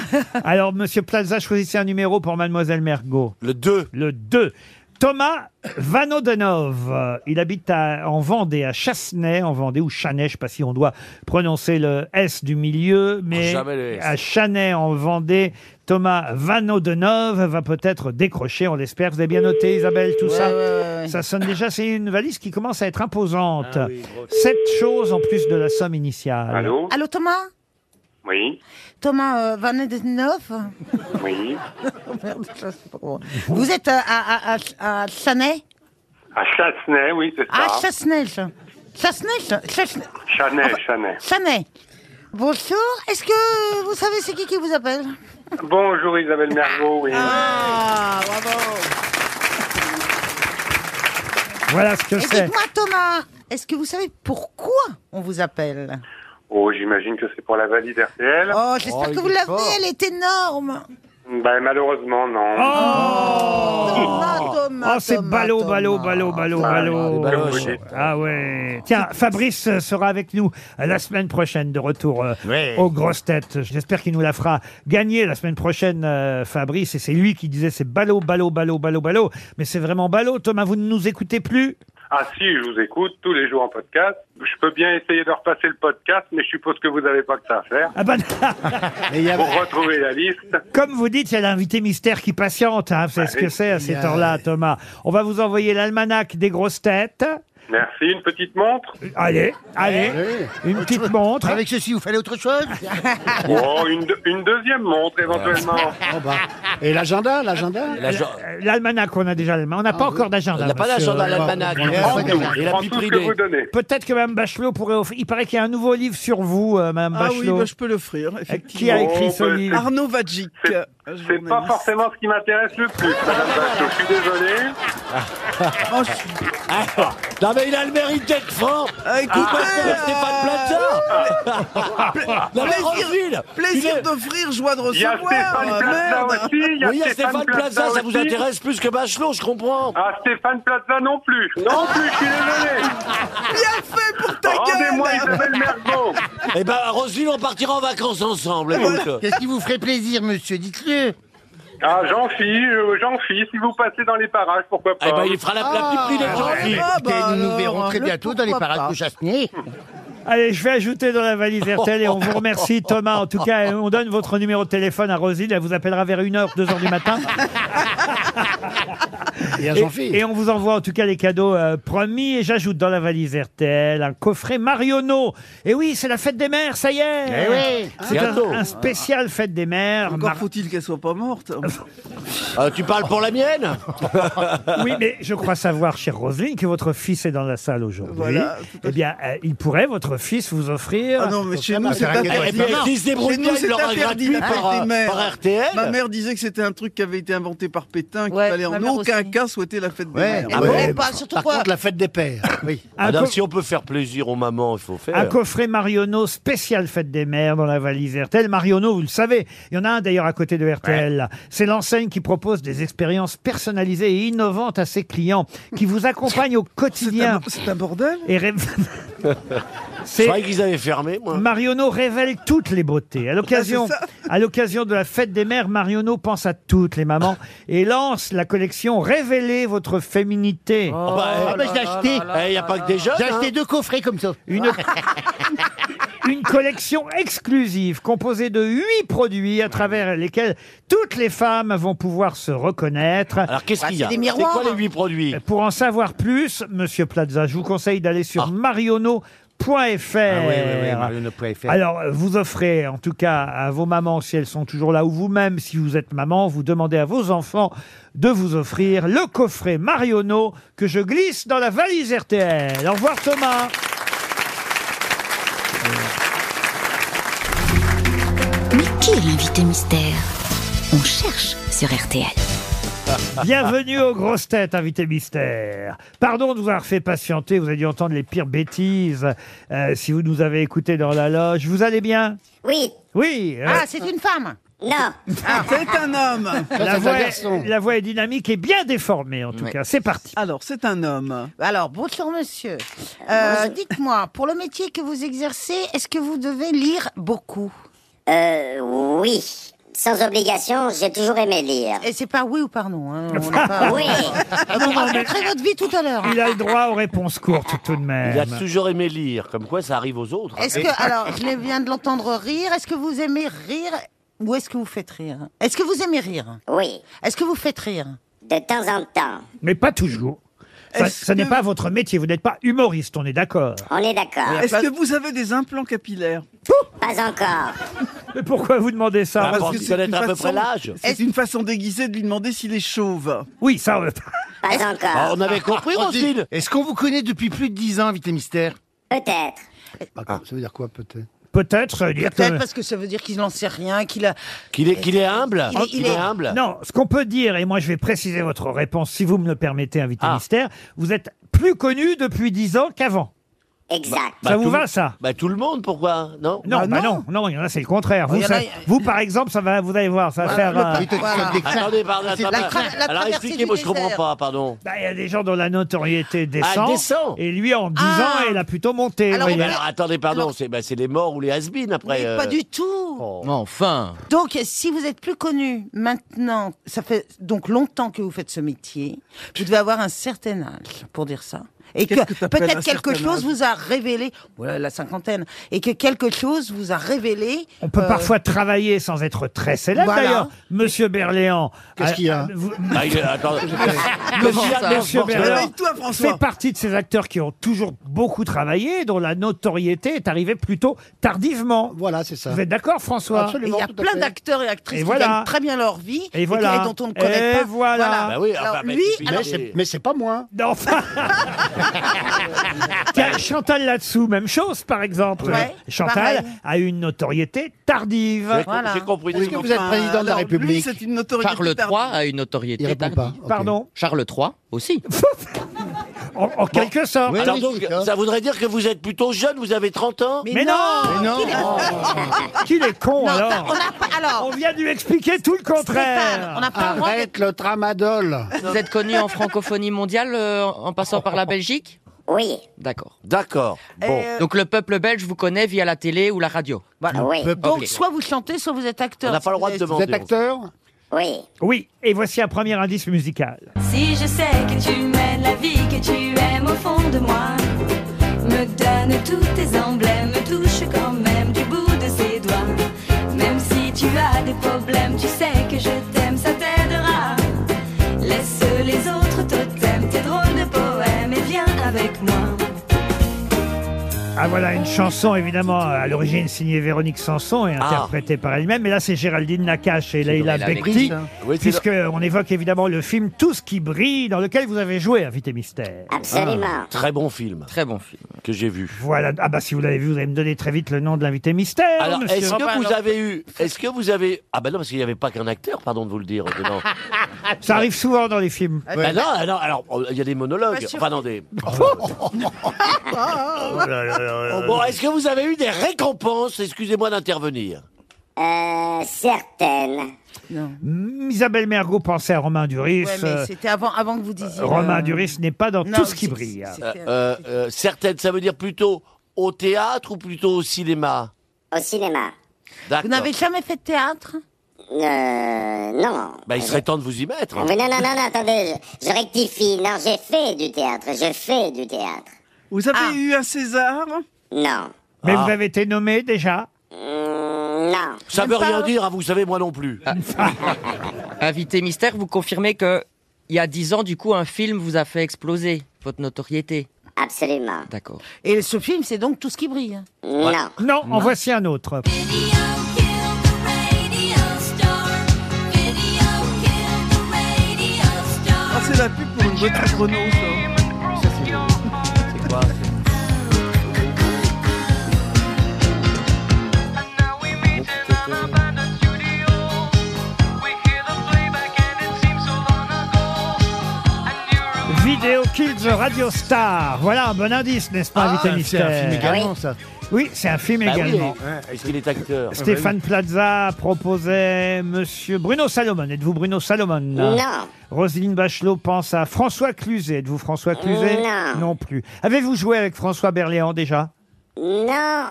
B: Alors, monsieur Plaza, choisissez un numéro pour mademoiselle Mergot.
D: Le 2.
B: Le 2. Thomas Vanodenov, Euh, il habite à- en Vendée, à Chassenay, en Vendée, ou Chanay, je ne sais pas si on doit prononcer le S du milieu, mais
D: Oh, Jamais le S.
B: à Chanay, en Vendée, Thomas Vanodenov va peut-être décrocher, on l'espère. Vous avez bien noté, Isabelle, tout ça Ça sonne déjà, c'est une valise qui commence à être imposante. Sept choses en plus de la somme initiale.
T: Allô
F: Allô, Thomas
T: Oui,
F: Thomas euh, Van Edenhoff
T: oui.
F: Merde, ça, c'est pas bon. Vous êtes à, à, à, à, à Chanay
T: À Chassenay, oui, c'est
F: Ah,
T: ça.
F: Chassenay. ça. Chassenay, ça. Chassenay.
T: Chanel, Chanel.
F: Chanay. Bonjour, est-ce que vous savez c'est qui qui vous appelle
T: Bonjour Isabelle Mergo, oui.
F: Ah, bravo
B: Voilà ce que
F: Et
B: c'est.
F: dites-moi, Thomas, est-ce que vous savez pourquoi on vous appelle
T: Oh, j'imagine que c'est pour la valise RTL.
F: Oh, j'espère que vous l'avez, elle est énorme
T: Ben, malheureusement, non.
F: Thomas, Thomas
B: Oh, c'est ballot, ballot, ballot, ballot,
P: c'est
B: ballot,
P: ballot, c'est-
B: Ah ouais. Tiens, Fabrice euh, sera avec nous euh, la semaine prochaine de retour euh, aux grosses têtes. J'espère qu'il nous la fera gagner la semaine prochaine, euh, Fabrice. Et c'est lui qui disait c'est ballot, ballot, ballot, ballot, ballot. Mais c'est vraiment ballot. Thomas, vous ne nous écoutez plus
T: Ah si, je vous écoute tous les jours en podcast. Je peux bien essayer de repasser le podcast, mais je suppose que vous n'avez pas que ça à faire.
B: Ah ben,
T: Pour retrouver la liste.
B: Comme vous dites, c'est l'invité mystère qui patiente. Hein. Vous savez
T: Ah
B: ce que
T: oui.
B: c'est à
T: Il y
B: cette
T: a-
B: heure-là, Thomas. On va vous envoyer l'almanach des grosses têtes.
T: Merci, une petite montre
B: Euh, Allez, allez, une petite montre.
C: Avec ceci, vous fallait autre chose
T: Oh, une, deux- une deuxième montre éventuellement.
C: bah.
J: Et l'agenda, l'agenda
B: Euh, L'almanach, on a déjà l'almanach. On n'a pas encore d'agenda.
J: Il n'a pas
B: monsieur.
J: d'agenda, l'almanach.
B: On n'a
J: Prends
B: pas
J: tout,
B: d'agenda.
J: Il a prends
T: pu tout ce que priver. vous donnez.
B: Peut-être que Mme Bachelot pourrait offrir. Il paraît qu'il y a un nouveau livre sur vous, euh, Mme
E: Ah oui,
B: Bachelot. Euh,
E: bah, je peux l'offrir. effectivement.
B: Qui a écrit ce
T: Oh, bah,
B: livre
T: c'est-
E: Arnaud euh, Vadjic.
T: C'est pas forcément ce qui m'intéresse le plus, madame Bachelot. Je suis désolé.
D: Ah, non mais il a le mérite d'être franc.
B: Euh,
E: écoutez,
D: Stéphane Plaza. non mais Roselyne,
E: Plaisir,
D: il est-
E: plaisir d'offrir, joie de recevoir. merde.
D: Oui, il y a Stéphane Plaza, ça vous intéresse plus que Bachelot, je comprends.
T: Ah, Stéphane Plaza non plus. Non plus, je suis désolé.
D: Oh,
E: Bien fait pour ta
F: Oh,
T: Rendez-moi Isabelle Mergo.
D: Eh ben, Roselyne, on partira en vacances ensemble. écoute.
C: Qu'est-ce qui vous ferait plaisir, monsieur Dites-le.
T: Ah, j'en fie, euh, j'en fie. Si vous passez dans les parages, pourquoi pas
D: Eh ben, il fera la- la
B: Ah,
T: Ah.
D: petite prix
B: bah,
D: des gens.
C: Écoutez,
T: bah
C: nous nous
B: hein,
C: verrons très bientôt dans les parages de Chassenay.
B: Allez, je vais ajouter dans la valise RTL et on vous remercie, Thomas. En tout cas, et on donne votre numéro de téléphone à Rosine. Elle vous appellera vers 1h, 2h du matin.
J: Et à Jean-Philippe.
B: et, et on vous envoie en tout cas les cadeaux euh, promis. Et j'ajoute dans la valise RTL un coffret Marionneau. Et oui, c'est la fête des mères, ça y est.
E: Eh oui.
B: c'est un,
E: Bientôt.
B: un spécial fête des mères.
E: Encore faut-il qu'elle soit pas morte.
D: Euh, tu parles pour la mienne
B: Oui, mais je crois savoir, chère Roselyne, que votre fils est dans la salle aujourd'hui.
E: Voilà,
B: eh bien, euh, il pourrait, votre fils, vous offrir.
E: Ah non, mais chez nous, c'est interdit.
B: Eh bien, s'il se débrouille
E: Chez
B: bien,
E: nous,
B: il
E: c'est
B: l'aura
E: interdit
B: gratuit
E: par,
B: par, euh,
E: des mères.
B: par RTL.
E: Ma mère disait que c'était un truc qui avait été inventé par Pétain, qu'il fallait
F: ma
E: en
F: mère
E: aucun cas souhaiter la fête des mères.
D: Ah bon Ouais,
F: pas, surtout quoi.
E: la fête des pères.
D: Oui.
B: Un
D: Madame,
B: co-
D: si on peut faire plaisir aux mamans, il faut faire.
B: Un coffret Marionneau spécial fête des mères dans la valise RTL. Marionneau, vous le savez, il y en a un d'ailleurs à côté de RTL. C'est l'enseigne qui propose des expériences personnalisées et innovantes à ses clients, qui vous accompagnent au quotidien.
E: C'est un bordel
B: et rêve-
D: C'est vrai qu'ils avaient fermé, moi.
B: Marionneau révèle toutes les beautés. À l'occasion,
D: Ah, c'est
B: à l'occasion de la fête des mères, Marionneau pense à toutes les mamans et lance la collection Révélez votre féminité.
D: Oh, bah, eh,
C: Ah, bah, je l'ai acheté.
D: Eh, y a pas que des jeunes,
C: J'ai
D: hein.
C: acheté deux coffrets comme ça.
B: Une... Une collection exclusive composée de huit produits à travers lesquels toutes les femmes vont pouvoir se reconnaître. Alors
C: Bah,
D: qu'est-ce qu'il y a C'est des miroirs, C'est quoi les huit produits
B: Euh, Pour en savoir plus, Monsieur Plaza, je vous conseille d'aller
D: Ah.
B: sur mariono.fr.
U: Ah
C: mariono.fr.
B: Alors, euh, vous offrez, en tout cas, à vos mamans, si elles sont toujours là, ou vous-même, si vous êtes maman, vous demandez à vos enfants de vous offrir le coffret Mariono que je glisse dans la valise RTL. Au revoir, Thomas.
O: Mais qui est l'invité mystère On cherche sur RTL.
B: Bienvenue aux grosses têtes, invité mystère. Pardon de vous avoir fait patienter, vous avez dû entendre les pires bêtises euh, si vous nous avez écoutés dans la loge. Vous allez bien
F: Oui.
B: Oui. euh,
F: Ah, c'est une femme Ah. Non.
E: C'est un homme.
B: la, voix est, la voix est dynamique et bien déformée en tout cas. C'est parti.
E: Alors, c'est un homme.
F: Alors, bonjour monsieur. Euh, Dites-moi, pour le métier que vous exercez, est-ce que vous devez lire beaucoup
V: Euh, oui. Sans obligation, j'ai toujours aimé lire.
F: Et c'est pas oui ou pas non. hein, on n'a pas-
V: Oui.
F: Ah, Vous raconterez votre vie tout à l'heure.
B: Il a le droit aux réponses courtes tout de même.
D: Il a toujours aimé lire, comme quoi ça arrive aux autres. hein.
F: Est-ce que, alors, je viens de l'entendre rire, est-ce que vous aimez rire ou est-ce que vous faites rire Est-ce que vous aimez rire
V: Oui.
F: Est-ce que vous faites rire
V: De temps en temps.
B: Mais pas toujours. Ça,
E: Est-ce
B: ça n'est
E: que-
B: pas votre métier, vous n'êtes pas humoriste, on est d'accord.
V: On est d'accord.
E: Est-ce que vous avez des implants capillaires
V: Pas encore.
E: Ah,
B: Mais pourquoi vous demandez ça
D: Ah,
E: C'est une façon déguisée de lui demander s'il est chauve.
B: Oui, ça.
V: Pas encore.
D: Ah, on avait compris, Roselyne.
C: Est-ce qu'on vous connaît depuis plus de 10 ans, invité mystère
V: Peut-être.
C: Ça veut dire Bah, quoi, peut-être
B: Peut-être, ça veut dire
F: Peut-être
B: que-
F: parce que ça veut dire qu'il n'en sait rien, qu'il a.
D: Qu'il est, qu'il est humble.
F: Il est- il est-
B: Non, ce qu'on peut dire, et moi je vais préciser votre
D: Ah.
B: réponse si vous me le permettez, invité mystère, vous êtes plus connu depuis 10 ans qu'avant.
V: Exact.
B: Ça vous va, ça
D: Bah tout le monde, pourquoi Non
B: Non, bah non, non, il y en a, c'est le contraire. Vous,
D: Il y en a,
B: ça-
D: il y a-
B: vous, par exemple, ça va, vous allez voir, ça va
D: Voilà,
B: faire. euh,
D: le
B: un-
D: pa- Ah, bah, voilà. Attendez, pardon, attendez. Alors expliquez-moi, je comprends pas, pardon.
B: Bah, Il y a des gens dont la notoriété descend.
D: Ah, descend.
B: Et lui, en 10 ans, il a plutôt monté.
D: Alors,
B: vous voyez.
D: attendez, pardon, c'est bah, c'est les morts ou les has après. euh. Oh.
I: Mais pas du tout.
D: Enfin.
I: Donc, si vous êtes plus connu maintenant, ça fait donc longtemps que vous faites ce métier, vous devez avoir un certain âge pour dire ça. Et que,
F: Qu'est-ce que t'appelles un
I: peut-être quelque
F: certain âge
I: chose vous a révélé, voilà la cinquantaine, et que quelque chose vous a révélé.
B: On peut
I: euh,
B: parfois travailler sans être très célèbre.
I: Voilà.
B: D'ailleurs, Monsieur Berléand.
I: Qu'est-ce
B: euh,
I: qu'il y a
B: vous-
D: Ah, il est- attends.
B: Monsieur,
D: Comment ça
B: Monsieur Berléand
D: Réveille-toi, François.
B: fait partie de ces acteurs qui ont toujours beaucoup travaillé, dont la notoriété est arrivée plutôt tardivement.
J: Voilà, c'est ça.
B: Vous êtes d'accord, François
I: et Il y a plein d'acteurs et actrices
B: Et
I: qui
B: voilà.
I: gagnent très bien leur vie
B: Et voilà.
I: et dont on ne connaît
B: Et
I: pas.
B: voilà. Bah oui,
I: Alors,
B: enfin, bah,
I: lui,
B: tu-
I: alors,
B: mais c'est-
J: Mais c'est pas moi.
B: enfin. Tiens, Chantal là-dessous, même chose, par exemple.
J: Ouais,
B: Chantal
J: pareil.
B: a eu une notoriété tardive.
E: Est-ce que vous êtes président de la République c'est une notoriété
G: Charles III
E: tardive.
G: a une notoriété.
E: Il répond
G: tardive.
E: pas, ok.
B: Pardon
G: Charles III aussi.
B: en quelque sorte.
D: Alors donc, ça voudrait dire que vous êtes plutôt jeune, vous avez 30 ans Oh. Ah.
B: Mais non Mais non. Qu'il est con,
D: Non, on
B: alors On vient de lui expliquer tout le contraire
G: on n'a pas le droit
J: Arrête le tramadol.
G: Vous êtes connu en francophonie mondiale euh, en passant par la Belgique
V: Oui.
G: D'accord.
D: D'accord.
G: Bon.
I: Euh,
G: Donc le peuple belge vous connaît via la télé ou la radio
I: Voilà. Donc, soit vous chantez, soit vous êtes acteur. Si vous êtes-
V: Oui.
B: Oui, et voici un premier indice musical.
H: Si je sais que tu m'aimes la vie que tu aimes au fond de moi, me donne tous tes emblèmes, me touche quand même du bout de ses doigts. Même si tu as des problèmes, tu sais que je t'aime, ça t'aidera. Laisse les autres totems, tes drôles de poèmes et viens avec moi.
B: Ah voilà, une chanson évidemment à l'origine signée Véronique Sanson
D: Ah.
B: et interprétée par elle-même. Mais là, c'est Géraldine Nakache et Leila
D: Leila Bekhti,
B: Bekhti,
D: hein. Oui, c'est
B: puisque on évoque évidemment le film Tout ce qui brille, dans lequel vous avez joué, invité mystère.
D: Ah, très bon film. Très bon film. Que j'ai vu.
B: Voilà, ah bah si vous l'avez vu, vous allez me donner très vite le nom de l'invité mystère.
D: Alors,
B: Eh, monsieur.
D: est-ce que vous avez eu. Est-ce que vous avez. Ah, ben non, parce qu'il n'y avait pas qu'un acteur, pardon de vous le dire. euh, dedans.
B: Ça arrive souvent dans les films.
I: bah,
D: Ben non, ah non, alors, il y a des monologues.
B: Pas sûr.
D: Enfin, non, des. Bon,
V: Bon,
D: Oh, est-ce que vous avez eu des récompenses Excusez-moi d'intervenir.
V: Euh, certaines.
B: Mm, Isabelle Mergot pensait à Romain Duris.
I: Ouais, mais
B: euh,
I: c'était avant, avant que vous disiez.
B: Romain
I: euh,
B: Duris n'est pas dans
I: non,
B: Tout ce qui
I: c'est-
B: brille.
D: Euh, euh, euh, certaines, ça veut dire plutôt au théâtre ou plutôt au cinéma
V: Au cinéma.
D: D'accord.
I: Vous n'avez jamais fait de théâtre
V: Euh, non.
D: Bah, il serait temps de vous y mettre.
V: Mais non, non, non, non, attendez, je, je rectifie. Non, j'ai fait du théâtre, je fais du théâtre. Ah.
E: Vous avez eu un César
V: Non.
B: Mais
D: Ah.
B: vous avez été nommé déjà
V: Mm, Non.
D: Ça veut rien dire, hein, vous savez, moi non plus.
G: Ah. Invité mystère, vous confirmez que il y a dix ans, du coup, un film vous a fait exploser votre notoriété.
V: Absolument.
G: D'accord.
I: Et ce film, c'est donc Tout ce qui brille.
V: Non.
B: Non, en voici un autre.
E: Ah, C'est la pub pour une voiture Renault, ça.
D: C'est quoi
B: Vidéo Kills Radio Star. Voilà un bon indice, n'est-ce pas,
C: Ah,
B: invité
C: c'est un
B: mystère
C: film également, ça.
B: Oui, c'est un film
D: Bah oui,
B: également.
D: Est-ce qu'il est acteur
B: Stéphane Plaza proposait Monsieur Bruno Salomon. Êtes-vous Bruno Salomon
D: Non.
B: Roselyne Bachelot pense à François Cluzet. Êtes-vous François Cluzet
V: Non.
B: plus. Avez-vous joué avec François Berléand déjà
V: Non, mais
B: Ah.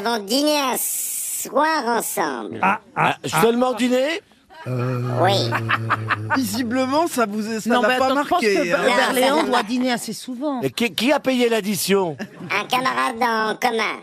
V: nous avons dîné un soir ensemble.
B: ah, Euh,
D: Seulement dîner
V: Oui.
E: Visiblement, ça vous ça
I: Non,
E: l'a
I: mais
E: pas
I: attends, je pense
E: marqué. hein.
I: que Ber- Berléand doit dîner assez souvent.
D: Et qui, qui a payé l'addition
V: Un camarade en commun.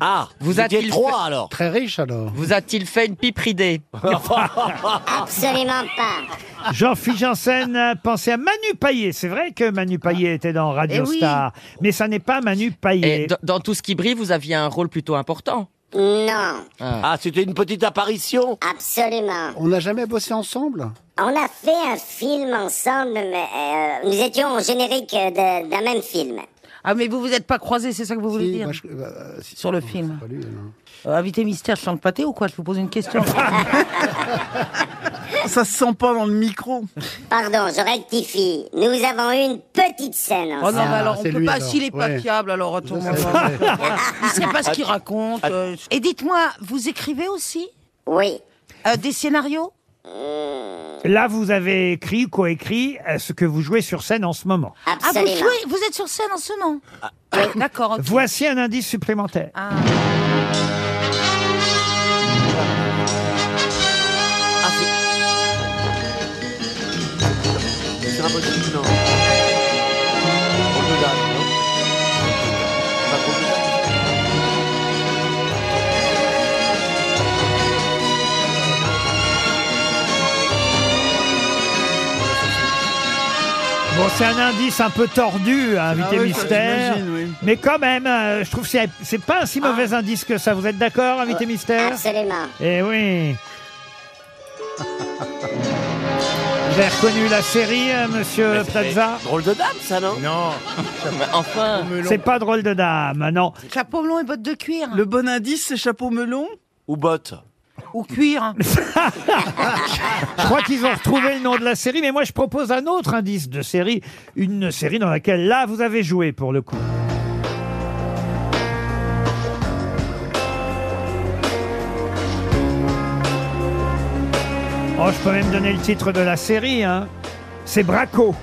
D: Ah,
G: vous a-t-il
D: trois, alors
J: Très riche alors.
G: Vous a-t-il fait une pipe ridée
V: Absolument pas.
B: Jean-Philippe Janssen euh, pensait à Manu Paillet. C'est vrai que Manu Paillet était dans Radio
G: Eh oui.
B: Star, mais ça n'est pas Manu Paillet.
G: Et dans, dans tout ce qui brille, vous aviez un rôle plutôt important.
V: Non,
D: Ah, c'était une petite apparition
V: absolument.
J: On n'a jamais bossé ensemble
V: On a fait un film ensemble, mais euh, nous étions au générique euh, de- d'un même film.
I: Ah, mais vous vous êtes pas croisés, c'est ça que vous voulez dire
E: bah,
I: Sur le film.
E: hein.
I: Euh, invité mystère, je chante pâté ou quoi Je vous pose une question.
E: Ça se sent pas dans le micro.
V: Pardon, je rectifie. Nous avons eu une petite petite scène.
F: Oh non,
V: ensemble.
F: mais alors on peut pas, s'il est pas fiable, alors tout le monde. Il sait pas ce qu'il raconte. euh, Et dites-moi, vous écrivez aussi
V: Oui.
I: Euh,
F: des scénarios
B: Là, vous avez écrit, coécrit euh, ce que vous jouez sur scène en ce moment.
F: Ah, vous, jouez- vous êtes sur scène en ce moment D'accord. ok.
B: Voici un indice supplémentaire.
F: Ah.
D: C'est impossible, non. Portugal, non Pas Portugal.
B: Bon, c'est un indice un peu tordu, hein, invité
E: Ah oui, ça,
B: mystère.
E: j'imagine, oui.
B: Mais quand même, euh, je trouve que c'est- c'est pas un si mauvais indice que ça. Vous êtes d'accord, invité mystère
V: Absolument.
B: Eh oui. Vous avez reconnu la série, euh, monsieur Plaza
D: Drôle de dame, ça, non
C: Non.
D: enfin.
B: C'est pas drôle de dame, non.
F: Chapeau melon et bottes de cuir
E: Le bon indice, c'est chapeau melon
D: Ou botte
F: ou cuir
B: Je crois qu'ils ont retrouvé le nom de la série, mais moi je propose un autre indice de série, une série dans laquelle là vous avez joué pour le coup. Oh, je peux même donner le titre de la série, hein. C'est Braco.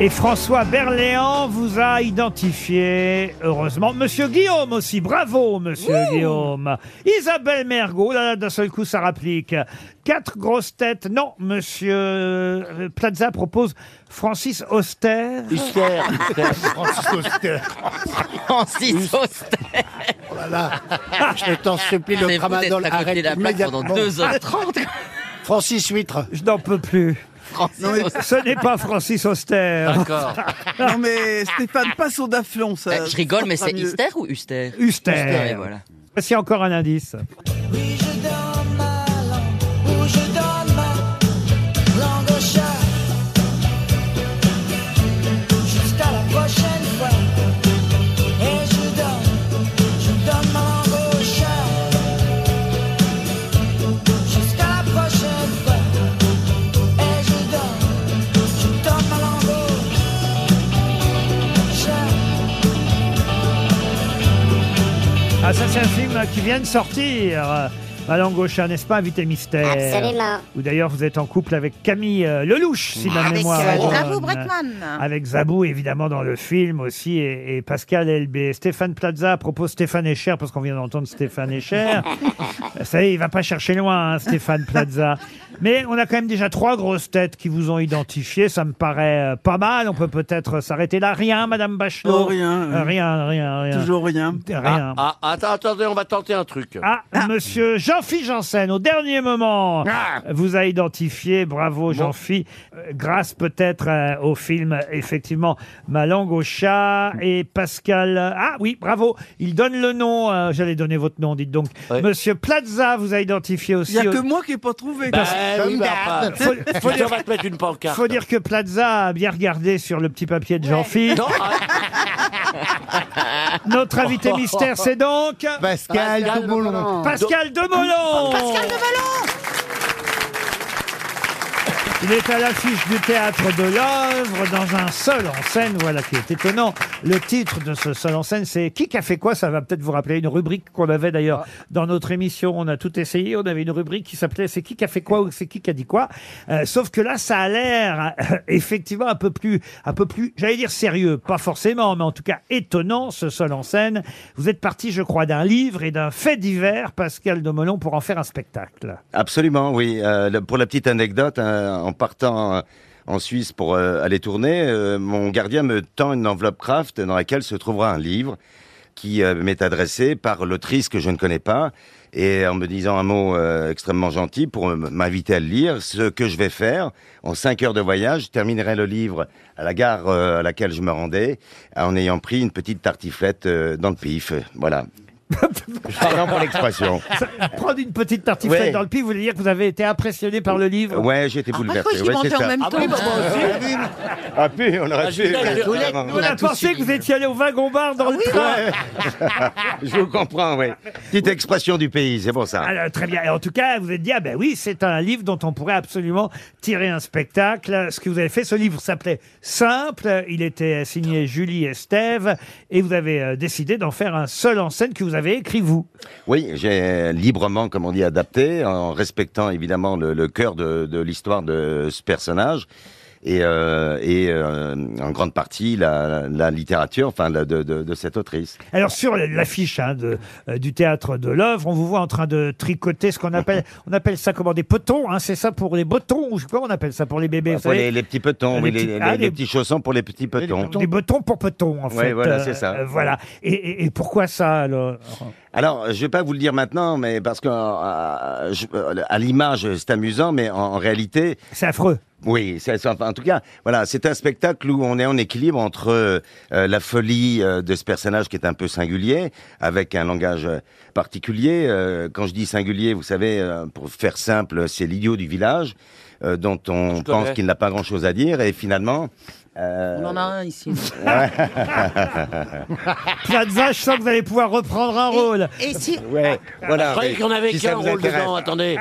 B: Et François Berléand vous a identifié, heureusement. Monsieur Guillaume aussi, bravo, monsieur Guillaume. Isabelle Mergot, là, là, d'un seul coup, ça rapplique. Quatre grosses têtes. Non, monsieur euh, Plaza propose Francis Auster.
D: Auster.
C: Francis Auster.
G: Francis Auster.
C: Oh là là.
J: Je t'en supplie, le
G: Mais vous êtes
J: tramadol
G: à côté
J: arrête
G: de la plaque
J: immédiatement.
G: pendant deux heures
J: Francis Huître.
B: Je n'en peux plus. Non, mais ce n'est pas Francis Auster.
G: D'accord.
E: Non mais Stéphane, pas son d'afflon, ça.
G: Euh, Je rigole, mais
E: ça sera
G: c'est
E: mieux.
G: Ister ou Uster
B: Uster.
G: Ouais, voilà.
B: Voici encore un indice.
K: Où je donne ma langue au chat Jusqu'à la prochaine fois Et je donne, je donne ma langue au chat Jusqu'à la prochaine fois Et je donne, je donne ma langue au chat
B: Ah, ça, c'est un film qui vient de sortir. euh, Ma langue au chat, n'est-ce pas, invité mystère
V: Absolument.
B: Ou d'ailleurs, vous êtes en couple avec Camille euh, Lelouch, si ma
F: Avec,
B: mémoire
F: euh,
B: est bonne.
F: Zabou Bretman.
B: Avec Zabou, évidemment, dans le film aussi, et, et Pascal LB. Stéphane Plaza propose Stéphane Echer, parce qu'on vient d'entendre Stéphane Echer.
F: euh,
B: Vous savez, il va pas chercher loin, hein, Stéphane Plaza. Mais on a quand même déjà trois grosses têtes qui vous ont identifié. Ça me paraît euh, pas mal. On peut peut-être s'arrêter là. Rien, Madame Bachelot
E: Oh, rien, oui.
B: Euh, Rien, rien, rien.
E: Toujours rien.
B: Rien.
D: Ah, ah, attends, attendez, on va tenter un truc.
B: Ah, monsieur Jean-Philippe Janssen, au dernier moment,
E: Ah.
B: vous a identifié. Bravo, Jean-Philippe. grâce peut-être euh, au film, effectivement, Ma langue au chat et Pascal. Ah oui, bravo. Il donne le nom. euh, J'allais donner votre nom, dites donc. Monsieur Plaza vous a identifié
E: Il
B: aussi.
E: n'y a
B: au-
E: que moi qui n'ai pas trouvé.
D: Bah,
E: Comme
D: oui, bah,
E: d'hab.
D: pas- faut- faut dire- on va te mettre une pancarte.
B: faut dire que Plaza a bien regardé sur le petit papier de Jean-Philippe.
D: Non, ah,
B: euh, Notre invité mystère, c'est donc
C: Pascal de Boulon.
B: Pascal Demolon.
F: Pascal de Melon
B: Il est à l'affiche du théâtre de l'œuvre dans un seul en scène, voilà qui est étonnant. Le titre de ce seul en scène, c'est Qui a fait quoi Ça va peut-être vous rappeler une rubrique qu'on avait d'ailleurs dans notre émission. On a tout essayé. On avait une rubrique qui s'appelait C'est qui qui a fait quoi ou c'est qui qui a dit quoi. Euh, sauf que là, ça a l'air euh, effectivement un peu plus, un peu plus, j'allais dire sérieux, pas forcément, mais en tout cas étonnant ce seul en scène. Vous êtes parti, je crois, d'un livre et d'un fait divers, Pascal Domelon, pour en faire un spectacle.
U: Absolument, oui. Euh, le- pour la petite anecdote, hein, en partant euh, en Suisse pour euh, aller tourner, euh, mon gardien me tend une enveloppe Kraft dans laquelle se trouvera un livre qui euh, m'est adressé par l'autrice que je ne connais pas et en me disant un mot euh, extrêmement gentil pour m- m'inviter à le lire, ce que je vais faire en cinq heures de voyage, je terminerai le livre à la gare euh, à laquelle je me rendais en ayant pris une petite tartiflette euh, dans le pif. Voilà. Pardon pour l'expression.
B: Ça- Prendre une petite tartiflette
U: Ouais.
B: dans le pied, vous voulez dire que vous avez été impressionné par le livre
U: Ouais, j'ai été
B: Ah,
U: bouleversé.
B: moi, je l'ai
U: ouais,
B: monté
U: c'est
B: en
U: ça.
B: même Ah temps. oui, bah, moi aussi.
U: Ah, puis, on aurait
B: Ah,
U: pu.
B: Julien, je- Nous, on a pensé que vous étiez allé au Vagombard dans le train.
U: Je vous comprends, oui. Petite expression du pays, c'est pour ça.
B: Alors, Ah, très bien. Et en tout cas, vous êtes dit, ah ben oui, c'est un livre dont on pourrait absolument tirer un spectacle. Ce que vous avez fait, ce livre s'appelait Simple. Il était signé Julie Estève. Et vous avez euh, décidé d'en faire un seul en scène que vous avez écrit vous.
U: Oui, j'ai librement, comme on dit, adapté, en respectant évidemment le, le cœur de, de l'histoire de ce personnage. Et, euh, et euh, en grande partie la, la littérature, enfin la- de, de- de cette autrice.
B: Alors, sur l'affiche hein, de, euh, du théâtre de l'œuvre, on vous voit en train de tricoter ce qu'on appelle, on appelle ça comment des potons, hein, c'est ça pour les bottons, ou je sais pas, on appelle ça pour les bébés. vous
U: Bah, Pour
B: savez.
U: les, les petits petons,
B: les
U: oui,
B: petits-
U: les, les-
B: ah,
U: les
B: les-
U: petits chaussons pour les petits petons.
B: Des bottons pour potons, en
U: Ouais,
B: fait.
U: voilà,
B: Euh,
U: c'est ça.
B: euh, voilà. Et, et- et pourquoi ça, alors
U: Alors, je vais pas vous le dire maintenant, mais parce que euh, je- euh, à l'image, c'est amusant, mais en, en réalité,
B: c'est affreux.
U: Oui, c'est c'est- enfin, en tout cas, voilà, c'est un spectacle où on est en équilibre entre euh, la folie euh, de ce personnage qui est un peu singulier, avec un langage euh, particulier. Euh, quand je dis singulier, vous savez, euh, pour faire simple, c'est l'idiot du village euh, dont on
F: Je
U: pense
F: connais.
U: qu'il n'a pas grand-chose à dire, et finalement. euh,
F: On en a un ici.
B: Plat de vache, je sens que vous allez pouvoir reprendre un rôle.
F: Et si-
U: Ouais, voilà.
D: Je croyais
U: mais
D: qu'on avait
U: si
D: qu'un
U: ça vous
D: rôle
U: intéresse.
D: dedans, attendez.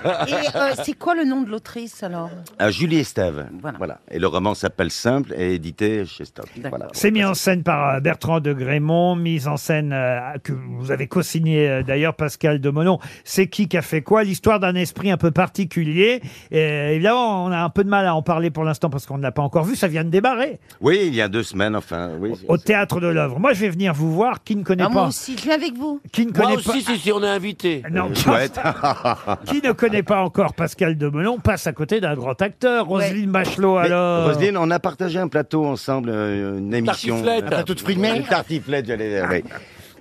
B: Ah.
F: Et euh, c'est quoi le nom de l'autrice alors
U: Euh, Julie Estève.
F: Voilà.
U: Et le roman s'appelle Simple et édité chez Stock. Voilà.
B: C'est mis en scène par euh, Bertrand de Grémont, mise en scène euh, que vous avez co-signé euh, d'ailleurs Pascal de Molon. C'est qui qui a fait quoi L'histoire d'un esprit un peu particulier. Et, évidemment, on a un peu de mal à en parler pour l'instant parce qu'on ne l'a pas encore vu. Ça vient de démarrer
U: Oui, il y a deux semaines, enfin, oui.
B: au théâtre de l'œuvre. Moi, je vais venir vous voir. Qui ne connaît
F: Ah,
B: pas
F: Moi aussi, je viens avec vous.
B: Qui ne
D: Moi
B: connaît
D: aussi, si, si, on est invité.
B: Non, Qui ne connaît pas encore Pascal de Melon passe à côté d'un grand acteur. Roselyne Bachelot,
U: Mais,
B: alors.
U: Roselyne, on a partagé un plateau ensemble, euh, une émission.
B: Tartiflette.
U: Euh,
B: Un plateau de fruits de mer.
U: Une Tartiflette, j'allais dire, oui.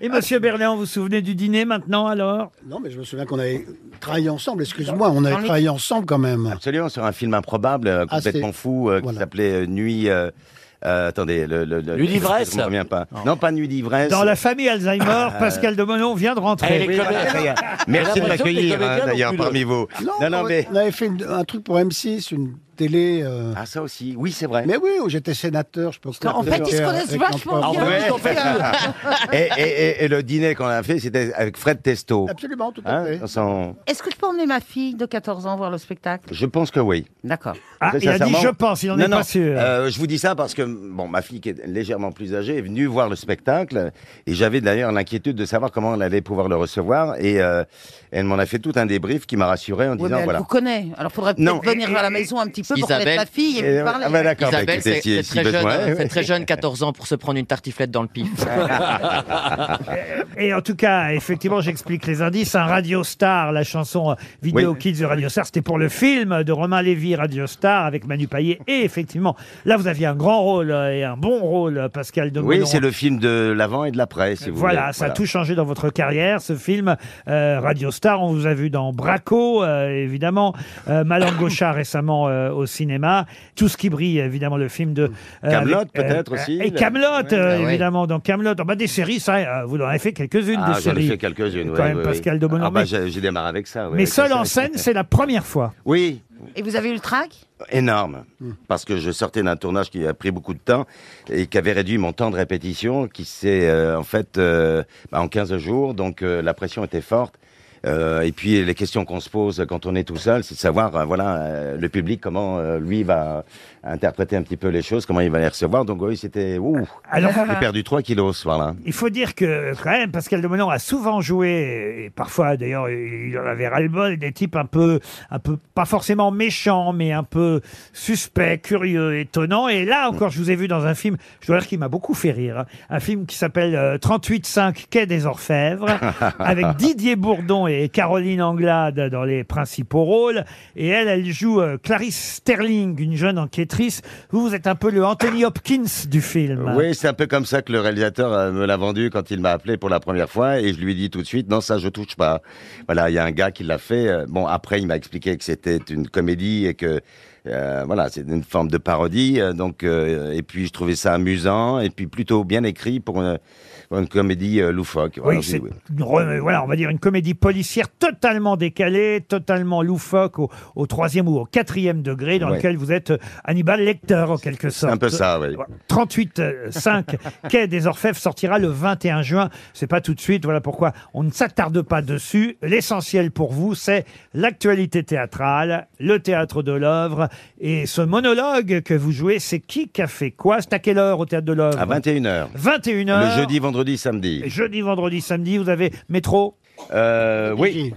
B: Et monsieur Berléand, vous vous souvenez du dîner maintenant, alors
J: Non, mais je me souviens qu'on avait travaillé ensemble, excuse-moi, on
U: Dans
J: avait
U: les-
J: travaillé ensemble quand même.
U: Absolument, sur un film improbable, euh,
J: Ah,
U: complètement
J: c'est-
U: fou, euh, qui s'appelait euh, Nuit. euh, euh, attendez, le. le, le-
B: Nuit d'ivresse
U: Je me reviens pas. Non, pas Nuit d'ivresse.
B: Dans la famille Alzheimer,
U: Euh,
B: Pascal de Melon vient de rentrer.
U: Eh, les comédiens. Oui, voilà, Merci de m'accueillir, hein, d'ailleurs, parmi vous.
J: Non,
U: Non, non,
J: on-
U: mais.
J: on avait fait une- un truc pour M6, une télé. euh.
U: Ah, ça aussi, oui, c'est vrai.
J: Mais oui, où j'étais sénateur, je peux
F: En fait, ils se connaissent vachement
J: Ah
F: bien.
U: Ouais.
F: Ils ont fait un-
U: et, et- et- et le dîner qu'on a fait, c'était avec Fred Testo.
J: Absolument, tout
U: Hein, sans-
F: Est-ce que je peux emmener ma fille de 14 ans voir le spectacle
U: Je pense que oui.
F: D'accord.
B: Ah,
U: Très
B: il a dit
U: sincèrement-
B: je pense, il en
U: Non,
B: est
U: non,
B: pas sûr.
U: euh, je vous dis ça parce que bon, ma fille qui est légèrement plus âgée est venue voir le spectacle et j'avais d'ailleurs l'inquiétude de savoir comment elle allait pouvoir le recevoir et euh, elle m'en a fait tout un débrief qui m'a rassuré en
F: Ouais, mais
U: disant
F: elle
U: voilà.
F: vous connaît. Alors, faudrait
U: Non.
F: peut-être venir à la maison un petit peu pour
U: Isabelle-
F: connaître la fille et lui
U: Euh,
F: parler.
U: ah bah d'accord, bah
G: Isabelle,
U: écoutez,
G: c'est
U: si-
G: c'est
U: si
G: très, jeune,
U: besoin,
G: hein,
U: oui.
G: c'est très jeune, 14 ans, pour se prendre une tartiflette dans le pif.
B: Et en tout cas, effectivement, j'explique les indices. Un Radio Star, la chanson euh, Vidéo
U: Oui.
B: Kids de Radio Star, c'était pour le film de Romain Lévy, Radio Star, avec Manu Payet. Et effectivement, là, vous aviez un grand rôle euh, et un bon rôle, euh, Pascal de
U: Oui,
B: Melon.
U: c'est le film de l'avant et de l'après, si vous
B: Voilà,
U: voulez.
B: ça a tout changé dans votre carrière, ce film euh, Radio Star. On vous a vu dans Braco, euh, évidemment, euh, Malangosha récemment euh, au cinéma. Tout ce qui brille, évidemment, le film de euh,
U: Kaamelott,
B: avec-
U: peut-être aussi,
B: Et
U: le-
B: Camelot, euh,
U: Ah oui.
B: évidemment, dans Camelot. Ah des séries, ça, euh, vous en avez fait quelques-unes
U: Ah,
B: des
U: j'en ai
B: séries.
U: fait quelques-unes.
B: Quand
U: oui,
B: même,
U: oui,
B: Pascal
U: oui.
B: de Bonan,
U: Ah, bah,
B: mais-
U: j'ai j'ai démarré avec ça. oui,
B: Mais
U: avec
B: seul
U: ça.
B: en scène, c'est la première fois.
U: Oui,
F: Et vous avez eu le trac
U: énorme
B: Hmm.
U: parce que je sortais d'un tournage qui a pris beaucoup de temps et qui avait réduit mon temps de répétition qui s'est euh, en fait euh, bah, en 15 jours donc euh, la pression était forte Euh, et puis les questions qu'on se pose quand on est tout seul c'est de savoir euh, voilà euh, le public comment euh, lui va interpréter un petit peu les choses comment il va les recevoir donc oui c'était ouh
B: Alors-
U: j'ai perdu 3 kilos ce soir-là
B: Il faut dire que, quand même, Pascal de Melon a souvent joué, et parfois, d'ailleurs, il en avait ras-le-bol, des types un peu, un peu, pas forcément méchants, mais un peu suspects, curieux, étonnants. Et là encore, je vous ai vu dans un film, je dois dire qu'il m'a beaucoup fait rire, hein, un film qui s'appelle euh, 38-5 Quai des Orfèvres, avec Didier Bourdon et Caroline Anglade dans les principaux rôles. Et elle, elle joue euh, Clarice Sterling, une jeune enquêtrice. Vous, vous êtes un peu le Anthony Hopkins du film.
U: Oui, c'est un peu comme ça que le réalisateur euh, me l'a vendu quand il m'a appelé pour la première fois et je lui ai dit tout de suite non ça je touche pas. Voilà, il y a un gars qui l'a fait. euh, Bon après il m'a expliqué que c'était une comédie et que euh, voilà, c'est une forme de parodie. euh, donc, euh, et puis je trouvais ça amusant et puis plutôt bien écrit pour une, pour une comédie euh, loufoque. Voilà,
B: Oui,
U: j'ai-
B: c'est une re- euh, voilà, on va dire une comédie policière totalement décalée, totalement loufoque au, au troisième ou au quatrième degré, dans
U: Ouais.
B: lequel vous êtes euh, Hannibal Lecter en quelque
U: c'est
B: sorte.
U: un peu ça, oui.
B: 38.5 Quai des Orfèvres sortira le 21 juin. C'est pas tout de suite, voilà pourquoi on ne s'attarde pas dessus. L'essentiel pour vous, c'est l'actualité théâtrale, le théâtre de l'œuvre et ce monologue que vous jouez, c'est qui qui a fait quoi C'est à quelle heure au théâtre de l'œuvre
U: À 21h.
B: 21h.
U: Le jeudi, vendredi, samedi.
B: Jeudi, vendredi, samedi, vous avez métro
U: Euh, oui.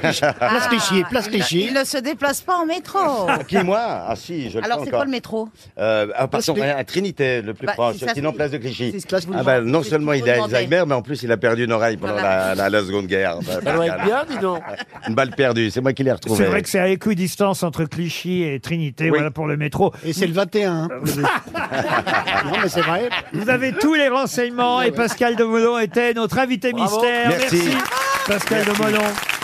B: Clichy. Place Clichy, place Clichy.
F: Ah, Il ne se déplace pas en métro.
U: Qui, moi Ah si, je le
F: Alors,
U: fais
F: c'est
U: encore.
F: quoi le métro
U: Euh, ah,
F: Place
U: pardon,
F: Clichy.
U: à Trinité, le plus
F: Bah,
U: proche,
F: c'est ça,
U: sinon
F: c'est-
U: place de Clichy.
F: c'est ce que je vous
U: Ah, bah,
F: demande,
U: non
F: c'est ce
U: seulement
F: que
U: il
F: je
U: a
F: vous demandais.
U: Alzheimer, mais en plus il a perdu une oreille pendant la, la- la Seconde Guerre.
D: Ça doit être bien, dis donc.
U: Une balle perdue, c'est moi qui l'ai retrouvée.
B: C'est vrai que c'est à équidistance entre Clichy et Trinité, voilà pour le métro. Et c'est le 21.
J: Non, mais c'est vrai.
B: Vous avez tous les renseignements et Pascal de Molon était notre invité
J: Bravo.
B: mystère.
J: Merci.
B: Pascal de
J: Merci.
B: Molon.